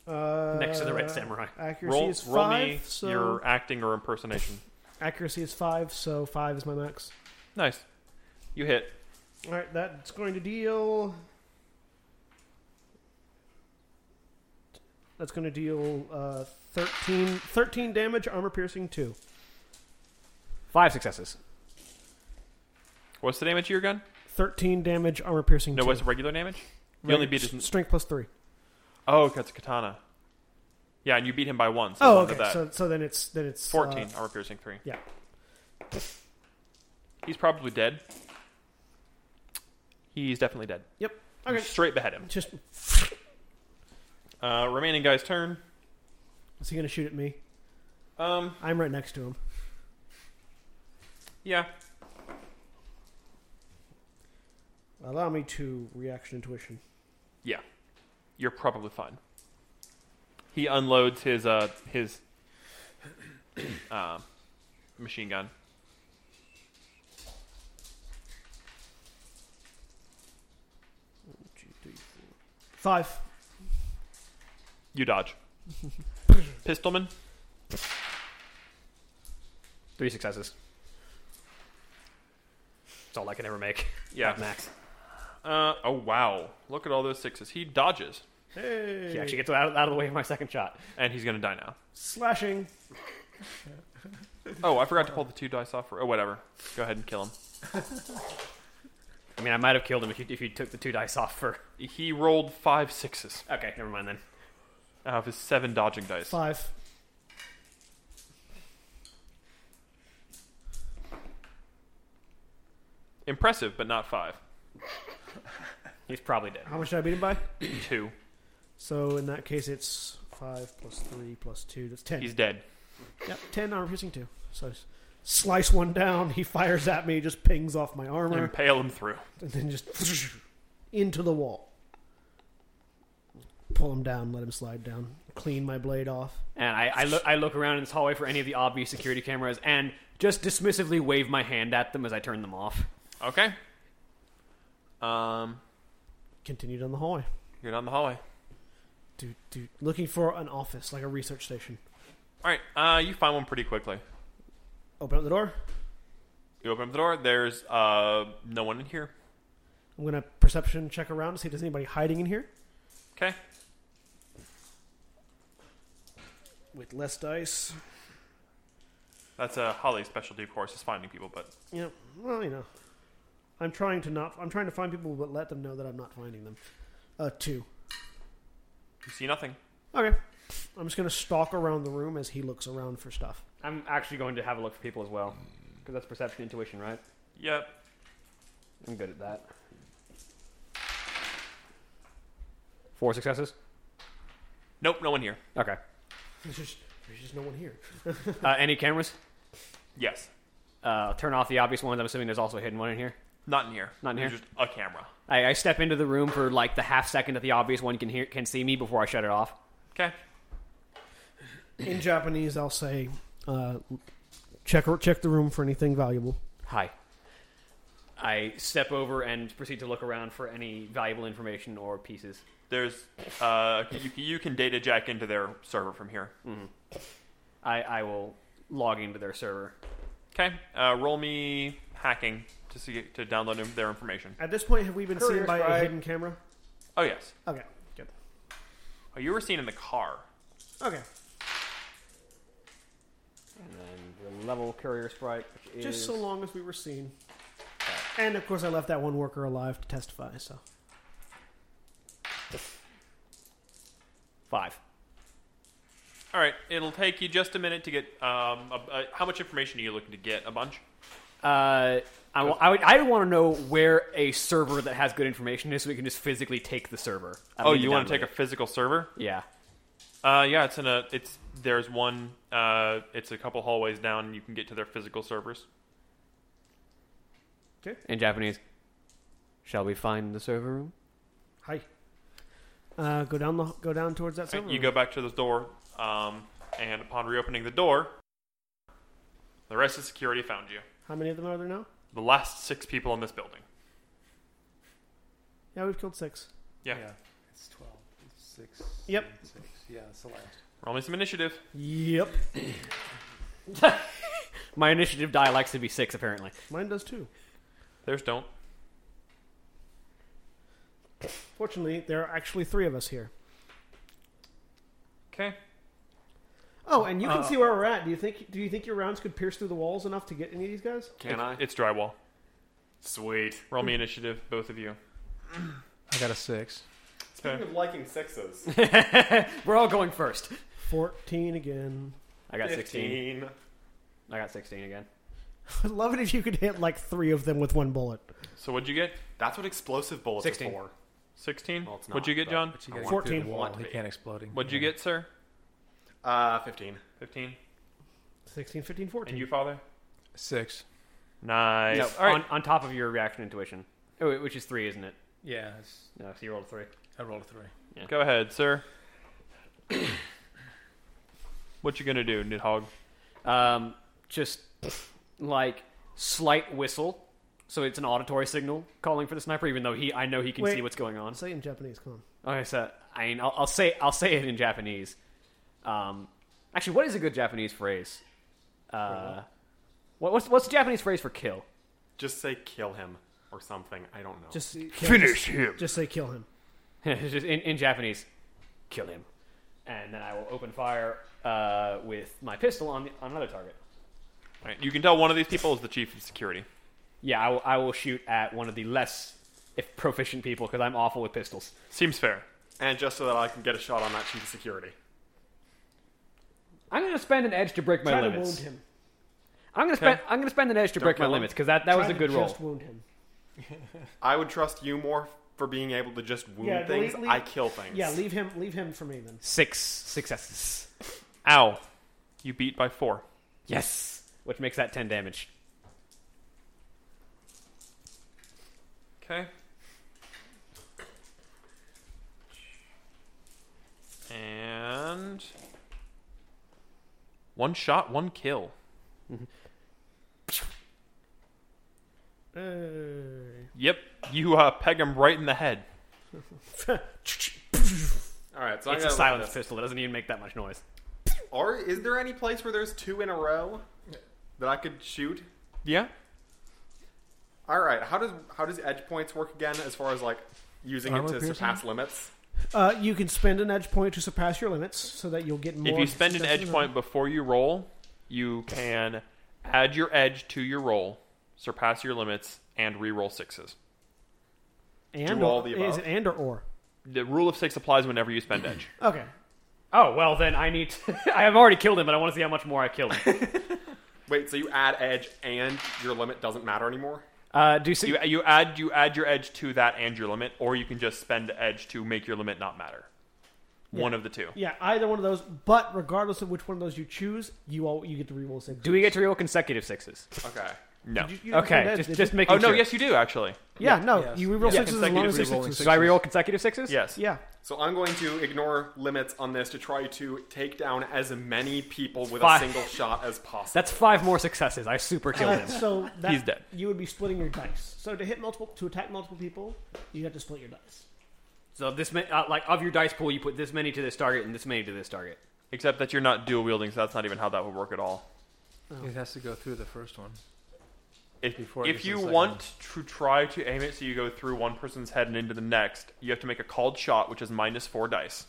Speaker 1: Uh,
Speaker 3: next to the red samurai.
Speaker 1: Accuracy
Speaker 2: Roll,
Speaker 1: is five.
Speaker 2: roll me
Speaker 1: so
Speaker 2: your acting or impersonation.
Speaker 1: accuracy is five. So five is my max.
Speaker 2: Nice. You hit.
Speaker 1: All right, that's going to deal. That's going to deal uh, 13, 13 damage, armor piercing two.
Speaker 3: Five successes.
Speaker 2: What's the damage of your gun?
Speaker 1: Thirteen damage, armor piercing
Speaker 2: No,
Speaker 1: two.
Speaker 2: what's the regular damage? You only beat his.
Speaker 1: strength plus three.
Speaker 2: Oh, okay, it's a katana. Yeah, and you beat him by one. So
Speaker 1: Oh,
Speaker 2: none of
Speaker 1: okay.
Speaker 2: That.
Speaker 1: So, so then it's then it's uh,
Speaker 2: Fourteen armor piercing three.
Speaker 1: yeah.
Speaker 2: He's probably dead. He's definitely dead.
Speaker 1: yep. Okay.
Speaker 2: Straight behead him.
Speaker 1: Just
Speaker 2: Uh, remaining guy's turn.
Speaker 1: is he going to shoot at me?
Speaker 2: Um,
Speaker 1: I'm right next to him.
Speaker 2: yeah.
Speaker 1: Allow me to reaction intuition.
Speaker 2: You're probably fine. He unloads his uh his uh, machine gun.
Speaker 1: Five.
Speaker 2: You dodge. Pistolman.
Speaker 3: Three successes. That's all I can ever make.
Speaker 2: Yeah.
Speaker 3: At max.
Speaker 2: Uh, oh wow! Look at all those sixes. He dodges,
Speaker 1: Hey.
Speaker 3: He actually gets out, out of the way of my second shot.
Speaker 2: and he's gonna die now.
Speaker 1: slashing.
Speaker 2: Oh, I forgot to pull the two dice off. For, oh, whatever. Go ahead and kill him.
Speaker 3: I mean, I might have killed him if you, if you took the two dice off for.
Speaker 2: He rolled five sixes
Speaker 3: Okay, never mind then.
Speaker 2: out of his seven dodging dice.
Speaker 1: Five.
Speaker 2: Impressive, but not five.
Speaker 3: He's probably dead.
Speaker 1: How much did I beat him by?
Speaker 2: Two.
Speaker 1: So in that case, it's five plus three plus two. That's ten.
Speaker 2: He's dead.
Speaker 1: Yep, ten armor piercing two. So I s- slice one down. He fires at me, just pings off my armor,
Speaker 2: Impale him through.
Speaker 1: and then just into the wall. Pull him down. Let him slide down. Clean my blade off.
Speaker 3: And I, I, look, I look around in this hallway for any of the obvious security cameras and just dismissively wave my hand at them as I turn them off.
Speaker 2: Okay. Um,
Speaker 1: Continue down the hallway.
Speaker 2: you're down the hallway.
Speaker 1: Dude, dude, looking for an office like a research station.
Speaker 2: All right. Uh, you find one pretty quickly.
Speaker 1: Open up the door.
Speaker 2: You open up the door. There's uh no one in here.
Speaker 1: I'm gonna perception check around to see if there's anybody hiding in here.
Speaker 2: Okay.
Speaker 1: With less dice.
Speaker 2: That's uh, Holly's specialty, of course, is finding people. But
Speaker 1: Yeah. Well, you know, I'm trying to not. I'm trying to find people, but let them know that I'm not finding them. Uh, two.
Speaker 2: you see nothing.
Speaker 1: Okay. I'm just gonna stalk around the room as he looks around for stuff.
Speaker 3: I'm actually going to have a look for people as well. Because that's perception, intuition, right?
Speaker 2: Yep.
Speaker 3: I'm good at that. Four successes?
Speaker 2: Nope. No one here.
Speaker 3: Okay.
Speaker 1: There's just there's just no one here.
Speaker 3: Uh, any cameras?
Speaker 2: Yes.
Speaker 3: Uh, turn off the obvious ones. I'm assuming there's also a hidden one in here.
Speaker 2: Not in here.
Speaker 3: Not in
Speaker 2: There's
Speaker 3: here?
Speaker 2: Just a camera.
Speaker 3: I, I step into the room for like the half second that the obvious one can hear can see me before I shut it off.
Speaker 2: Okay.
Speaker 1: In Japanese, I'll say, uh, check check the room for anything valuable.
Speaker 3: Hi. I step over and proceed to look around for any valuable information or pieces.
Speaker 2: There's uh you, you can data jack into their server from here.
Speaker 3: I, I will log into their server.
Speaker 2: Okay. Uh, roll me hacking to see to download in- their information.
Speaker 1: At this point, have we been seen
Speaker 3: Courier
Speaker 1: by a
Speaker 3: spy.
Speaker 1: hidden camera?
Speaker 2: Oh yes.
Speaker 1: Okay. Good.
Speaker 2: Oh, you were seen in the car.
Speaker 1: Okay.
Speaker 3: And then the level courier sprite, which
Speaker 1: Just
Speaker 3: is
Speaker 1: so long as we were seen. And of course, I left that one worker alive to testify. So
Speaker 3: five.
Speaker 2: All right. It'll take you just a minute to get um. A, a, how much information are you looking to get? A bunch.
Speaker 3: Uh, I, wa- I, would, I want to know where a server that has good information is so we can just physically take the server. I don't
Speaker 2: oh,
Speaker 3: need
Speaker 2: you want
Speaker 3: download
Speaker 2: to take a
Speaker 3: it.
Speaker 2: physical server?
Speaker 3: Yeah.
Speaker 2: Uh, yeah. It's in a. It's there's one. Uh, it's a couple hallways down. You can get to their physical servers.
Speaker 3: In Japanese. Shall we find the server room?
Speaker 1: hi. Uh, go down the go down towards that.
Speaker 2: Okay,
Speaker 1: server
Speaker 2: you
Speaker 1: room.
Speaker 2: go back to the door, um, and upon reopening the door, the rest of security found you.
Speaker 1: How many of them are there now?
Speaker 2: The last six people in this building.
Speaker 1: Yeah, we've killed six.
Speaker 2: Yeah.
Speaker 4: Yeah, it's 12, it's 6.
Speaker 1: Yep.
Speaker 4: and Six. Yeah, it's the last.
Speaker 2: Roll me some initiative.
Speaker 1: Yep.
Speaker 3: My initiative die likes to be six, apparently.
Speaker 1: Mine does too.
Speaker 2: There's don't.
Speaker 1: Fortunately, there are actually three of us here.
Speaker 2: Okay. Uh,
Speaker 1: Oh, and you can see where we're at. Do you think? Do you think your rounds could pierce through the walls enough to get any of these guys?
Speaker 8: Can I?
Speaker 2: It's drywall.
Speaker 8: Sweet.
Speaker 2: Roll me initiative, both of you.
Speaker 4: I got a 6.
Speaker 8: Speaking of liking sixes,
Speaker 3: We're all going first.
Speaker 1: Fourteen again.
Speaker 3: I got 16.
Speaker 8: 15.
Speaker 3: I got 16 again.
Speaker 1: I'd love it if you could hit like three of them with one bullet.
Speaker 2: So what'd you get?
Speaker 8: That's what explosive bullets
Speaker 3: 16.
Speaker 8: are for.
Speaker 2: 16?
Speaker 8: Well, it's
Speaker 2: what'd
Speaker 8: not,
Speaker 2: you get,
Speaker 8: but-
Speaker 2: John?
Speaker 4: You gotta get
Speaker 1: 14.
Speaker 4: through the wall.
Speaker 8: Want to
Speaker 4: He
Speaker 8: be.
Speaker 4: can't explode. him.
Speaker 2: What'd you get, sir?
Speaker 8: Uh, 15.
Speaker 2: 15.
Speaker 1: 16, 15, 14.
Speaker 2: And you, father?
Speaker 4: 6.
Speaker 2: Nice.
Speaker 3: No,
Speaker 2: All right.
Speaker 3: on, on top of your reaction intuition, Oh, wait, which is three, isn't it?
Speaker 4: Yeah, it's,
Speaker 3: No, so you rolled a three.
Speaker 4: I rolled a 3.
Speaker 2: Go ahead, sir. what you gonna do, Nidhogg?
Speaker 3: Um, just like slight whistle, so it's an auditory signal calling for the sniper. Even though he, I know he can
Speaker 1: Wait.
Speaker 3: see what's going on.
Speaker 1: say it in Japanese. Come on.
Speaker 3: Okay, so I mean, I'll, I'll say I'll say it in Japanese. Um, actually, what is a good Japanese phrase? Uh, what, what's what's the Japanese phrase for kill?
Speaker 8: Just say kill him or something. I don't know.
Speaker 1: Just finish him. Just say kill him.
Speaker 3: It's just in, in Japanese, kill him, and then I will open fire uh, with my pistol on, the, on another target.
Speaker 2: All right, you can tell one of these people is the chief of security.
Speaker 3: Yeah, I will, I will shoot at one of the less if proficient people because I'm awful with pistols.
Speaker 2: Seems fair.
Speaker 8: And just so that I can get a shot on that chief of security.
Speaker 3: I'm gonna spend an edge to break my
Speaker 1: Try to
Speaker 3: limits.
Speaker 1: wound him.
Speaker 3: I'm gonna spend I'm gonna spend an edge to break my
Speaker 8: kill him.
Speaker 3: limits because that, that
Speaker 1: Try
Speaker 3: was a
Speaker 1: to
Speaker 3: good roll.
Speaker 1: Just wound him.
Speaker 8: I would trust you more for being able to just wound
Speaker 1: Yeah,
Speaker 8: things.
Speaker 1: leave- leave-
Speaker 8: I kill things.
Speaker 1: Yeah, leave him. Leave him for me then.
Speaker 3: Six successes.
Speaker 2: Ow. You beat by four.
Speaker 3: Yes, which makes that ten damage.
Speaker 2: Okay. And one shot, one kill.
Speaker 1: Uh,
Speaker 2: Yep, you uh, peg him right in the head.
Speaker 8: All right, so I'm
Speaker 3: it's a
Speaker 8: gonna look
Speaker 3: silenced
Speaker 8: at this.
Speaker 3: pistol. It doesn't even make that much noise.
Speaker 8: Or is there any place where there's two in a row that I could shoot?
Speaker 2: Yeah.
Speaker 8: All right, how does how does edge points work again? As far as like using
Speaker 4: Armor
Speaker 8: it to
Speaker 4: piercing?
Speaker 8: surpass limits.
Speaker 1: uh, you can spend an edge point to surpass your limits, so that you'll get more.
Speaker 2: If you spend an
Speaker 1: successes
Speaker 2: edge
Speaker 1: on-
Speaker 2: point before you roll, you can add your edge to your roll, surpass your limits, and re-roll sixes.
Speaker 1: and
Speaker 8: do
Speaker 1: or,
Speaker 8: all the
Speaker 1: is
Speaker 8: above.
Speaker 1: it and or or?
Speaker 2: The rule of six applies whenever you spend edge.
Speaker 1: Okay,
Speaker 3: Oh well, then I need. I have already killed him, but I want to see how much more I killed him.
Speaker 8: Wait, so you add edge and your limit doesn't matter anymore?
Speaker 3: Uh, do you see?
Speaker 2: You, you add you add your edge to that and your limit, or you can just spend edge to make your limit not matter. One of the two.
Speaker 1: yeah, either one of those. But regardless of which one of those you choose, you all you get to reroll six.
Speaker 3: Do we get to roll consecutive sixes?
Speaker 8: Okay.
Speaker 2: No.
Speaker 1: You- you don't spend
Speaker 3: Okay,
Speaker 1: edge,
Speaker 3: just
Speaker 1: did
Speaker 3: just
Speaker 1: you?
Speaker 3: making
Speaker 2: Oh no,
Speaker 3: sure.
Speaker 2: yes you do actually.
Speaker 1: yeah, no,
Speaker 4: Yes.
Speaker 1: you reroll
Speaker 4: Yeah.
Speaker 1: sixes as long as
Speaker 4: Consecutive
Speaker 1: sixes.
Speaker 4: rerolling
Speaker 3: Do I reroll consecutive sixes?
Speaker 2: Yes.
Speaker 1: Yeah,
Speaker 8: So I'm going to ignore limits on this to try to take down as many people with
Speaker 3: Fine.
Speaker 8: a single shot as possible.
Speaker 3: That's five more successes. I super killed
Speaker 1: Uh,
Speaker 3: him.
Speaker 1: so that,
Speaker 2: He's dead.
Speaker 1: You would be splitting your dice. So to hit multiple, to attack multiple people, you have to split your dice.
Speaker 3: So this ma- uh, like of your dice pool, you put this many to this target and this many to this target.
Speaker 2: Except that you're not dual wielding, so that's not even how that would work at all.
Speaker 4: It has to go through the first one.
Speaker 2: If,
Speaker 4: Before it
Speaker 2: if
Speaker 4: gets to
Speaker 2: you
Speaker 4: the second
Speaker 2: want to try to aim it so you go through one person's head and into the next, you have to make a called shot, which is minus four dice.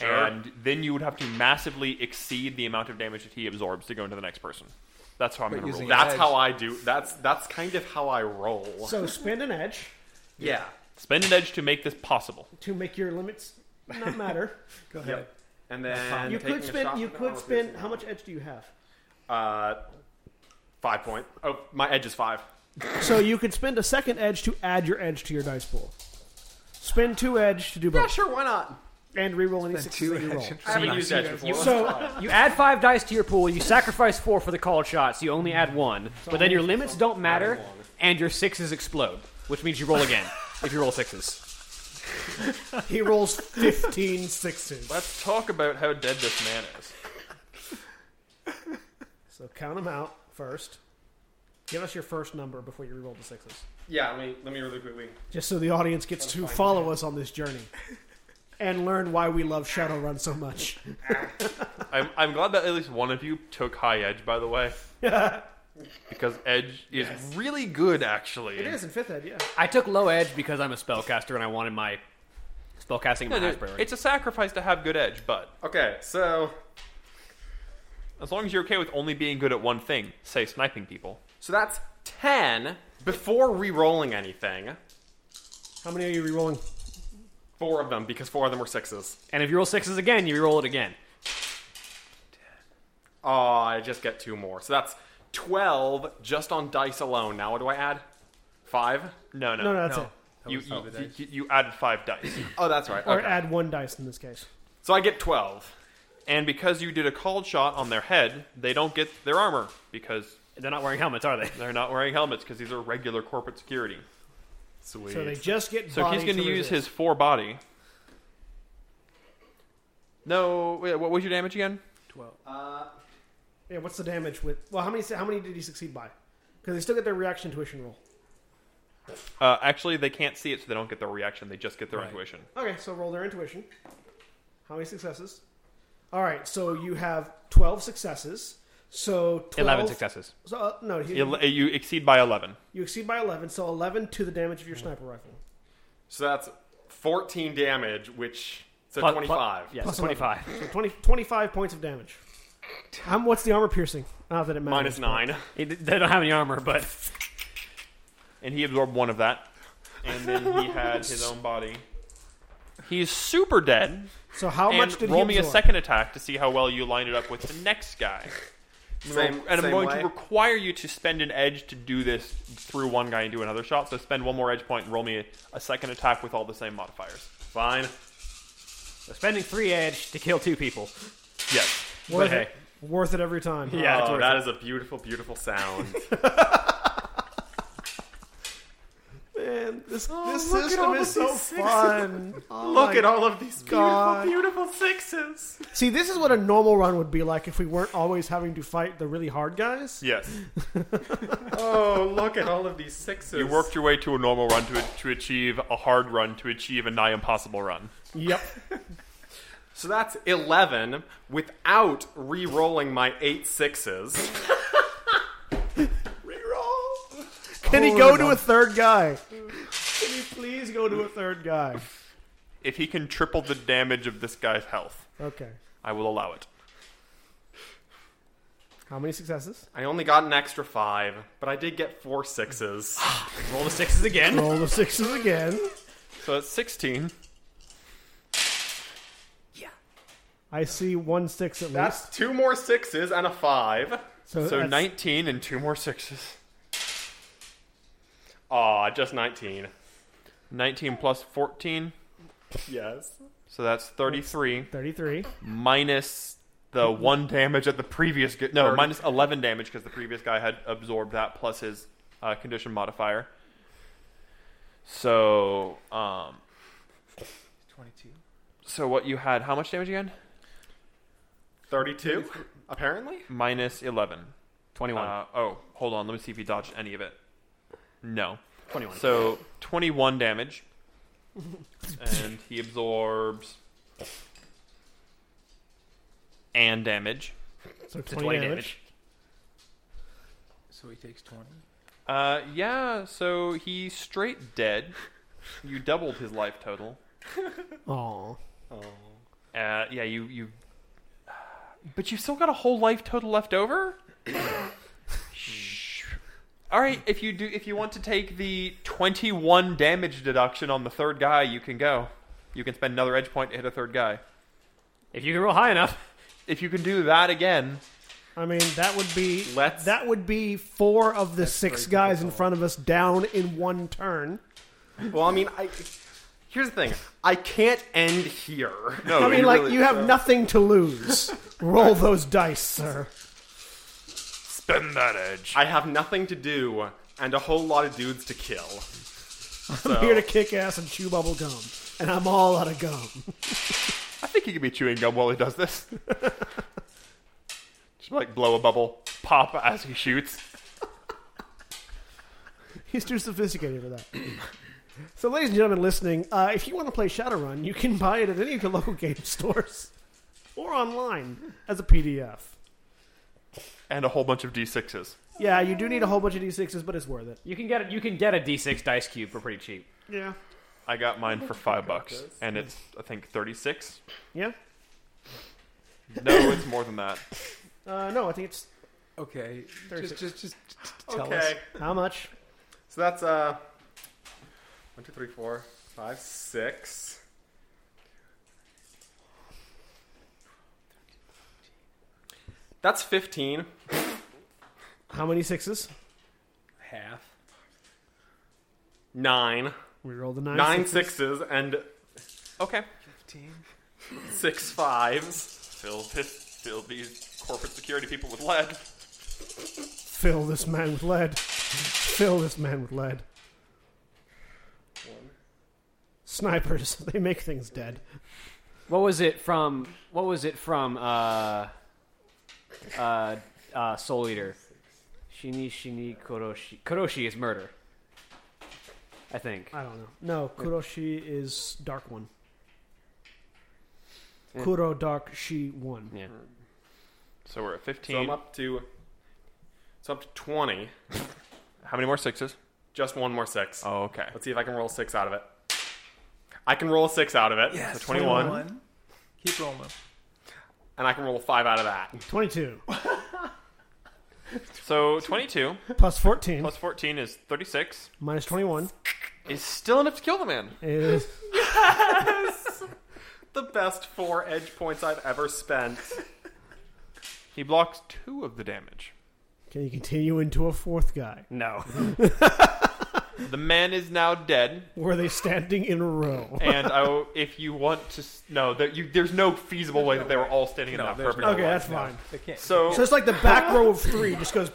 Speaker 2: And then you would have to massively exceed the amount of damage that he absorbs to go into the next person. That's how I'm
Speaker 4: But
Speaker 2: going to
Speaker 4: using
Speaker 2: roll.
Speaker 4: it-
Speaker 2: That.
Speaker 8: That's
Speaker 4: Edge.
Speaker 8: how I do. That's that's kind of how I roll.
Speaker 1: So spend an edge
Speaker 8: yeah.
Speaker 2: Spend an edge to make this possible.
Speaker 1: to make your limits not matter.
Speaker 4: Go ahead.
Speaker 8: Yep. And then
Speaker 1: you
Speaker 8: taking
Speaker 1: could
Speaker 8: a shot
Speaker 1: spend. You
Speaker 8: with an
Speaker 1: could
Speaker 8: armor
Speaker 1: spend.
Speaker 8: piercing
Speaker 1: How much edge do you have?
Speaker 8: round. Uh, five point. Oh, my edge is five.
Speaker 1: So you could spend a second edge to add your edge to your dice pool. Spend two edge to do
Speaker 8: Yeah,
Speaker 1: both,
Speaker 8: sure. Why not?
Speaker 1: and reroll any
Speaker 4: Then
Speaker 1: sixes that you roll.
Speaker 4: action-
Speaker 8: I haven't used edge before. Let's
Speaker 1: so-
Speaker 8: try it.
Speaker 3: You add five dice to your pool. You sacrifice four for the called shots. You only add one, but then your limits don't matter, and your sixes explode, which means you roll again if you roll sixes.
Speaker 1: He rolls 15 sixes.
Speaker 2: Let's talk about how dead this man is.
Speaker 1: So count them out first. Give us your first number before you reroll the sixes,
Speaker 8: Yeah. Let me let me really quickly.
Speaker 1: just so the audience gets to follow us on this journey and learn why we love Shadowrun so much.
Speaker 2: I'm, I'm glad that at least one of you took high edge, by the way. because edge is really good, actually.
Speaker 1: It is in fifth ed, yeah.
Speaker 3: I took low edge because I'm a spellcaster and I wanted my spellcasting
Speaker 2: No,
Speaker 3: my
Speaker 2: no,
Speaker 3: highest priority.
Speaker 2: It's a sacrifice to have good edge, but
Speaker 8: Okay. So
Speaker 2: as long as you're okay with only being good at one thing, say sniping people.
Speaker 8: so that's ten before re-rolling anything.
Speaker 1: How many are you rerolling?
Speaker 8: Four of them because four of them were sixes.
Speaker 3: and if you roll sixes again, you roll it again.
Speaker 8: Oh, I just get two more. So that's twelve just on dice alone. Now what do I add? Five.
Speaker 2: No, no,
Speaker 1: No, no, that's
Speaker 4: No.
Speaker 1: it.
Speaker 2: You,
Speaker 4: That was
Speaker 2: you,
Speaker 4: the dice.
Speaker 2: you, you added five dice,
Speaker 8: Oh, that's right.
Speaker 1: Or
Speaker 8: Okay.
Speaker 1: add one dice in this case.
Speaker 8: so I get twelve.
Speaker 2: and because you did a called shot on their head, they don't get their armor because
Speaker 3: They're not wearing helmets, are they?
Speaker 2: they're not wearing helmets because these are regular corporate security.
Speaker 8: Sweet.
Speaker 1: So they just get.
Speaker 2: So he's going to use his four body. No, wait, what was your damage again?
Speaker 4: Twelve.
Speaker 8: uh,
Speaker 1: Yeah, what's the damage with? Well, how many? How many did he succeed by? Because they still get their reaction tuition roll.
Speaker 2: Uh, actually, they can't see it, so they don't get their reaction. They just get their
Speaker 4: Right.
Speaker 2: intuition.
Speaker 1: Okay, so roll their intuition. How many successes? All right, so you have twelve successes. So 12,
Speaker 3: Eleven successes.
Speaker 1: So uh, no, he-
Speaker 2: Ele- You exceed by eleven.
Speaker 1: you exceed by eleven. So eleven to the damage of your sniper rifle.
Speaker 8: so that's fourteen damage, which
Speaker 3: Plus-
Speaker 8: so
Speaker 3: plus-
Speaker 8: twenty-five.
Speaker 3: Yes,
Speaker 1: Plus
Speaker 3: twenty-five.
Speaker 1: So 20, 25 points of damage. Um, what's the armor piercing? Not that it matters.
Speaker 8: Minus nine.
Speaker 3: It- They don't have any armor, but
Speaker 2: and he absorbed one of that, and then he had his own body. He's super dead.
Speaker 1: So how
Speaker 2: and
Speaker 1: much did
Speaker 2: roll
Speaker 1: he
Speaker 2: me a
Speaker 1: absorb?
Speaker 2: second attack to see how well you line it up with the next guy.
Speaker 8: Same,
Speaker 2: and
Speaker 8: same
Speaker 2: I'm going
Speaker 8: way.
Speaker 2: to require you to spend an edge to do this through one guy and do another shot. So spend one more edge point and roll me a, a second attack with all the same modifiers.
Speaker 8: Fine.
Speaker 3: spending three edge to kill two people.
Speaker 2: Yes. Uh,
Speaker 1: Worth
Speaker 3: But
Speaker 1: it. Worth it every time.
Speaker 3: Yeah, it's
Speaker 8: oh,
Speaker 3: worth
Speaker 8: that is a beautiful, beautiful sound.
Speaker 1: Man, this, this
Speaker 8: look at all
Speaker 1: system is
Speaker 8: of these
Speaker 1: so fun. Oh
Speaker 8: Look
Speaker 1: my
Speaker 8: at all of these beautiful,
Speaker 1: God.
Speaker 8: beautiful sixes.
Speaker 1: See, this is what a normal run would be like if we weren't always having to fight the really hard guys.
Speaker 2: Yes.
Speaker 8: Oh, look at all of these sixes.
Speaker 2: You worked your way to a normal run to, to achieve a hard run to achieve a nigh impossible run.
Speaker 1: Yep.
Speaker 8: So that's 11 without re rolling my eight sixes.
Speaker 1: Reroll. Can he go to a third guy? Can he please go to a third guy?
Speaker 2: If he can triple the damage of this guy's health,
Speaker 1: Okay.
Speaker 2: I will allow it.
Speaker 1: How many successes?
Speaker 8: I only got an extra five, but I did get four sixes.
Speaker 3: Roll the sixes again.
Speaker 1: Roll the sixes again.
Speaker 2: So it's 16.
Speaker 1: I see one six at least.
Speaker 8: That's two more sixes and a five.
Speaker 2: So
Speaker 1: that's-
Speaker 2: 19 and two more sixes.
Speaker 8: Aw, just 19.
Speaker 2: 19 plus 14.
Speaker 8: Yes.
Speaker 2: So that's 33
Speaker 1: Thirty-three.
Speaker 2: minus the one damage at the previous gu- no minus 11 damage because the previous guy had absorbed that plus his uh, condition modifier. So um
Speaker 4: Twenty-two.
Speaker 2: so what you had how much damage again?
Speaker 8: 32, apparently?
Speaker 2: Minus 11.
Speaker 3: Twenty-one.
Speaker 2: Uh, oh, hold on. Let me see if he dodged any of it. No.
Speaker 3: Twenty-one.
Speaker 2: So 21 damage. and he absorbs and damage.
Speaker 1: So
Speaker 3: So
Speaker 1: twenty damage.
Speaker 4: So he takes twenty.
Speaker 2: Uh, yeah, so he's straight dead. You doubled his life total.
Speaker 1: Oh.
Speaker 2: Uh, yeah, you you. But you've still got a whole life total left over. Hmm. Shh. All right, if you do, if you want to take the twenty-one damage deduction on the third guy, you can go. You can spend another edge point to hit a third guy.
Speaker 3: If you can roll high enough,
Speaker 2: If you can do that again,
Speaker 1: I mean, that would be
Speaker 8: Let's-
Speaker 1: that would be four of the six guys in front of us down in one turn.
Speaker 8: Well, I mean, I. Here's the thing. I can't end here.
Speaker 2: no,
Speaker 1: I mean,
Speaker 2: Oh, you
Speaker 1: like
Speaker 2: really-
Speaker 1: you have nothing to lose. Roll those dice, sir.
Speaker 2: spend that edge.
Speaker 8: I have nothing to do and a whole lot of dudes to kill. So,
Speaker 1: Here to kick ass and chew bubble gum, and I'm all out of gum.
Speaker 2: I think he could be chewing gum while he does this. Just like blow a bubble, pop as he shoots.
Speaker 1: He's too sophisticated for that. so, ladies and gentlemen listening, uh, if you want to play Shadowrun, you can buy it at any of your local game stores or online as a PDF.
Speaker 2: and a whole bunch of d6s.
Speaker 1: Yeah, you do need a whole bunch of d6s, but it's worth it.
Speaker 3: you can get a, you can get a D6 dice cube for pretty cheap.
Speaker 1: Yeah.
Speaker 2: I got mine for five bucks, and it's I think thirty-six.
Speaker 1: Yeah.
Speaker 2: No, it's more than that.
Speaker 1: Uh, no, I think it's
Speaker 4: Okay. Just, just, just tell us.
Speaker 8: Okay.
Speaker 1: how much?
Speaker 8: So that's uh, one, two, three, four, five, six. That's fifteen.
Speaker 1: How many sixes?
Speaker 4: Half.
Speaker 8: Nine.
Speaker 1: We rolled a nine.
Speaker 8: Nine
Speaker 1: sixes.
Speaker 8: sixes and
Speaker 2: Okay.
Speaker 4: Fifteen.
Speaker 8: six fives.
Speaker 2: Fill this. Fill these corporate security people with lead.
Speaker 1: Fill this man with lead. Fill this man with lead. Snipers, they make things dead.
Speaker 3: What was it from? What was it from? Uh, uh, uh, Soul Eater. Shini Shini Kuroshi. Kuroshi is murder. I think.
Speaker 1: I don't know. No, Kuroshi is dark one. Kuro dark she one.
Speaker 3: Yeah.
Speaker 2: So we're at
Speaker 8: So
Speaker 2: fifteen.
Speaker 8: I'm up to. So up to twenty.
Speaker 2: How many more sixes?
Speaker 8: Just one more six.
Speaker 2: Oh, okay.
Speaker 8: Let's see if I can roll six out of it. I can roll a six out of it.
Speaker 4: Yes.
Speaker 8: So 21.
Speaker 4: Keep rolling.
Speaker 8: and I can roll a five out of that.
Speaker 1: 22
Speaker 2: So 22
Speaker 1: plus 14
Speaker 2: plus 14 is 36.
Speaker 1: minus 21
Speaker 2: Is still enough to kill the man.
Speaker 1: is
Speaker 8: The best four edge points I've ever spent.
Speaker 2: He blocks two of the damage.
Speaker 1: can you continue into a fourth guy?
Speaker 3: No.
Speaker 2: The man is now dead,
Speaker 1: Were they standing in a row?
Speaker 2: and I, will- if you want to, s- no, that you, there's no feasible way that they were all standing in that
Speaker 4: there's
Speaker 2: perfect.
Speaker 1: Okay,
Speaker 2: line.
Speaker 1: that's fine.
Speaker 4: They can't.
Speaker 2: So,
Speaker 1: So it's like the back row of three just goes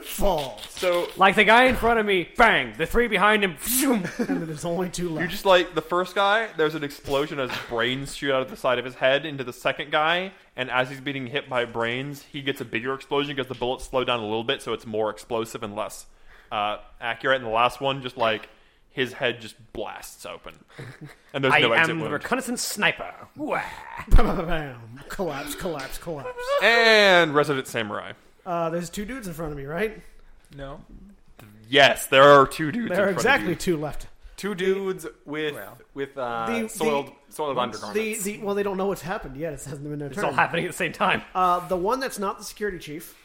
Speaker 1: falls,
Speaker 2: so
Speaker 3: Like the guy in front of me, bang. The three behind him, zoom.
Speaker 1: and then there's only two
Speaker 2: you
Speaker 1: left.
Speaker 2: just like the first guy. There's an explosion as brains shoot out of the side of his head into the second guy, and as he's being hit by brains, he gets a bigger explosion because the bullets slow down a little bit, so it's more explosive and less uh, accurate. And the last one, just like his head just blasts open, and there's
Speaker 3: I
Speaker 2: no exit
Speaker 3: am the
Speaker 2: wound.
Speaker 3: reconnaissance sniper. Wah.
Speaker 1: Bam, bam, collapse, collapse, collapse.
Speaker 2: and resident samurai.
Speaker 1: Uh, there's two dudes in front of me, right?
Speaker 4: No.
Speaker 2: Yes, there are two dudes.
Speaker 1: There are
Speaker 2: in front of you.
Speaker 1: exactly two left.
Speaker 8: Two dudes with
Speaker 4: Well.
Speaker 8: with uh,
Speaker 1: The- the-
Speaker 8: soiled soiled undergarments.
Speaker 1: The, the well, they don't know what's happened yet. It hasn't been their
Speaker 3: It's all
Speaker 1: turn.
Speaker 3: happening at the same time.
Speaker 1: Uh, the one that's not the security chief,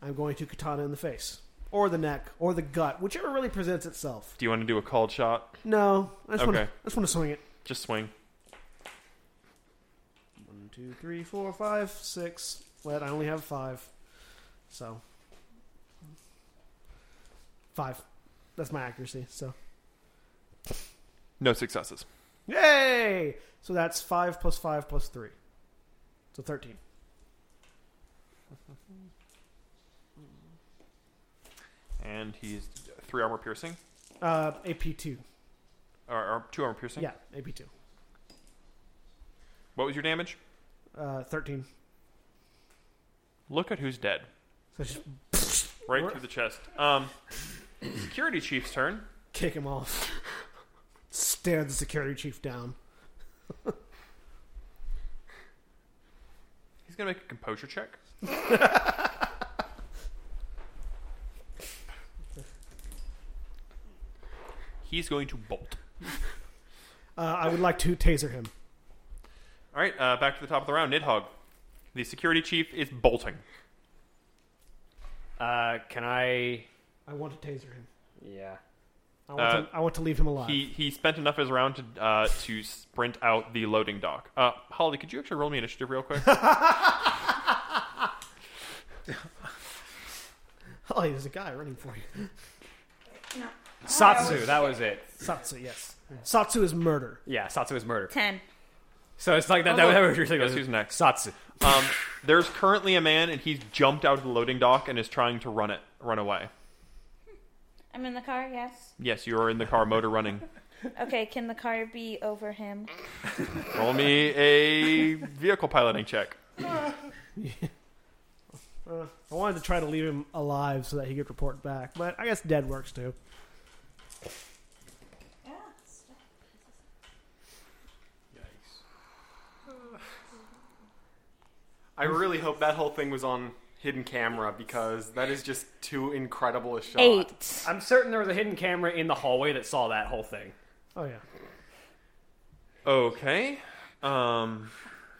Speaker 1: I'm going to katana in the face, or the neck, or the gut, whichever really presents itself.
Speaker 2: Do you want to do a called shot?
Speaker 1: No, I just want to.
Speaker 2: Okay.
Speaker 1: I just want to swing it.
Speaker 2: Just swing.
Speaker 1: One, two, three, four, five, six. Wait, I only have five, so five. That's my accuracy. So
Speaker 2: No successes.
Speaker 1: yay! So that's five plus five plus three, so thirteen.
Speaker 2: And he's three armor piercing
Speaker 1: Uh, AP two.
Speaker 2: or, or two armor piercing.
Speaker 1: Yeah, AP two.
Speaker 2: What was your damage?
Speaker 1: Uh, thirteen.
Speaker 2: Look at who's dead.
Speaker 1: So just
Speaker 2: Right
Speaker 1: Where-
Speaker 2: through the chest. Um, security chief's turn.
Speaker 1: kick him off. Stare the security chief down.
Speaker 2: He's gonna make a composure check. he's going to bolt.
Speaker 1: Uh, I would like to taser him.
Speaker 2: All right, uh, back to the top of the round. Nidhogg. The security chief is bolting.
Speaker 3: Uh, can I?
Speaker 1: I want to taser him.
Speaker 3: Yeah.
Speaker 1: I want, to, I want to leave him alive.
Speaker 2: He he spent enough of his round to uh, to sprint out the loading dock. Uh, Holly, could you actually roll me initiative real quick?
Speaker 1: oh, there's a guy running for you.
Speaker 3: Satsu. That was it.
Speaker 1: Satsu, yes. Satsu is murder.
Speaker 3: Yeah, Satsu was murdered.
Speaker 5: Ten.
Speaker 3: So it's like that. That, that was your
Speaker 2: Guess
Speaker 3: thing.
Speaker 2: who's next?
Speaker 3: Satsu.
Speaker 2: Um, there's currently a man, and he's jumped out of the loading dock and is trying to run it, run away.
Speaker 5: I'm in the car, yes.
Speaker 2: Yes, you are in the car, motor running.
Speaker 5: Okay, can the car be over him?
Speaker 2: Roll me a vehicle piloting check.
Speaker 1: Uh, I wanted to try to leave him alive so that he could report back, but I guess dead works too.
Speaker 5: Yeah.
Speaker 8: I really hope that whole thing was on hidden camera because that is just too incredible a shot.
Speaker 5: Eight.
Speaker 3: I'm certain there was a hidden camera in the hallway that saw that whole thing.
Speaker 1: Oh, yeah.
Speaker 2: Okay. Um,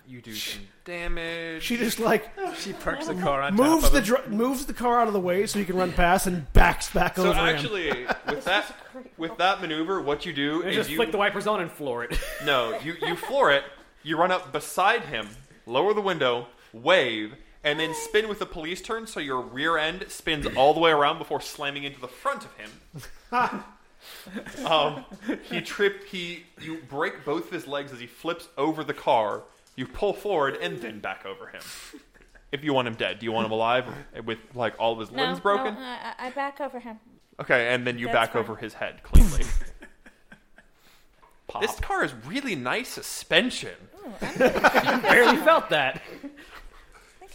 Speaker 2: you do some damage.
Speaker 1: She just, like,
Speaker 4: She perks the car on top
Speaker 1: moves
Speaker 4: of
Speaker 1: the,
Speaker 4: him.
Speaker 1: dr- moves the car out of the way so he can run past and backs back
Speaker 2: so
Speaker 1: over
Speaker 2: actually, with that with that maneuver, what you do
Speaker 3: They
Speaker 2: is
Speaker 3: just
Speaker 2: you
Speaker 3: flick the wipers on and floor it.
Speaker 2: No, you, you floor it, you run up beside him, lower the window, wave, and then spin with the police turn so your rear end spins all the way around before slamming into the front of him. um, he trip he you break both of his legs as he flips over the car, you pull forward and then back over him. If you want him dead, do you want him alive with like all of his
Speaker 5: No,
Speaker 2: limbs broken?
Speaker 5: no, I, I back over him.
Speaker 2: Okay, and then you
Speaker 5: That's
Speaker 2: back
Speaker 5: fine.
Speaker 2: over his head cleanly. This car has really nice suspension.
Speaker 3: Barely felt that.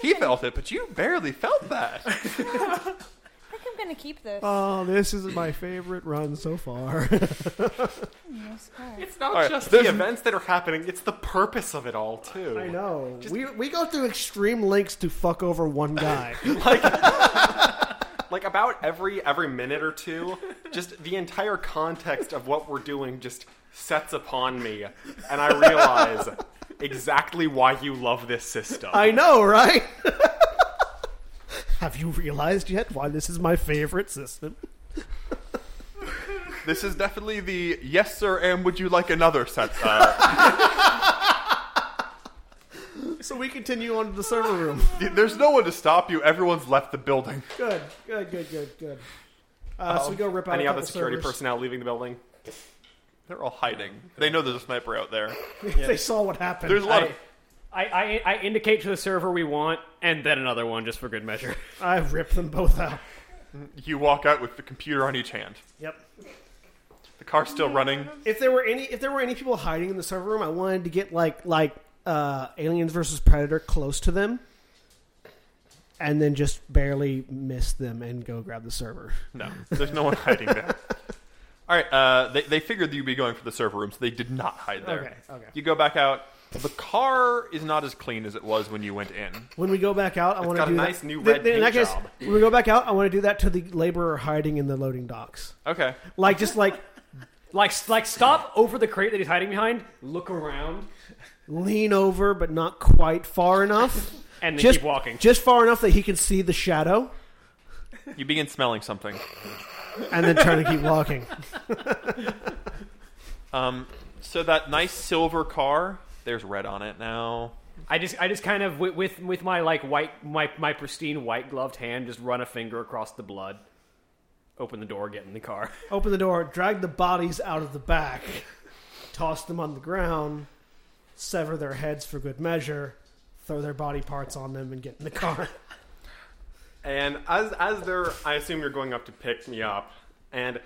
Speaker 2: He felt it, but you barely felt that.
Speaker 5: I think I'm gonna keep
Speaker 1: him.
Speaker 5: this.
Speaker 1: Oh, this is my favorite run so far.
Speaker 5: Nice car.
Speaker 8: It's not
Speaker 2: right,
Speaker 8: just
Speaker 2: there's-
Speaker 8: the events that are happening; it's the purpose of it all too.
Speaker 1: I know. we, we go through extreme lengths to fuck over one guy.
Speaker 8: Like about every every minute or two, just the entire context of what we're doing just sets upon me, and I realize exactly why you love this system.
Speaker 1: I know, right? Have you realized yet why this is my favorite system?
Speaker 2: This is definitely the yes, sir, and would you like another satire.
Speaker 1: So we continue on to the server room.
Speaker 2: There's no one to stop you. Everyone's left the building.
Speaker 1: Good, good, good, good, good. Uh, so we go rip out
Speaker 8: Any
Speaker 1: a
Speaker 8: other
Speaker 1: couple
Speaker 8: security
Speaker 1: servers.
Speaker 8: personnel leaving the building?
Speaker 2: They're all hiding. They know there's a sniper out there.
Speaker 1: they saw what happened.
Speaker 2: There's a lot of.
Speaker 3: I, I, I indicate to the server we want, and then another one just for good measure.
Speaker 1: I ripped them both out.
Speaker 2: You walk out with the computer on each hand.
Speaker 1: Yep.
Speaker 2: The car's still running.
Speaker 1: If there were any, if there were any people hiding in the server room, I wanted to get like like uh, aliens versus predator close to them, and then just barely miss them and go grab the server.
Speaker 2: No, there's no one hiding there. All right, uh, they, they figured you'd be going for the server room, so they did not hide there.
Speaker 1: Okay, okay.
Speaker 2: You go back out. The car is not as clean as it was when you went in.
Speaker 1: When we go back out, I want to
Speaker 8: got a
Speaker 1: do
Speaker 8: nice
Speaker 1: that.
Speaker 8: new
Speaker 1: Th-
Speaker 8: red
Speaker 1: th- in that
Speaker 8: paint
Speaker 1: case,
Speaker 8: job.
Speaker 1: when we go back out, I want to do that to the laborer hiding in the loading docks.
Speaker 2: Okay.
Speaker 1: Like just like
Speaker 3: Like, like stop over the crate that he's hiding behind, look around,
Speaker 1: lean over, but not quite far enough.
Speaker 3: and then
Speaker 1: just
Speaker 3: keep walking.
Speaker 1: just far enough that he can see the shadow,
Speaker 2: You begin smelling something.
Speaker 1: and then trying to keep walking.
Speaker 2: Um, so that nice silver car, there's red on it now.
Speaker 3: I just, I just kind of with, with with my like white, my my pristine white gloved hand, just run a finger across the blood, open the door, get in the car.
Speaker 1: Open the door, drag the bodies out of the back, toss them on the ground, sever their heads for good measure, throw their body parts on them, and get in the car.
Speaker 8: And as as they're, I assume you're going up to pick me up, and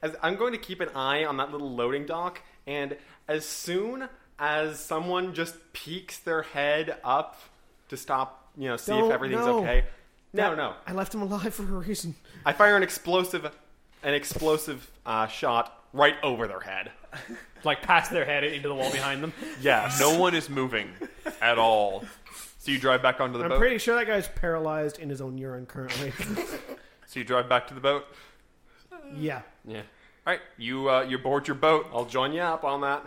Speaker 8: as I'm going to keep an eye on that little loading dock, and as soon as someone just peeks their head up to stop, you know, see
Speaker 1: Don't-
Speaker 8: if everything's
Speaker 1: no.
Speaker 8: okay. No, no.
Speaker 1: I left him alive for a reason.
Speaker 8: I fire an explosive, an explosive uh, shot right over their head.
Speaker 3: Like past their head into the wall behind them.
Speaker 8: Yes.
Speaker 2: No one is moving at all. So you drive back onto the
Speaker 1: I'm
Speaker 2: boat.
Speaker 1: pretty sure that guy's paralyzed in his own urine currently.
Speaker 2: So you drive back to the boat.
Speaker 1: yeah.
Speaker 3: Yeah.
Speaker 2: All right, you uh, you board your boat.
Speaker 8: I'll join you up on that.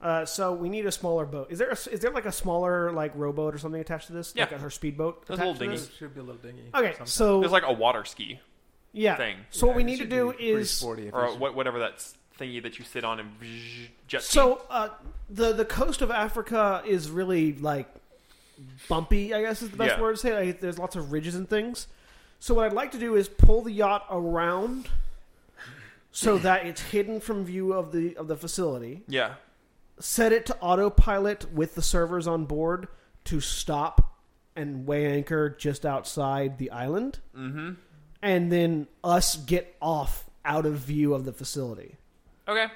Speaker 1: Uh, so we need a smaller boat. Is there a, is there like a smaller like rowboat or something attached to this?
Speaker 2: Yeah.
Speaker 1: like a, her speedboat.
Speaker 2: There's a little
Speaker 1: attached to
Speaker 2: dinghy.
Speaker 1: this?
Speaker 4: It should be a little dingy.
Speaker 1: Okay,
Speaker 4: sometime.
Speaker 1: so
Speaker 2: There's like a water ski
Speaker 1: yeah.
Speaker 2: thing.
Speaker 1: So what we
Speaker 4: It
Speaker 1: need to
Speaker 4: should
Speaker 1: do
Speaker 4: be pretty
Speaker 1: is
Speaker 4: sporty if
Speaker 2: or
Speaker 4: it's-
Speaker 2: what, whatever that s- thingy that you sit on and vzz- jet ski.
Speaker 1: So uh, the the coast of Africa is really like bumpy. I guess is the best
Speaker 2: Yeah.
Speaker 1: word to say. Like, there's lots of ridges and things. So what I'd like to do is pull the yacht around so that it's hidden from view of the of the facility.
Speaker 2: yeah,
Speaker 1: Set it to autopilot with the servers on board to stop and weigh anchor just outside the island. Mm-hmm. And then us get off out of view of the facility.
Speaker 2: okay.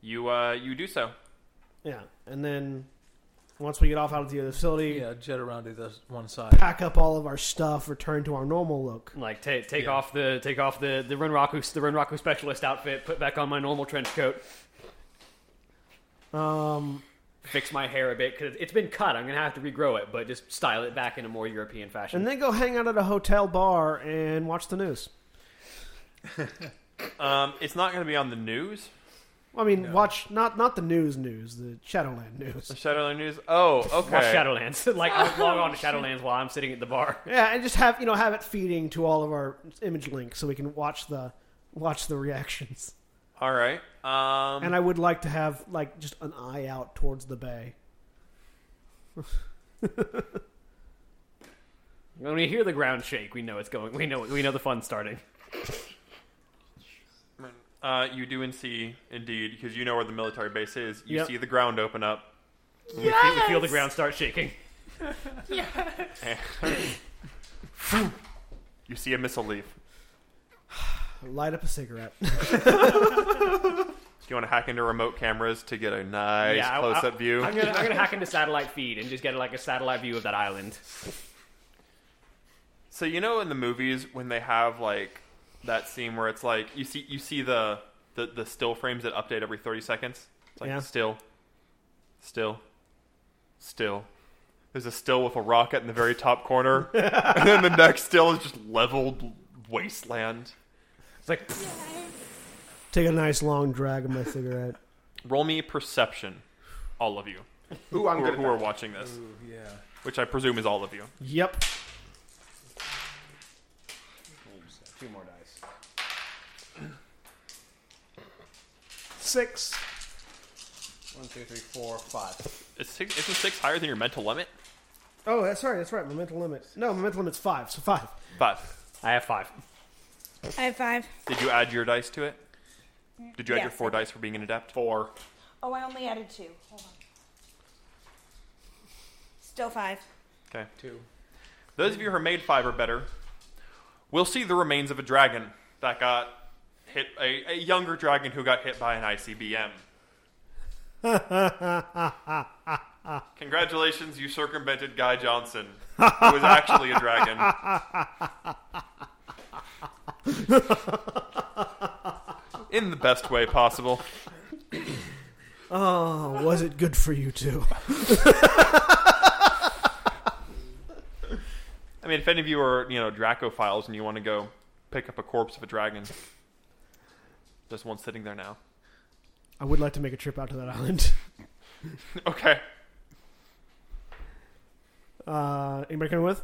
Speaker 2: You uh, you do so.
Speaker 1: Yeah, and then once we get off out of the other facility,
Speaker 4: yeah, jet around to this one side.
Speaker 1: pack up all of our stuff, return to our normal look.
Speaker 3: Like take take off the take off the the Renraku the Renraku specialist outfit, put back on my normal trench coat,
Speaker 1: Um,
Speaker 3: fix my hair a bit because it's been cut. I'm gonna have to regrow it, but just style it back in a more European fashion.
Speaker 1: and then go hang out at a hotel bar and watch the news.
Speaker 2: Um, it's not going to be on the news.
Speaker 1: I mean, watch not not the news, news the Shadowland news.
Speaker 2: The Shadowland news. Oh, okay.
Speaker 3: Watch Shadowlands. like log on to Shadowlands while I'm sitting at the bar.
Speaker 1: Yeah, and just have you know have it feeding to all of our image links so we can watch the watch the reactions.
Speaker 2: All right. Um,
Speaker 1: And I would like to have like just an eye out towards the bay.
Speaker 3: When we hear the ground shake, we know it's going. We know we know the fun's starting.
Speaker 2: Uh, you do and see indeed because you know where the military base is. You
Speaker 1: Yep.
Speaker 2: see the ground open up.
Speaker 3: We feel the ground start shaking.
Speaker 2: You see a missile leave.
Speaker 1: Light up a cigarette.
Speaker 2: Do you want to hack into remote cameras to get a nice
Speaker 3: Yeah, I-
Speaker 2: close-up
Speaker 3: I-
Speaker 2: view?
Speaker 3: I'm gonna I'm gonna hack into satellite feed and just get like a satellite view of that island.
Speaker 2: So you know in the movies when they have like that scene where it's like you see you see the the, the still frames that update every 30 seconds. It's like
Speaker 1: Yeah.
Speaker 2: still still still there's a still with a rocket in the very top corner and then the next still is just leveled wasteland.
Speaker 3: It's like
Speaker 1: Take a nice long drag of my cigarette.
Speaker 2: Roll me perception. all of you
Speaker 8: Ooh, I'm
Speaker 2: who, are-
Speaker 8: good.
Speaker 2: who are watching this,
Speaker 4: Ooh, yeah.
Speaker 2: which I presume is all of you.
Speaker 1: Yep.
Speaker 3: Two more dice.
Speaker 1: Six.
Speaker 3: One, two, three, four, five.
Speaker 2: Is six, isn't six higher than your mental limit?
Speaker 1: Oh, that's right. That's right. My mental limit. No, my mental limit's five. So five.
Speaker 2: Five.
Speaker 3: I have five.
Speaker 5: I have five.
Speaker 2: Did you add your dice to it? Did you add
Speaker 5: Yeah.
Speaker 2: your four dice for being an adept? Four.
Speaker 5: Oh, I only added two. Hold on. Still five.
Speaker 2: Okay.
Speaker 4: Two.
Speaker 2: Those of you who are made five or better will see the remains of a dragon that got hit, a, a younger dragon who got hit by an ICBM. Congratulations, you circumvented Guy Johnson, who was actually a dragon. In the best way possible.
Speaker 1: Oh, was it good for you too?
Speaker 2: I mean, if any of you are, you know, Dracophiles and you want to go pick up a corpse of a dragon, there's one sitting there now.
Speaker 1: I would like to make a trip out to that island.
Speaker 2: Okay.
Speaker 1: Uh, anybody coming with?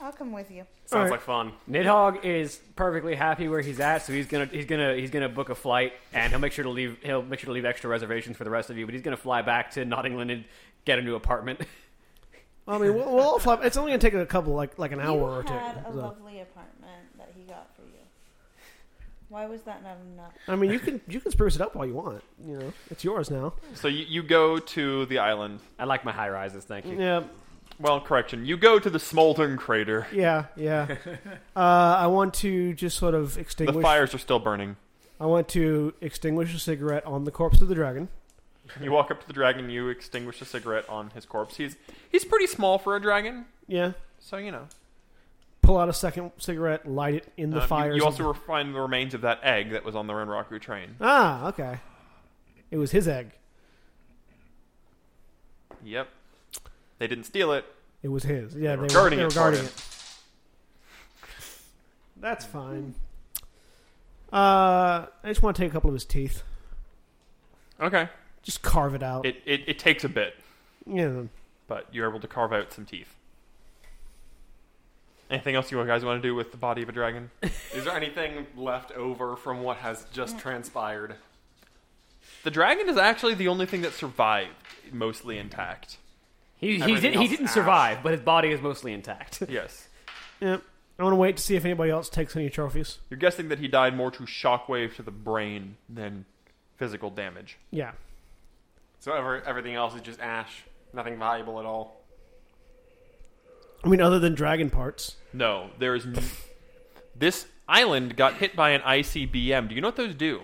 Speaker 5: I'll come with you.
Speaker 1: All
Speaker 6: Sounds
Speaker 1: right.
Speaker 6: like fun.
Speaker 3: Nidhogg is perfectly happy where he's at, so he's gonna he's gonna he's gonna book a flight, and he'll make sure to leave he'll make sure to leave extra reservations for the rest of you. But he's gonna fly back to Nottingham and get a new apartment.
Speaker 1: I mean, we'll, we'll all fly. It's only gonna take a couple, like like an hour
Speaker 5: you
Speaker 1: or two.
Speaker 5: had a
Speaker 1: so.
Speaker 5: lovely apartment that he got for you. Why was that not enough?
Speaker 1: I mean, you can you can spruce it up all you want. You know, it's yours now.
Speaker 2: So you, you go to the island.
Speaker 3: I like my high rises, thank you.
Speaker 1: Yeah,
Speaker 2: Well, correction. You go to the smoldering crater.
Speaker 1: yeah, yeah. Uh, I want to just sort of
Speaker 2: The
Speaker 1: extinguish.
Speaker 2: fires are still burning.
Speaker 1: I want to extinguish a cigarette on the corpse of the dragon.
Speaker 2: You walk up to the dragon. You extinguish a cigarette on his corpse. He's he's pretty small for a dragon,
Speaker 1: Yeah.
Speaker 2: so you know.
Speaker 1: Pull out a second cigarette, light it in the
Speaker 2: Um, you-
Speaker 1: fire.
Speaker 2: You, also find the remains of that egg that was on the Renraku train.
Speaker 1: ah, okay. It was his egg.
Speaker 2: Yep. They didn't steal it.
Speaker 1: It was his. Yeah, they
Speaker 2: They were
Speaker 1: were
Speaker 2: guarding
Speaker 1: they
Speaker 2: it
Speaker 1: were
Speaker 2: for
Speaker 1: guarding
Speaker 2: him.
Speaker 1: it. That's fine. Uh, I just want to take a couple of his teeth.
Speaker 2: Okay.
Speaker 1: Just carve it out.
Speaker 2: It it, it takes a bit,
Speaker 1: yeah.
Speaker 2: but you're able to carve out some teeth. Anything else you guys want to do with the body of a dragon?
Speaker 8: Is there anything left over from what has just transpired?
Speaker 2: The dragon is actually the only thing that survived, mostly intact.
Speaker 3: He he,
Speaker 8: Everything
Speaker 3: did, he
Speaker 8: else
Speaker 3: didn't
Speaker 8: is ash.
Speaker 3: survive, but his body is mostly intact.
Speaker 2: Yes.
Speaker 1: Yeah. I want to wait to see if anybody else takes any trophies.
Speaker 2: You're guessing that he died more to shockwave to the brain than physical damage.
Speaker 1: Yeah.
Speaker 8: So ever, everything else is just ash. Nothing valuable at all.
Speaker 1: I mean, other than dragon parts.
Speaker 2: No, there is. N- this island got hit by an ICBM. Do you know what those do?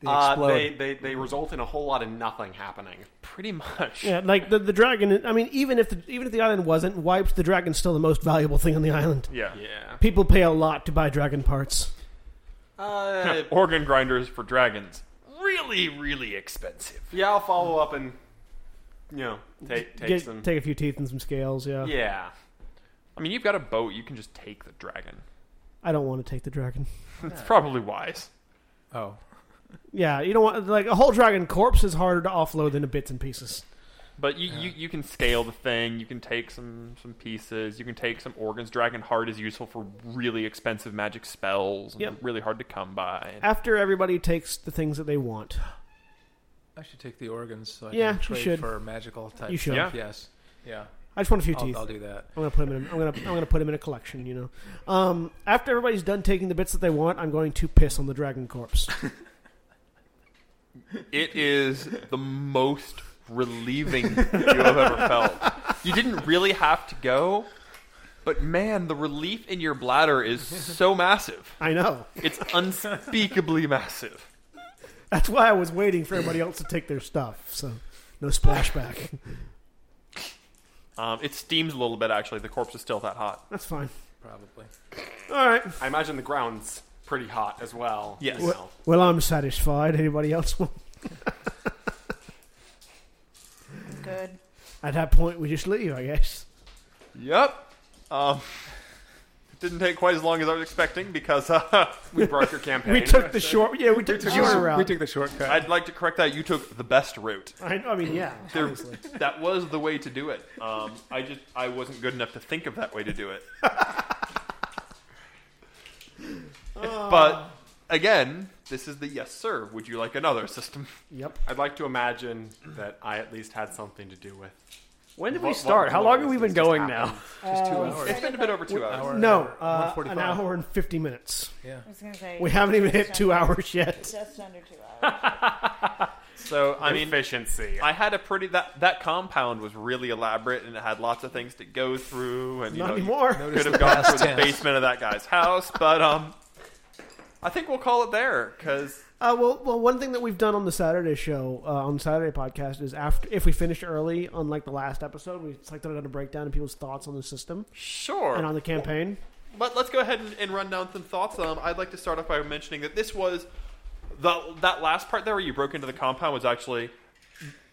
Speaker 4: They
Speaker 8: Uh,
Speaker 4: explode.
Speaker 8: they, they, they result in a whole lot of nothing happening.
Speaker 2: Pretty much.
Speaker 1: Yeah, like the, the dragon. I mean, even if the even if the island wasn't wiped, the dragon's still the most valuable thing on the island.
Speaker 2: Yeah.
Speaker 8: Yeah.
Speaker 1: People pay a lot to buy dragon parts.
Speaker 8: Uh,
Speaker 2: Organ grinders for dragons. Really, really expensive.
Speaker 8: yeah, I'll follow up and, you know, take, take
Speaker 1: Get-
Speaker 8: some.
Speaker 1: take a few teeth and some scales. Yeah.
Speaker 8: yeah.
Speaker 2: I mean, you've got a boat. You can just take the dragon.
Speaker 1: I don't want to take the dragon.
Speaker 2: It's probably wise.
Speaker 4: Oh.
Speaker 1: Yeah, you don't want like a whole dragon corpse is harder to offload than the bits and pieces.
Speaker 2: But you, you, you can scale the thing. You can take some, some pieces. You can take some organs. Dragon heart is useful for really expensive magic spells. and
Speaker 1: Yep.
Speaker 2: Really hard to come by.
Speaker 1: After everybody takes the things that they want,
Speaker 4: I should take the organs so I
Speaker 1: Yeah,
Speaker 4: can
Speaker 1: you
Speaker 4: trade
Speaker 1: should.
Speaker 4: for magical type.
Speaker 1: You should.
Speaker 4: stuff. Yes. Yeah.
Speaker 1: I just want a few teeth.
Speaker 4: I'll, I'll do that.
Speaker 1: I'm gonna put them. In, I'm gonna. I'm gonna put them in a collection. You know. Um, after everybody's done taking the bits that they want, I'm going to piss on the dragon corpse.
Speaker 2: It is the most relieving you have ever felt. You didn't really have to go, but man, the relief in your bladder is so massive.
Speaker 1: I know.
Speaker 2: It's unspeakably massive.
Speaker 1: That's why I was waiting for everybody else to take their stuff. So no splashback.
Speaker 2: Um, it steams a little bit, actually. The corpse is still that hot.
Speaker 1: That's fine.
Speaker 4: Probably.
Speaker 1: All right.
Speaker 8: I imagine the ground's pretty hot as well.
Speaker 2: Yes.
Speaker 8: you know.
Speaker 1: Well, I'm satisfied. Anybody else? want-
Speaker 5: Good.
Speaker 1: At that point, we just leave, I guess.
Speaker 2: Yep. Um, Didn't take quite as long as I was expecting because uh,
Speaker 8: We broke your campaign.
Speaker 1: We took the short. Yeah, we took the short
Speaker 4: we
Speaker 1: route.
Speaker 4: took the shortcut.
Speaker 2: I'd like to correct that. You took the best route.
Speaker 1: I, know, I mean, yeah.
Speaker 2: There- that was the way to do it. Um, I just I wasn't good enough to think of that way to do it. but again, this is the yes sir. Would you like another system?
Speaker 1: Yep.
Speaker 8: I'd like to imagine that I at least had something to do with.
Speaker 3: When did we
Speaker 8: What- what-
Speaker 3: start? How
Speaker 8: what
Speaker 3: long have
Speaker 8: was
Speaker 3: we
Speaker 8: this
Speaker 3: been
Speaker 8: just
Speaker 3: going
Speaker 8: happened?
Speaker 3: now?
Speaker 4: Just two hours.
Speaker 2: It's been a bit over two hours.
Speaker 4: Hour,
Speaker 1: No,
Speaker 4: hour,
Speaker 1: uh, an
Speaker 4: 1:45.
Speaker 1: hour and fifty minutes.
Speaker 4: Yeah.
Speaker 5: I was gonna say
Speaker 1: We haven't even hit
Speaker 5: just
Speaker 1: two
Speaker 5: under-
Speaker 1: hours yet.
Speaker 5: Just under two hours.
Speaker 2: So I mean,
Speaker 8: efficiency.
Speaker 2: I had a pretty that that compound was really elaborate and it had lots of things to go through and you
Speaker 1: Not
Speaker 2: know, you
Speaker 1: anymore.
Speaker 4: Notice
Speaker 2: could
Speaker 4: the
Speaker 2: have gone through
Speaker 4: past
Speaker 2: the
Speaker 4: tense.
Speaker 2: basement of that guy's house, but um, I think we'll call it there because
Speaker 1: Uh, well, well, one thing that we've done on the Saturday show, uh, on the Saturday podcast, is after if we finish early, unlike the last episode, we like to done a breakdown of people's thoughts on the system
Speaker 2: sure.
Speaker 1: and on the campaign.
Speaker 2: But let's go ahead and, and run down some thoughts. Um, I'd like to start off by mentioning that this was the that last part there where you broke into the compound was actually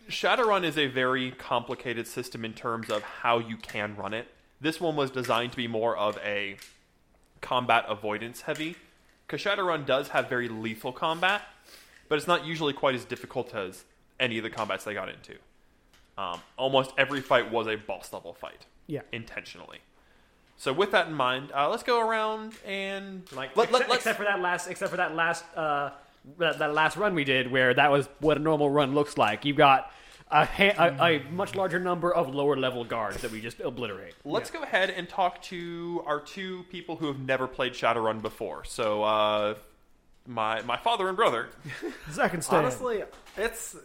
Speaker 2: Shadowrun is a very complicated system in terms of how you can run it. This one was designed to be more of a combat avoidance heavy because Shadowrun does have very lethal combat, but it's not usually quite as difficult as any of the combats they got into. Um, almost every fight was a boss level fight
Speaker 1: Yeah.
Speaker 2: intentionally. So with that in mind, uh, let's go around and
Speaker 3: Like,
Speaker 2: let, let,
Speaker 3: except,
Speaker 2: let's
Speaker 3: except for that last, except for that last, uh, that, that last run we did, where that was what a normal run looks like. You got a, ha- a, a much larger number of lower level guards that we just obliterate.
Speaker 2: let's go ahead and talk to our two people who have never played Shadowrun before. So uh, my my father and brother.
Speaker 1: Zach and Stan.
Speaker 8: Honestly, it's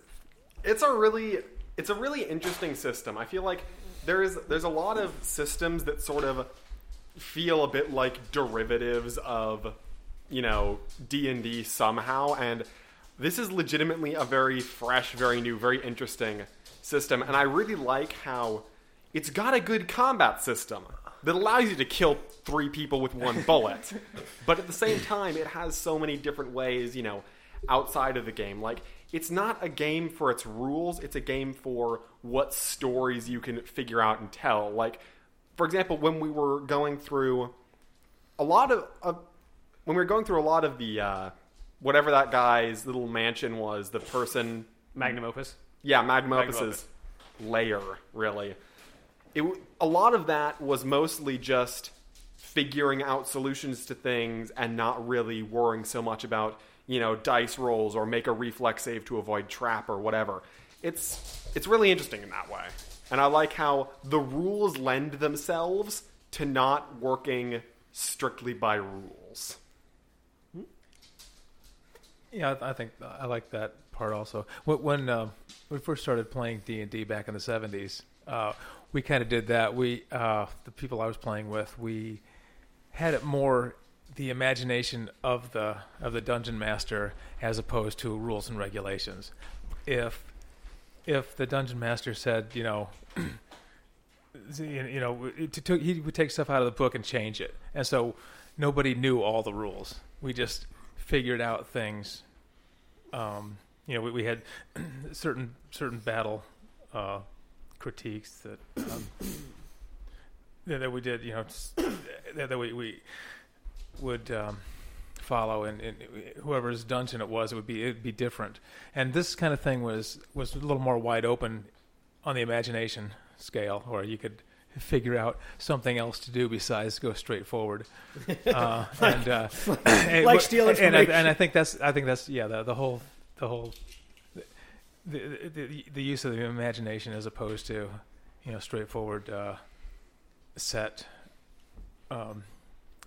Speaker 8: it's a really it's a really interesting system. I feel like there is there's a lot of systems that sort of feel a bit like derivatives of you know D&D somehow and this is legitimately a very fresh, very new, very interesting system and I really like how it's got a good combat system that allows you to kill three people with one bullet. but at the same time, it has so many different ways, you know, outside of the game. Like, it's not a game for its rules, it's a game for what stories you can figure out and tell. Like, for example, when we were going through a lot of, of when we were going through a lot of the uh, whatever that guy's little mansion was, the person
Speaker 3: Magnum opus.
Speaker 8: yeah, magnum,
Speaker 2: Magnum
Speaker 8: opus's layer, really. It, w- a lot of that was mostly just figuring out solutions to things and not really worrying so much about, you know, dice rolls or make a reflex save to avoid trap or whatever. It's it's really interesting in that way. And I like how the rules lend themselves to not working strictly by rules.
Speaker 4: Yeah, I I think I like that part also. When when, um, we first started playing D and D back in the seventies, uh, we kind of did that. We uh, the people I was playing with, we had it more the imagination of the of the dungeon master as opposed to rules and regulations. If if the dungeon master said, you know, you know, it took, he would take stuff out of the book and change it, and so nobody knew all the rules. We just figured out things. Um, you know, we, we had certain certain battle uh, critiques that um, that that we did. You know, s- that, that we we would um, follow, and, and whoever's dungeon it was, it would be it'd be different. And this kind of thing was was a little more wide open on the imagination scale, where you could figure out something else to do besides go straight forward. Uh, and uh, and-
Speaker 1: like steal
Speaker 4: and, I,
Speaker 1: information.
Speaker 4: and I think that's I think that's yeah the, the whole the whole the, the, the, the use of the imagination as opposed to you know straightforward uh, set um,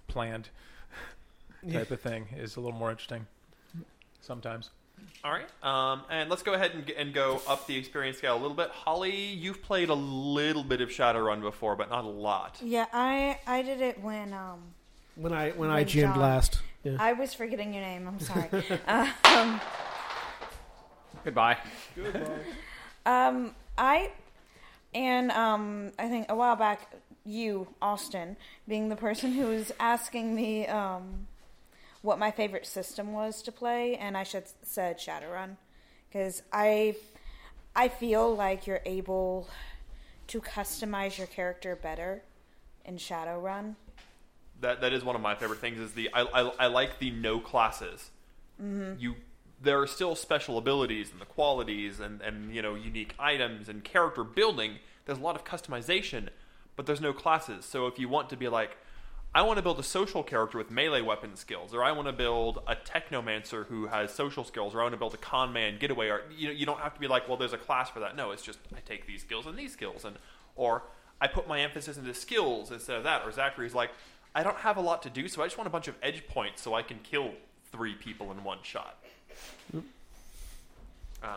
Speaker 4: planned type of thing is a little more interesting sometimes.
Speaker 2: All right, um, and let's go ahead and, g- and go up the experience scale a little bit. Holly, you've played a little bit of Shadowrun before, but not a lot.
Speaker 5: Yeah, I I did it when um
Speaker 1: When I when I
Speaker 5: When
Speaker 1: jammed
Speaker 5: John-
Speaker 1: last. Yeah.
Speaker 5: I was forgetting your name. I'm sorry. um,
Speaker 3: Goodbye.
Speaker 5: um, I and um I think a while back you Austin being the person who was asking me um what my favorite system was to play, and I should said Shadowrun because I I feel like you're able to customize your character better in Shadowrun
Speaker 2: That that is one of my favorite things. Is the I I, I like the no classes. You there are still special abilities and the qualities and and you know unique items and character building. There's a lot of customization, but there's no classes. So if you want to be like. I want to build a social character with melee weapon skills, or I want to build a technomancer who has social skills, or I want to build a con man getaway. Or you know, you don't have to be like, well, there's a class for that. No, it's just I take these skills and these skills, and or I put my emphasis into skills instead of that. Or Zachary's like, I don't have a lot to do, so I just want a bunch of edge points so I can kill three people in one shot. Uh,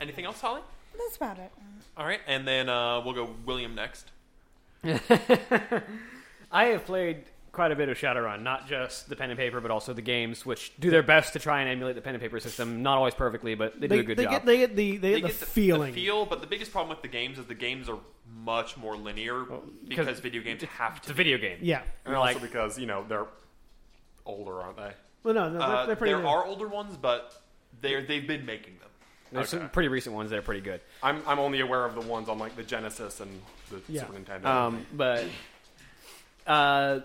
Speaker 2: anything else, Holly?
Speaker 5: That's about it.
Speaker 2: All right, and then uh, we'll go William next.
Speaker 3: I have played quite a bit of Shadowrun, not just the pen and paper, but also the games, which do their best to try and emulate the pen and paper system. Not always perfectly, but they, do
Speaker 1: They,
Speaker 3: a good
Speaker 1: they
Speaker 3: job.
Speaker 1: get they get the they, get the, feeling.
Speaker 2: feel, but the biggest problem with the games is the games are much more linear because video games have
Speaker 3: it's a
Speaker 2: to.
Speaker 3: video game.
Speaker 1: Yeah.
Speaker 8: And
Speaker 3: Like-
Speaker 8: also because, you know, they're older, aren't they?
Speaker 1: Well, no, no,
Speaker 2: Uh,
Speaker 1: they're, they're pretty.
Speaker 2: there
Speaker 1: good.
Speaker 2: are older ones, but they're, they've been making them.
Speaker 3: There's some pretty recent ones that are pretty good.
Speaker 8: I'm, I'm only aware of the ones on, like, the Genesis and the
Speaker 1: Yeah.
Speaker 8: Super Nintendo.
Speaker 3: Um, but uh,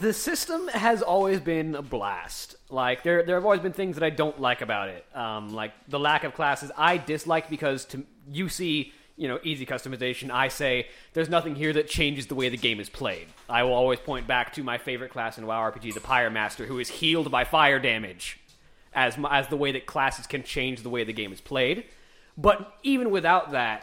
Speaker 3: the system has always been a blast. Like there, there have always been things that I don't like about it. Um, like the lack of classes, I dislike because to you see, you know, easy customization. I say there's nothing here that changes the way the game is played. I will always point back to my favorite class in WoW RPG, the Pyromaster, who is healed by fire damage. as mu- as the way that classes can change the way the game is played. But even without that,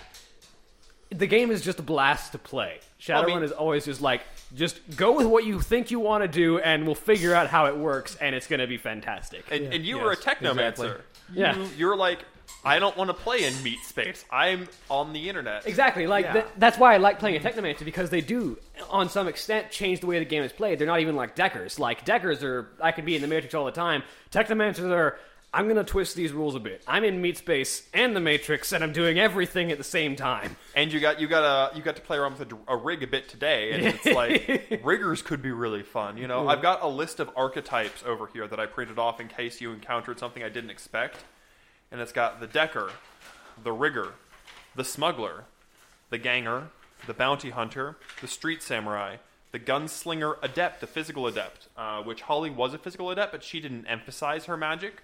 Speaker 3: the game is just a blast to play. Shadowrun
Speaker 2: mean-
Speaker 3: is always just like just go with what you think you want to do, and we'll figure out how it works, and it's going to be fantastic.
Speaker 2: And, and you were a technomancer.
Speaker 3: Yeah.
Speaker 2: You, you're like, I don't want to play in meat space. I'm on the internet.
Speaker 3: Exactly, like
Speaker 2: Yeah.
Speaker 3: th- that's why I like playing a Technomancer because they do, on some extent, change the way the game is played. They're not even like Deckers. Like Deckers are, I could be in the Matrix all the time. Technomancers are, I'm gonna twist these rules a bit. I'm in Meat Space and the Matrix, and I'm doing everything at the same time.
Speaker 2: And you got you got a you got to play around with a, dr- a rig a bit today, and it's like riggers could be really fun. You know, I've got a list of archetypes over here that I printed off in case you encountered something I didn't expect, and it's got the decker, the rigger, the smuggler, the ganger, the bounty hunter, the street samurai, the gunslinger adept, the physical adept, uh, which Holly was a physical adept, but she didn't emphasize her magic.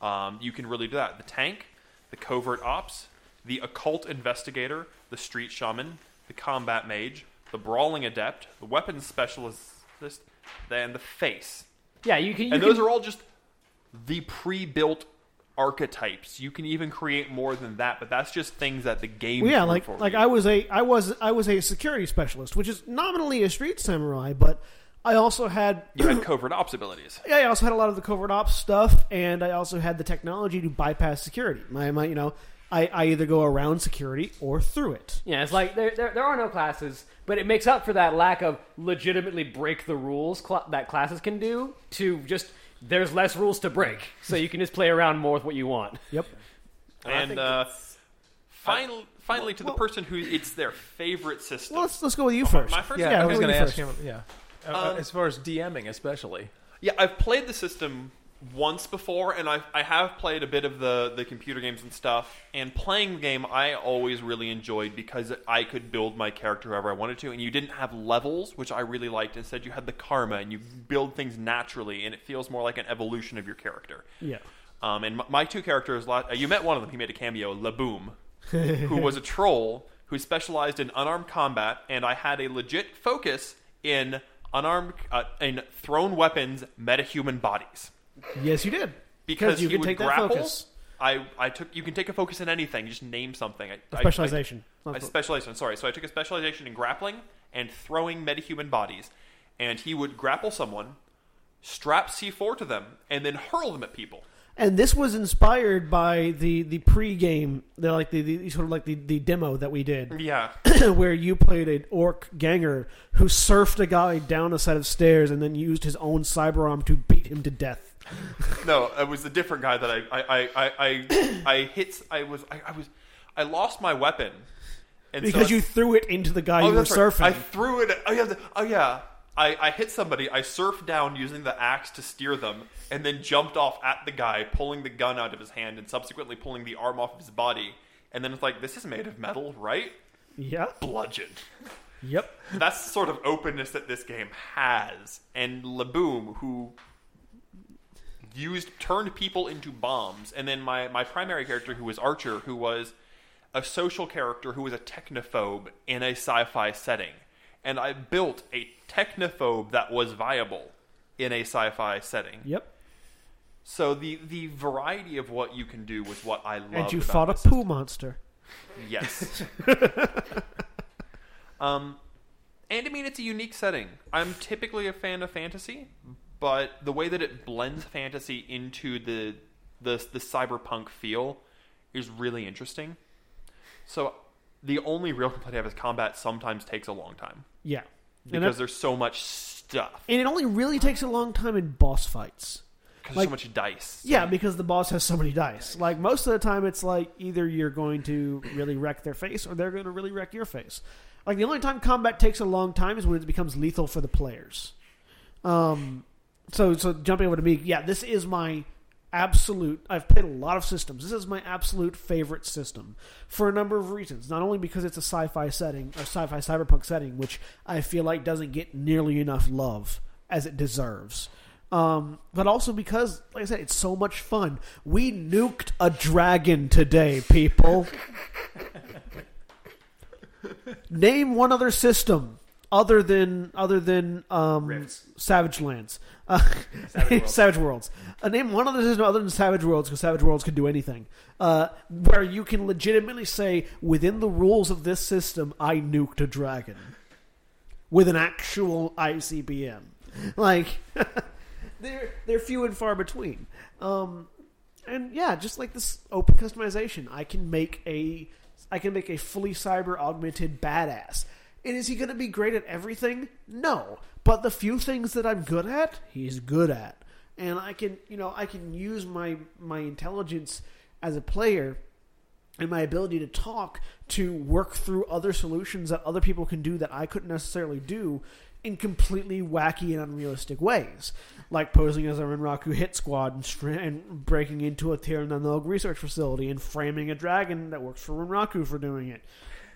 Speaker 2: Um, you can really do that. The tank, the covert ops, the occult investigator, the street shaman, the combat mage, the brawling adept, the weapons specialist, and the face.
Speaker 3: Yeah, you can. You
Speaker 2: And
Speaker 3: can,
Speaker 2: those are all just the pre-built archetypes. You can even create more than that, but that's just things that the game.
Speaker 1: Well, yeah,
Speaker 2: drew
Speaker 1: like
Speaker 2: for
Speaker 1: like
Speaker 2: you.
Speaker 1: I was a I was I was a security specialist, which is nominally a street samurai, but I also had
Speaker 2: you had covert ops abilities.
Speaker 1: yeah, I also had a lot of the covert ops stuff, and I also had the technology to bypass security. My, my you know, I, I either go around security or through it.
Speaker 3: Yeah, it's like there, there, there are no classes, but it makes up for that lack of legitimately break the rules cla that classes can do to just there's less rules to break, so you can just play around more with what you want.
Speaker 1: Yep.
Speaker 2: And uh, final, finally, to the person who it's their favorite system.
Speaker 1: Well, let's let's go with you first.
Speaker 2: Uh, my first-
Speaker 4: Yeah,
Speaker 1: yeah,
Speaker 4: I
Speaker 1: who
Speaker 4: was
Speaker 1: are
Speaker 4: going to
Speaker 1: you
Speaker 4: ask him.
Speaker 1: first?
Speaker 4: Yeah, Uh, as far as DMing, especially.
Speaker 2: Yeah, I've played the system once before, and I've, I have played a bit of the, the computer games and stuff. And playing the game, I always really enjoyed because I could build my character however I wanted to, and you didn't have levels, which I really liked. Instead, you had the karma, and you build things naturally, and it feels more like an evolution of your character.
Speaker 1: Yeah.
Speaker 2: Um, and my, my two characters, la- uh, you met one of them. He made a cameo, Laboom, who was a troll who specialized in unarmed combat, and I had a legit focus in unarmed uh, in thrown weapons, metahuman bodies
Speaker 1: Yes, you did
Speaker 2: because
Speaker 1: you
Speaker 2: he
Speaker 1: can
Speaker 2: would
Speaker 1: take
Speaker 2: grapple.
Speaker 1: that focus
Speaker 2: I, I took you can take a focus in anything. You just name something. I, I- I-
Speaker 1: specialization.
Speaker 2: a specialization. Sorry, so I took a specialization in grappling and throwing metahuman bodies, and he would grapple someone, strap C4 to them, and then hurl them at people.
Speaker 1: and this was inspired by the the pregame, the like the, the sort of like the, the demo that we did.
Speaker 2: Yeah,
Speaker 1: where you played an orc ganger who surfed a guy down a set of stairs and then used his own cyber arm to beat him to death.
Speaker 2: no, it was a different guy that I I I I, I, I hit. I was I, I was I lost my weapon, and so
Speaker 1: Because
Speaker 2: I-
Speaker 1: you threw it into the guy
Speaker 2: Oh,
Speaker 1: you were
Speaker 2: that's right.
Speaker 1: surfing.
Speaker 2: I threw it. Oh yeah. the- oh yeah. I, I hit somebody. I surfed down using the axe to steer them, and then jumped off at the guy, pulling the gun out of his hand, and subsequently pulling the arm off of his body. And then it's like, this is made of metal, right?
Speaker 1: yeah.
Speaker 2: Bludgeon.
Speaker 1: Yep.
Speaker 2: That's the sort of openness that this game has. And Laboom, who used turned people into bombs, and then my, my primary character, who was Archer, who was a social character who was a technophobe in a sci-fi setting. And I built a technophobe that was viable in a sci-fi setting.
Speaker 1: Yep.
Speaker 2: So the the variety of what you can do was what I loved.
Speaker 1: And you
Speaker 2: about
Speaker 1: fought a
Speaker 2: this
Speaker 1: poo monster.
Speaker 2: Yes. um, and I mean, it's a unique setting. I'm typically a fan of fantasy, but the way that it blends fantasy into the the, the cyberpunk feel is really interesting. So, the only real complaint I have is combat sometimes takes a long time
Speaker 1: Yeah. And,
Speaker 2: because
Speaker 1: that-
Speaker 2: there's so much stuff,
Speaker 1: and it only really takes a long time in boss fights.
Speaker 2: because
Speaker 1: Like-
Speaker 2: so much dice.
Speaker 1: Yeah, because the boss has so many dice. Like most of the time, it's like either you're going to really wreck their face or they're going to really wreck your face. Like the only time combat takes a long time is when it becomes lethal for the players. Um, so so jumping over to me, yeah, this is my absolute. I've played a lot of systems. This is my absolute favorite system for a number of reasons. Not only because it's a sci-fi setting or sci-fi cyberpunk setting, which I feel like doesn't get nearly enough love as it deserves. Um, but also because, like I said, it's so much fun. We nuked a dragon today, people. Name one other system other than other than um, Savage Lands, uh, Savage, Worlds. Uh, name one other system other than Savage Worlds because Savage Worlds can do anything. Uh, where you can legitimately say within the rules of this system, I nuked a dragon with an actual ICBM. Like they're they're few and far between. Um, and yeah, just like this open customization, I can make a I can make a fully cyber augmented badass. And is he going to be great at everything? No, but the few things that I'm good at, he's good at. And I can, you know, I can use my my intelligence as a player and my ability to talk to work through other solutions that other people can do that I couldn't necessarily do in completely wacky and unrealistic ways, like posing as a Renraku hit squad and, str- and breaking into a Tirananog research facility and framing a dragon that works for Renraku for doing it.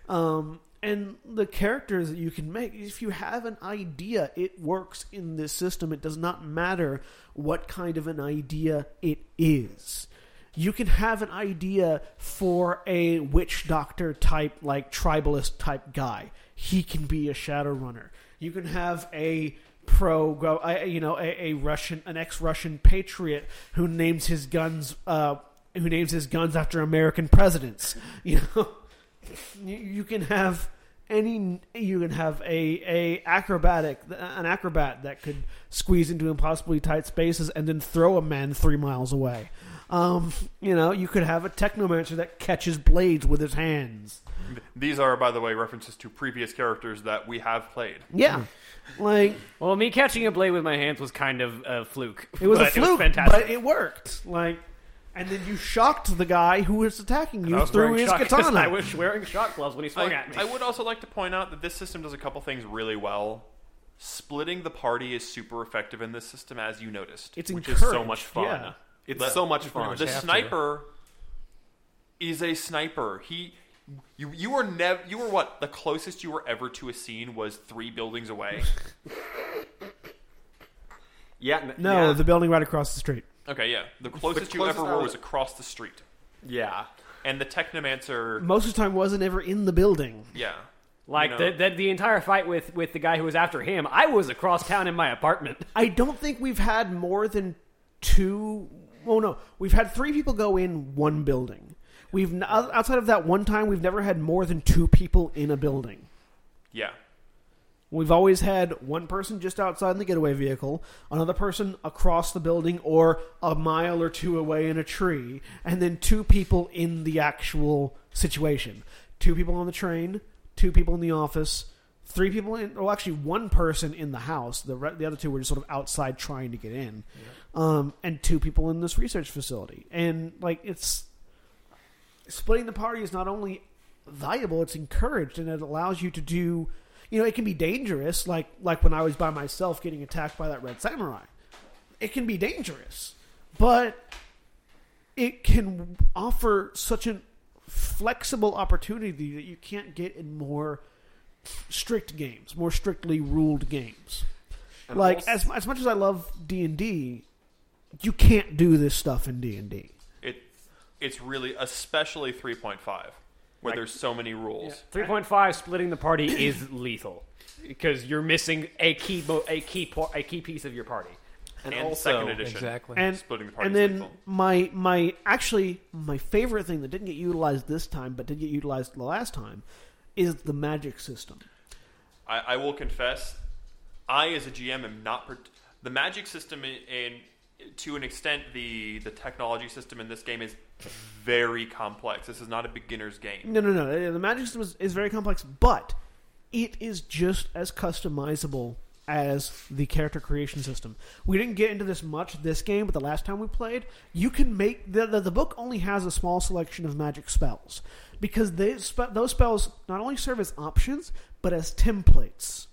Speaker 1: Um, and the characters that you can make, if you have an idea, it works in this system. It does not matter what kind of an idea it is. You can have an idea for a witch doctor type, like tribalist type guy. He can be a shadow runner. You can have a pro, go- I- you know, a, a Russian, an ex-Russian patriot who names his guns, uh, who names his guns after American presidents. You know, you, you can have any you can have a, a acrobatic an acrobat that could squeeze into impossibly tight spaces and then throw a man three miles away um, you know you could have a technomancer that catches blades with his hands
Speaker 2: These are, by the way, references to previous characters that we have played.
Speaker 1: yeah like
Speaker 3: Well, me catching a blade with my hands was kind of a fluke.
Speaker 1: it was a
Speaker 3: but
Speaker 1: fluke
Speaker 3: fantastic.
Speaker 1: but it worked like and then you shocked the guy who was attacking you
Speaker 3: I was
Speaker 1: through
Speaker 3: wearing
Speaker 1: his
Speaker 3: shock-
Speaker 1: katana
Speaker 3: I was wearing shot gloves when he swung
Speaker 2: I,
Speaker 3: at me.
Speaker 2: I would also like to point out that this system does a couple things really well. Splitting the party is super effective in this system, as you noticed,
Speaker 1: It's
Speaker 2: which is so
Speaker 1: encouraged,
Speaker 2: much fun.
Speaker 1: yeah.
Speaker 8: It's
Speaker 2: Let-
Speaker 8: so much fun.
Speaker 4: much
Speaker 2: The
Speaker 4: have to.
Speaker 2: sniper is a sniper. He, you, you were never, you were what? The closest you were ever to a scene was three buildings away.
Speaker 8: Yeah. n-
Speaker 1: no
Speaker 8: yeah.
Speaker 1: the building right across the street
Speaker 2: Okay, yeah, the closest,
Speaker 8: closest
Speaker 2: you
Speaker 8: I
Speaker 2: ever were
Speaker 8: was-
Speaker 2: was across the street,
Speaker 8: yeah.
Speaker 2: and the technomancer.
Speaker 1: most of the time wasn't ever in the building
Speaker 2: Yeah,
Speaker 3: like
Speaker 2: you know.
Speaker 3: the, the the entire fight with with the guy who was after him, I was across town in my apartment.
Speaker 1: I don't think we've had more than two. Well, no, we've had three people go in one building. We've n- o- outside of that one time, we've never had more than two people in a building.
Speaker 2: yeah.
Speaker 1: We've always had one person just outside in the getaway vehicle, another person across the building or a mile or two away in a tree, and then two people in the actual situation. Two people on the train, two people in the office, three people in, well, actually one person in the house. The, re- the other two were just sort of outside trying to get in, um, and two people in this research facility. And, like, it's splitting the party is not only valuable, it's encouraged, and it allows you to do. You know, it can be dangerous. Like like when I was by myself getting attacked by that red samurai, it can be dangerous, but it can offer such a flexible opportunity that you can't get in more strict games, more strictly ruled games.
Speaker 8: And
Speaker 1: like
Speaker 8: also-
Speaker 1: as as much as I love D and D, you can't do this stuff in D and D.
Speaker 2: It, it's really especially 3.5, where there's so many rules.
Speaker 3: 3.5 splitting the party is lethal because you're missing a key mo- a key po- a key piece of your party.
Speaker 8: and,
Speaker 2: and
Speaker 8: also,
Speaker 2: second edition.
Speaker 4: Exactly.
Speaker 1: and
Speaker 2: Splitting the party
Speaker 1: and
Speaker 2: is
Speaker 1: then
Speaker 2: lethal.
Speaker 1: my my actually my favorite thing that didn't get utilized this time but did get utilized the last time is the magic system.
Speaker 2: I, I will confess, I as a GM am not per- the magic system in, in to an extent the the technology system in this game is very complex. This is not a beginner's game.
Speaker 1: No, no, no. The magic system is, is very complex, but it is just as customizable as the character creation system. We didn't get into this much this game, but the last time we played, you can make the the, the book only has a small selection of magic spells because they, spe- those spells not only serve as options but as templates.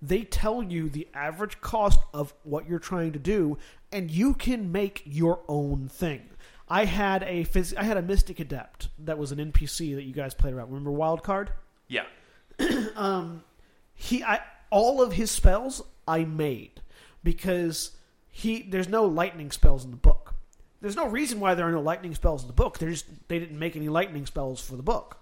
Speaker 1: They tell you the average cost of what you're trying to do, and you can make your own thing. I had a phys- I had a Mystic Adept that was an NPC that you guys played around. Remember Wildcard?
Speaker 2: Yeah,
Speaker 1: He I all of his spells I made because he there's no lightning spells in the book. There's no reason why there are no lightning spells in the book. They just they didn't make any lightning spells for the book.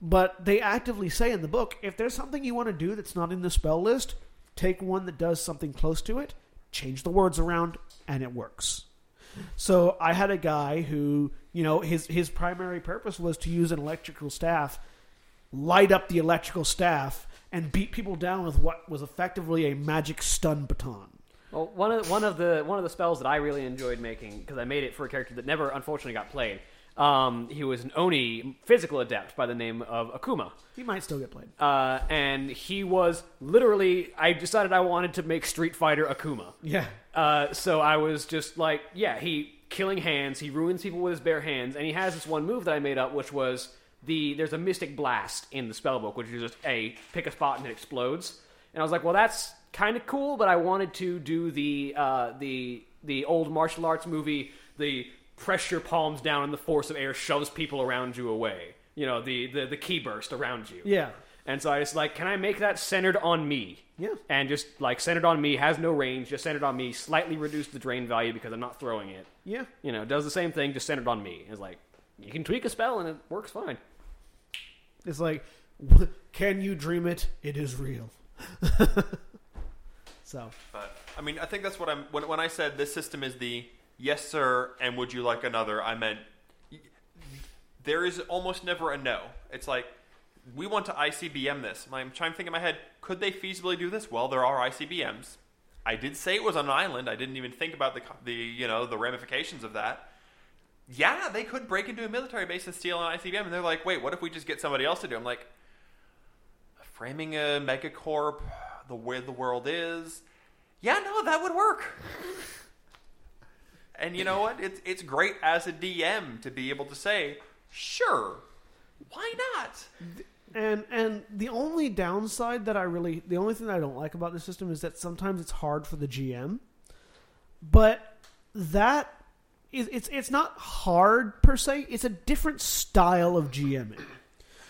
Speaker 1: But they actively say in the book if there's something you want to do that's not in the spell list, take one that does something close to it, change the words around, and it works. So I had a guy who, you know, his his primary purpose was to use an electrical staff, light up the electrical staff, and beat people down with what was effectively a magic stun baton.
Speaker 3: Well, one of one of the one of the spells that I really enjoyed making because I made it for a character that never unfortunately got played. Um, he was an Oni physical adept by the name of Akuma.
Speaker 1: He might still get played.
Speaker 3: Uh, and he was literally, I decided I wanted to make Street Fighter Akuma.
Speaker 1: Yeah.
Speaker 3: Uh, so I was just like, yeah, he killing hands, he ruins people with his bare hands, and he has this one move that I made up, which was the there's a mystic blast in the spellbook, which is just a pick a spot and it explodes. And I was like, well, that's kind of cool, but I wanted to do the uh, the the old martial arts movie, the pressure palms down and the force of air shoves people around you away. You know, the the, the key burst around you.
Speaker 1: Yeah.
Speaker 3: And so I just like, can I make that centered on me?
Speaker 1: Yeah.
Speaker 3: And just like centered on me, has no range, just centered on me, slightly reduce the drain value because I'm not throwing it.
Speaker 1: Yeah.
Speaker 3: You know, does the same thing, just centered on me. It's like, you can tweak a spell and it works fine.
Speaker 1: It's like, can you dream it? It is real. so,
Speaker 2: but I mean, I think that's what I'm when when I said this system is the yes sir and would you like another. I meant y- there is almost never a no. It's like we want to ICBM this. I'm trying to think in my head, could they feasibly do this? Well, there are ICBMs. I did say it was on an island. I didn't even think about the co- the you know the ramifications of that. Yeah, they could break into a military base and steal an ICBM. And they're like, wait, what if we just get somebody else to do? it? I'm like, framing a megacorp, the way the world is. Yeah, no, that would work. and you know what? It's it's great as a DM to be able to say, sure, why not?
Speaker 1: and and the only downside that I really, the only thing that I don't like about this system is that sometimes it's hard for the GM. But that is, it's it's not hard per se. It's a different style of GMing.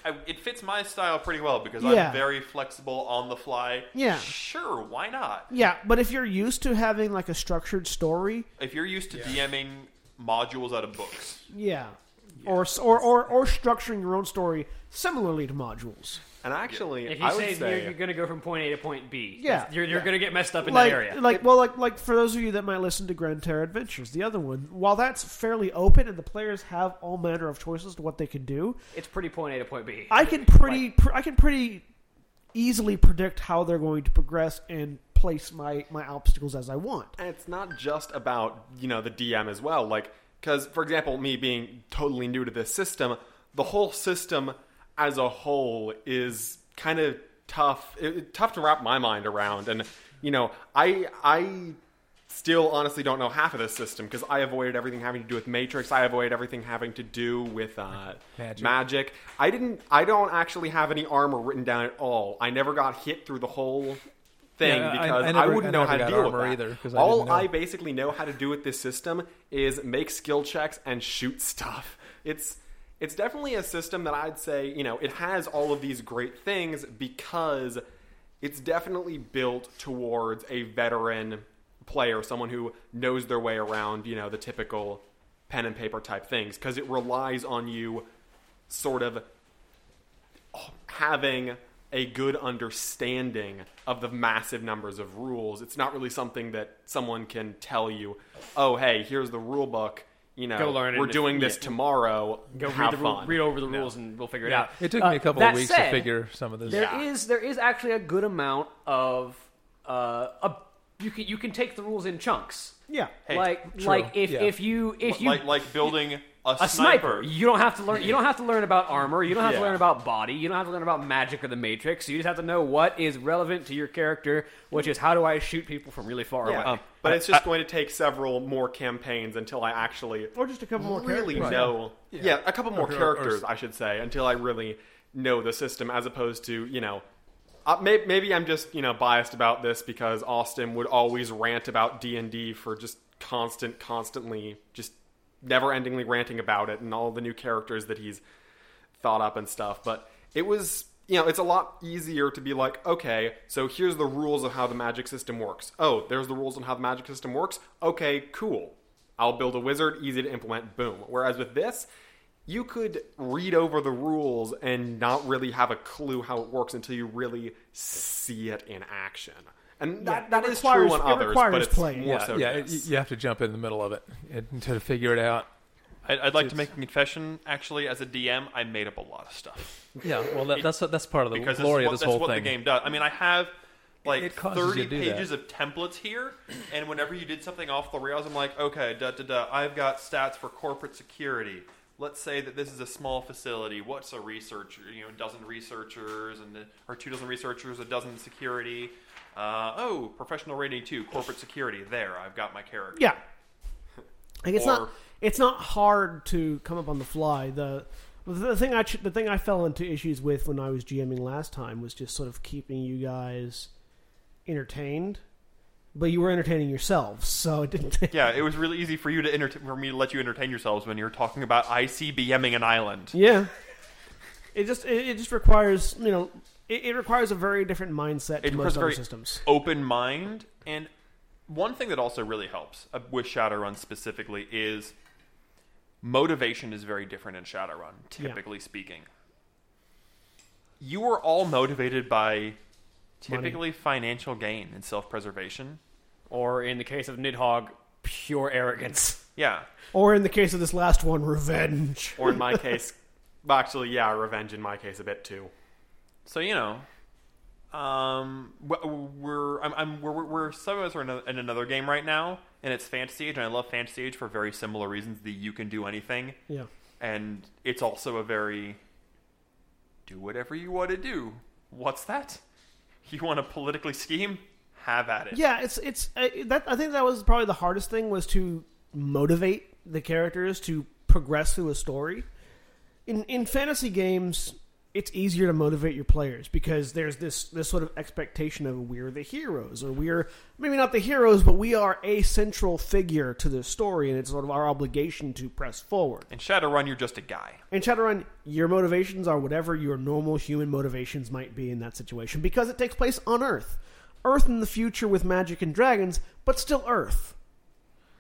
Speaker 2: I, it fits my style pretty well because
Speaker 1: Yeah.
Speaker 2: I'm very flexible on the fly.
Speaker 1: Yeah.
Speaker 2: sure, why not?
Speaker 1: Yeah, but if you're used to having like a structured story,
Speaker 2: If you're used to DMing modules out of books,
Speaker 1: yeah, Or, s- or or or structuring your own story similarly to modules.
Speaker 8: and actually,
Speaker 3: If you
Speaker 8: I would
Speaker 3: say,
Speaker 8: say
Speaker 3: you're, you're going to go from point A to point B,
Speaker 1: Yeah.
Speaker 3: you're, you're going to get messed up in
Speaker 1: like,
Speaker 3: that area.
Speaker 1: Like, well, like, like for those of you that might listen to Grand Terra Adventures, the other one, while that's fairly open and the players have all manner of choices to what they can do,
Speaker 3: it's pretty point A to point B.
Speaker 1: I can pretty, pr- I can pretty easily predict how they're going to progress and place my my obstacles as I want.
Speaker 8: And it's not just about, you know, the DM as well. Like, because, for example, me being totally new to this system, the whole system as a whole is kind of tough, it, it- tough to wrap my mind around. And, you know, I, I still honestly don't know half of this system because I avoided everything having to do with Matrix. I avoided everything having to do with uh,
Speaker 4: Magic.
Speaker 8: magic. I didn't, I don't actually have any armor written down at all. I never got hit through the whole thing
Speaker 4: Yeah, I-
Speaker 8: because
Speaker 4: I
Speaker 8: I,
Speaker 4: never- I
Speaker 8: wouldn't know
Speaker 4: never
Speaker 8: how to
Speaker 4: got
Speaker 8: deal with
Speaker 4: armor
Speaker 8: that.
Speaker 4: either, 'cause I
Speaker 8: All
Speaker 4: didn't know.
Speaker 8: I basically know how to do with this system is make skill checks and shoot stuff. It's It's definitely a system that I'd say, you know, it has all of these great things because it's definitely built towards a veteran player, someone who knows their way around, you know, the typical pen and paper type things because it relies on you sort of having a good understanding of the massive numbers of rules. It's not really something that someone can tell you, "Oh, hey, here's the rule book. You know,
Speaker 3: Go learn it
Speaker 8: we're
Speaker 3: and-
Speaker 8: doing this
Speaker 3: yeah.
Speaker 8: tomorrow.
Speaker 3: Go
Speaker 8: Have
Speaker 3: read, the, ru-
Speaker 8: fun."
Speaker 3: read over the rules and we'll figure it out.
Speaker 4: It took
Speaker 3: Uh,
Speaker 4: me a couple
Speaker 3: that
Speaker 4: of weeks
Speaker 3: said,
Speaker 4: to figure some of this.
Speaker 3: There is
Speaker 4: out.
Speaker 3: there is actually a good amount of uh, a, you can you can take the rules in chunks.
Speaker 1: Yeah.
Speaker 3: like like if,
Speaker 4: yeah.
Speaker 3: if you if you
Speaker 2: like like building a,
Speaker 3: a sniper. You don't have to learn. You don't have to learn about armor. You don't have to
Speaker 8: Yeah.
Speaker 3: learn about body. You don't have to learn about magic or the matrix. You just have to know what is relevant to your character, which is how do I shoot people from really far
Speaker 8: Yeah. Um,
Speaker 3: away.
Speaker 8: but it's just going to take several more campaigns until I actually
Speaker 1: Or just a couple more
Speaker 8: really
Speaker 1: characters.
Speaker 8: know. Yeah. a couple more
Speaker 4: Or- or-
Speaker 8: characters, I should say, until I really know the system, as opposed to you know. Uh, maybe, maybe I'm just you know biased about this because Austin would always rant about D and D for just constant, constantly, just never-endingly ranting about it and all the new characters that he's thought up and stuff. But it was, you know, it's a lot easier to be like, okay, so here's the rules of how the magic system works. Oh, there's the rules on how the magic system works. Okay, cool. I'll build a wizard, easy to implement, boom. Whereas with this, you could read over the rules and not really have a clue how it works until you really see it in action. And that,
Speaker 1: it
Speaker 8: that is
Speaker 1: requires-
Speaker 8: true on
Speaker 1: it
Speaker 8: others,
Speaker 1: requires
Speaker 8: but it's
Speaker 1: playing.
Speaker 8: more
Speaker 4: yeah,
Speaker 8: so.
Speaker 4: yeah,
Speaker 8: this.
Speaker 4: you- you have to jump in the middle of it and- to figure it out.
Speaker 2: I'd, I'd like to make a confession. Actually, as a DM, I made up a lot of stuff
Speaker 4: Yeah, well, that, that's that's part of the
Speaker 2: because that's
Speaker 4: glory
Speaker 2: what,
Speaker 4: of this
Speaker 2: that's
Speaker 4: whole
Speaker 2: what
Speaker 4: thing.
Speaker 2: the game does. I mean, I have like
Speaker 4: it causes you
Speaker 2: thirty
Speaker 4: to do that.
Speaker 2: pages of templates here, and whenever you did something off the rails, I'm like, okay, da da da. I've got stats for corporate security. Let's say that this is a small facility. What's a researcher? You know, a dozen researchers and or two dozen researchers, a dozen security. Uh, oh, professional rating two, corporate security. There, I've got my character.
Speaker 1: Yeah. Like it's
Speaker 2: Or-
Speaker 1: not it's not hard to come up on the fly. The the thing I ch- the thing I fell into issues with when I was GMing last time was just sort of keeping you guys entertained, but you were entertaining yourselves, so it didn't.
Speaker 2: Yeah, it was really easy for you to entertain, for me to let you entertain yourselves when you're talking about ICBMing an island.
Speaker 1: yeah. It just it, it just requires you know it, it requires a very different mindset to
Speaker 2: It requires
Speaker 1: most
Speaker 2: a
Speaker 1: other
Speaker 2: very-
Speaker 1: systems.
Speaker 2: Open mind, and one thing that also really helps uh, with Shadowrun specifically is motivation is very different in Shadowrun, typically speaking. You are all motivated by typically financial gain and self preservation.
Speaker 3: Or in the case of Nidhogg, pure arrogance.
Speaker 2: Yeah.
Speaker 1: Or in the case of this last one, revenge.
Speaker 8: or in my case, well, actually, yeah, revenge in my case a bit too.
Speaker 2: So you know, um, wh- we're I'm, I'm we're we're some of us are in, a, in another game right now, and it's Fantasy Age, and I love Fantasy Age for very similar reasons. The you can do anything,
Speaker 1: Yeah.
Speaker 2: and it's also a very do whatever you want to do. What's that? You want to politically scheme? Have at it.
Speaker 1: Yeah, it's it's uh, that I think that was probably the hardest thing was to motivate the characters to progress through a story. In in fantasy games, it's easier to motivate your players because there's this this sort of expectation of we're the heroes or we're maybe not the heroes, but we are a central figure to the story and it's sort of our obligation to press forward.
Speaker 2: In Shadowrun, you're just a guy.
Speaker 1: In Shadowrun, your motivations are whatever your normal human motivations might be in that situation because it takes place on Earth. Earth in the future with magic and dragons, but still Earth.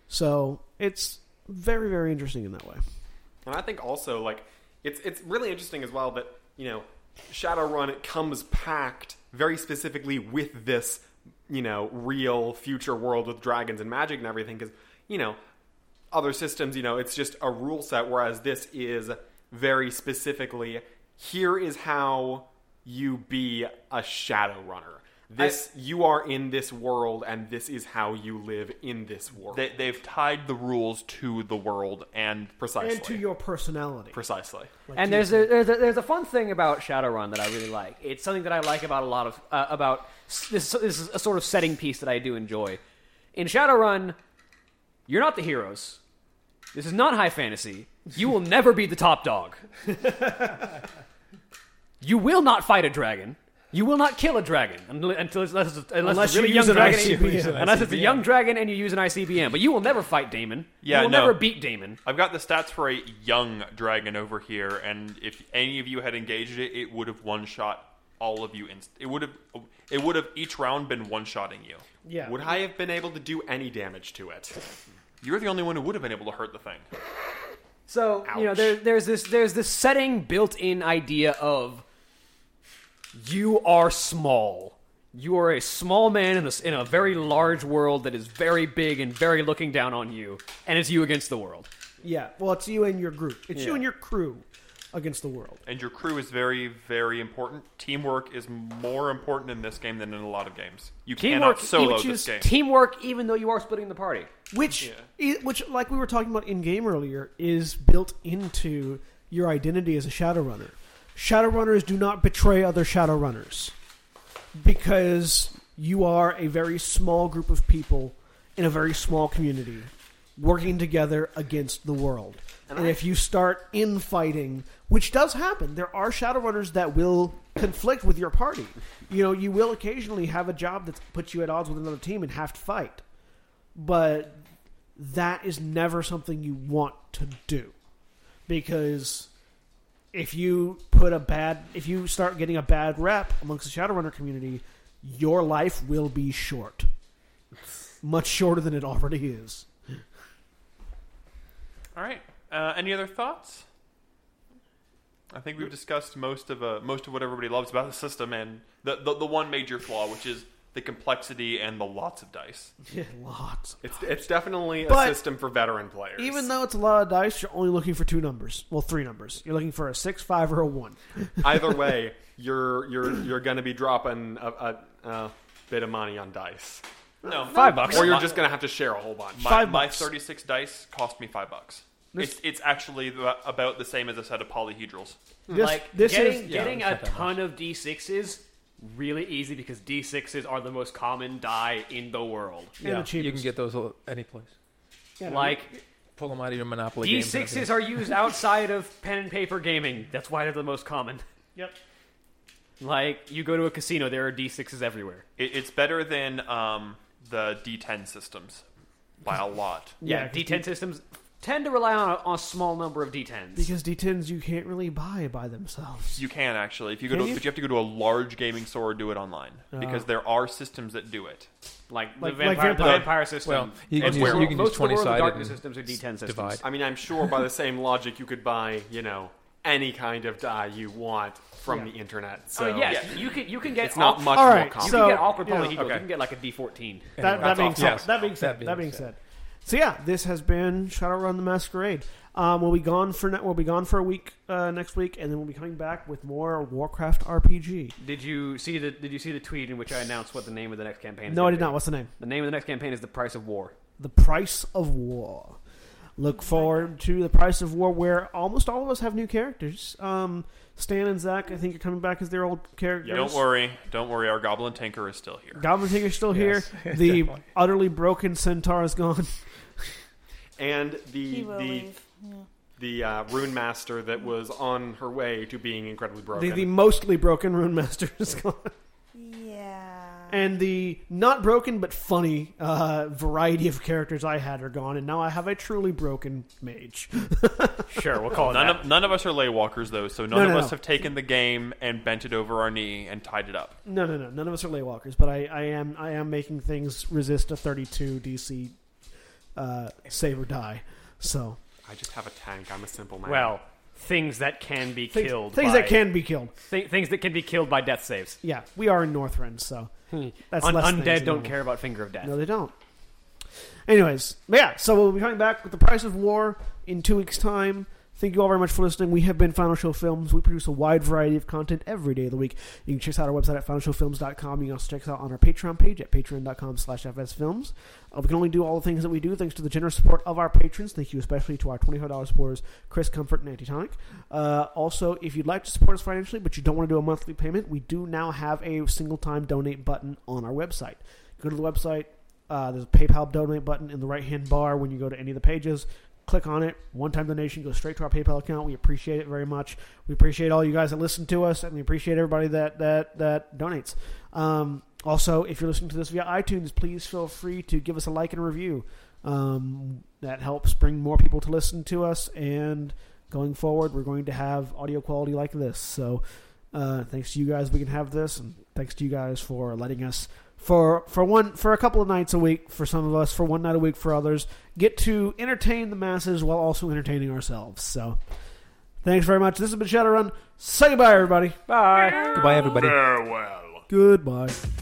Speaker 1: So it's very, very interesting in that way.
Speaker 8: And I think also like it's it's really interesting as well that you know Shadowrun it comes packed very specifically with this you know real future world with dragons and magic and everything because you know other systems you know it's just a rule set whereas this is very specifically here is how you be a shadow runner this you are in this world and this is how you live in this world
Speaker 2: They, they've tied the rules to the world, and
Speaker 8: precisely
Speaker 1: And to your personality.
Speaker 8: precisely
Speaker 3: and there's a, there's a there's a fun thing about Shadowrun that I really like. It's something that I like about a lot of uh, about s- this, this is a sort of setting piece that I do enjoy. In Shadowrun, you're not the heroes. This is not high fantasy. You will never be the top dog. you will not fight a dragon. You will not kill a dragon until, until it's- unless, it's- unless,
Speaker 1: Unless
Speaker 3: it's a really
Speaker 1: you
Speaker 3: young
Speaker 1: use an
Speaker 3: dragon.
Speaker 1: ICBM.
Speaker 3: Unless it's a young dragon and you use an ICBM, but you will never fight Damon.
Speaker 2: Yeah,
Speaker 3: you will
Speaker 2: no.
Speaker 3: never beat Damon.
Speaker 2: I've got the stats for a young dragon over here, and if any of you had engaged it, it would have one shot all of you. Inst- it would have, it would have each round been one shotting you.
Speaker 1: Yeah.
Speaker 8: Would I have been able to do any damage to it?
Speaker 2: You're the only one who would have been able to hurt the thing.
Speaker 3: So you know,
Speaker 8: Ouch.
Speaker 3: there, there's this there's this setting built-in idea of you are small. You are a small man in a, s- in a very large world that is very big and very looking down on you, and it's you against the world.
Speaker 1: Yeah. Well, it's you and your group. It's you
Speaker 3: Yeah.
Speaker 1: and your crew against the world.
Speaker 2: And your crew is very, very important. Teamwork is more important in this game than in a lot of games. You
Speaker 3: Teamwork.
Speaker 2: cannot
Speaker 3: you
Speaker 2: solo
Speaker 3: would
Speaker 2: this
Speaker 3: choose
Speaker 2: game.
Speaker 3: teamwork, even though you are splitting the party.
Speaker 1: Which, i- which, like we were talking about in game earlier, is built into your identity as a Shadowrunner. Shadowrunners do not betray other Shadowrunners because you are a very small group of people in a very small community working together against the world. And, if you start infighting, which does happen, there are Shadowrunners that will conflict with your party. You know, you will occasionally have a job that puts you at odds with another team and have to fight but that is never something you want to do because if you put a bad if you start getting a bad rep amongst the shadowrunner community your life will be short much shorter than it already is
Speaker 2: All right. Uh, any other thoughts? I think we've discussed most of uh, most of what everybody loves about the system, and the, the the one major flaw, which is the complexity and the lots of dice.
Speaker 1: lots
Speaker 8: It's, it's definitely a
Speaker 1: But-
Speaker 8: system for veteran players.
Speaker 1: even though it's a lot of dice you're only looking for two numbers well three numbers you're looking for a six five or a one
Speaker 3: Hmm,
Speaker 8: Either way, you're you're you're going to be dropping a, a, a bit of money on dice,
Speaker 2: No,
Speaker 3: Five bucks.
Speaker 8: or you're just going to have to share a whole bunch.
Speaker 2: my,
Speaker 1: Five
Speaker 2: my
Speaker 1: bucks.
Speaker 2: 36 dice cost me five bucks. It's, it's actually the- about the same as a set of polyhedrals.
Speaker 1: this,
Speaker 3: like
Speaker 1: this
Speaker 3: getting
Speaker 1: is
Speaker 3: getting
Speaker 4: it's
Speaker 3: a
Speaker 4: not that
Speaker 3: ton of d6s really easy because d6s are the most common die in the world
Speaker 1: and the
Speaker 4: You
Speaker 1: cheapest.
Speaker 4: can get those all- any place.
Speaker 1: Yeah.
Speaker 3: like
Speaker 4: Pull them out of your Monopoly games. and
Speaker 3: d6s are used outside of pen and paper gaming that's why they're the most common
Speaker 1: yep
Speaker 3: like you go to a casino there are d6s everywhere
Speaker 2: It, it's better than um, the D10 systems by a lot.
Speaker 1: Yeah,
Speaker 3: yeah,
Speaker 1: 'cause
Speaker 3: d10 systems tend to rely on a, on a small number of d10s
Speaker 1: because d10s you can't really buy by themselves
Speaker 2: You can actually, if you go,
Speaker 1: Can
Speaker 2: to,
Speaker 1: you? Uh-huh.
Speaker 2: but you have to go to a large gaming store or do it online because there are systems that do it.
Speaker 3: like,
Speaker 1: Like-
Speaker 3: the
Speaker 1: like
Speaker 3: vampire, the
Speaker 1: vampire-
Speaker 3: vampire system
Speaker 4: Well, you can
Speaker 3: most
Speaker 4: use-
Speaker 3: of the
Speaker 4: you can
Speaker 3: world-
Speaker 4: use
Speaker 3: most of the world
Speaker 4: 20-sided
Speaker 3: darkness
Speaker 4: and
Speaker 3: systems are d10 systems
Speaker 4: divide. Oh,
Speaker 8: I mean, I'm sure by the same logic, you could buy you know any kind of die you want from the internet. So
Speaker 3: I mean, Oh, yes, you can you can get
Speaker 8: it's not
Speaker 3: awkward-
Speaker 8: much
Speaker 1: All
Speaker 8: more
Speaker 1: right,
Speaker 3: you
Speaker 8: complicated.
Speaker 1: so-
Speaker 3: can get awkward
Speaker 1: yeah.
Speaker 3: polyhedral.
Speaker 8: Okay.
Speaker 3: You can get like a D14.
Speaker 1: that,
Speaker 4: Anyway,
Speaker 1: that, being
Speaker 4: that's
Speaker 1: said,
Speaker 4: awesome.
Speaker 1: that being said, that being, said. So yeah, this has been Shadowrun the Masquerade. Um, we'll be gone for ne- we'll be gone for a week uh, next week, and then we'll be coming back with more Warcraft RPG.
Speaker 3: Did you see the Did you see the tweet in which I announced what the name of the next campaign? is
Speaker 1: No, I
Speaker 3: gonna
Speaker 1: did not.
Speaker 3: be?
Speaker 1: What's the name?
Speaker 3: The name of the next campaign is the Price of War.
Speaker 1: The Price of War. Look forward to the Price of War, where almost all of us have new characters. Um, Stan and Zach, I think, are coming back as their old characters.
Speaker 2: Don't worry, don't worry. Our Goblin Tinker is still here.
Speaker 1: Goblin Tinker's still
Speaker 4: Yes,
Speaker 1: here. The
Speaker 4: definitely.
Speaker 1: utterly broken Centaur is gone.
Speaker 8: and
Speaker 5: He
Speaker 8: the
Speaker 5: will
Speaker 8: the
Speaker 5: leave. Yeah.
Speaker 8: the uh, rune master that was on her way to being incredibly
Speaker 1: The,
Speaker 8: broken.
Speaker 1: the mostly broken Rune Master is gone.
Speaker 5: Yeah.
Speaker 1: and the not broken but funny uh, variety of characters I had are gone, and now I have a truly broken mage.
Speaker 3: Sure, we'll call it
Speaker 2: None
Speaker 3: that.
Speaker 2: of, none of us are laywalkers though, so none
Speaker 1: No,
Speaker 2: of
Speaker 1: no,
Speaker 2: us
Speaker 1: no.
Speaker 2: have taken the game and bent it over our knee and tied it up.
Speaker 1: no, no, no, none of us are laywalkers, but I, I am I am making things resist a 32 DC uh, save or die. So
Speaker 8: I just have a tank. I'm a simple man.
Speaker 3: well, things that can be
Speaker 1: things,
Speaker 3: killed.
Speaker 1: things
Speaker 3: by,
Speaker 1: that can be killed.
Speaker 3: thi- things that can be killed by death saves.
Speaker 1: Yeah, we are in Northrend, so that's
Speaker 3: Hmm. Un-
Speaker 1: less things than
Speaker 3: undead don't
Speaker 1: normal.
Speaker 3: care about finger of death.
Speaker 1: No, they don't. Anyways, but yeah, so we'll be coming back with The Price of War in two weeks' time. Thank you all very much for listening. We have been Final Show Films. We produce a wide variety of content every day of the week. You can check us out on our website at finalshowfilms.com. You can also check us out on our Patreon page at patreon.com slash fsfilms. Uh, we can only do all the things that we do thanks to the generous support of our patrons. Thank you especially to our $25 supporters, Chris Comfort and Antitonic. Uh, also, if you'd like to support us financially but you don't want to do a monthly payment, we do now have a single-time donate button on our website. Go to the website, uh, there's a PayPal donate button in the right hand bar when you go to any of the pages. click on it. One time donation goes straight to our PayPal account. We appreciate it very much. We appreciate all you guys that listen to us, and we appreciate everybody that that that donates. Um, also, if you're listening to this via iTunes, please feel free to give us a like and review. Um, that helps bring more people to listen to us. And going forward, we're going to have audio quality like this. So, uh, thanks to you guys, we can have this, and thanks to you guys for letting us for for one for a couple of nights a week for some of us, for one night a week for others, get to entertain the masses while also entertaining ourselves. So, thanks very much. This has been Shadowrun. Say goodbye, everybody.
Speaker 3: Bye.
Speaker 4: Goodbye, everybody.
Speaker 1: Goodbye.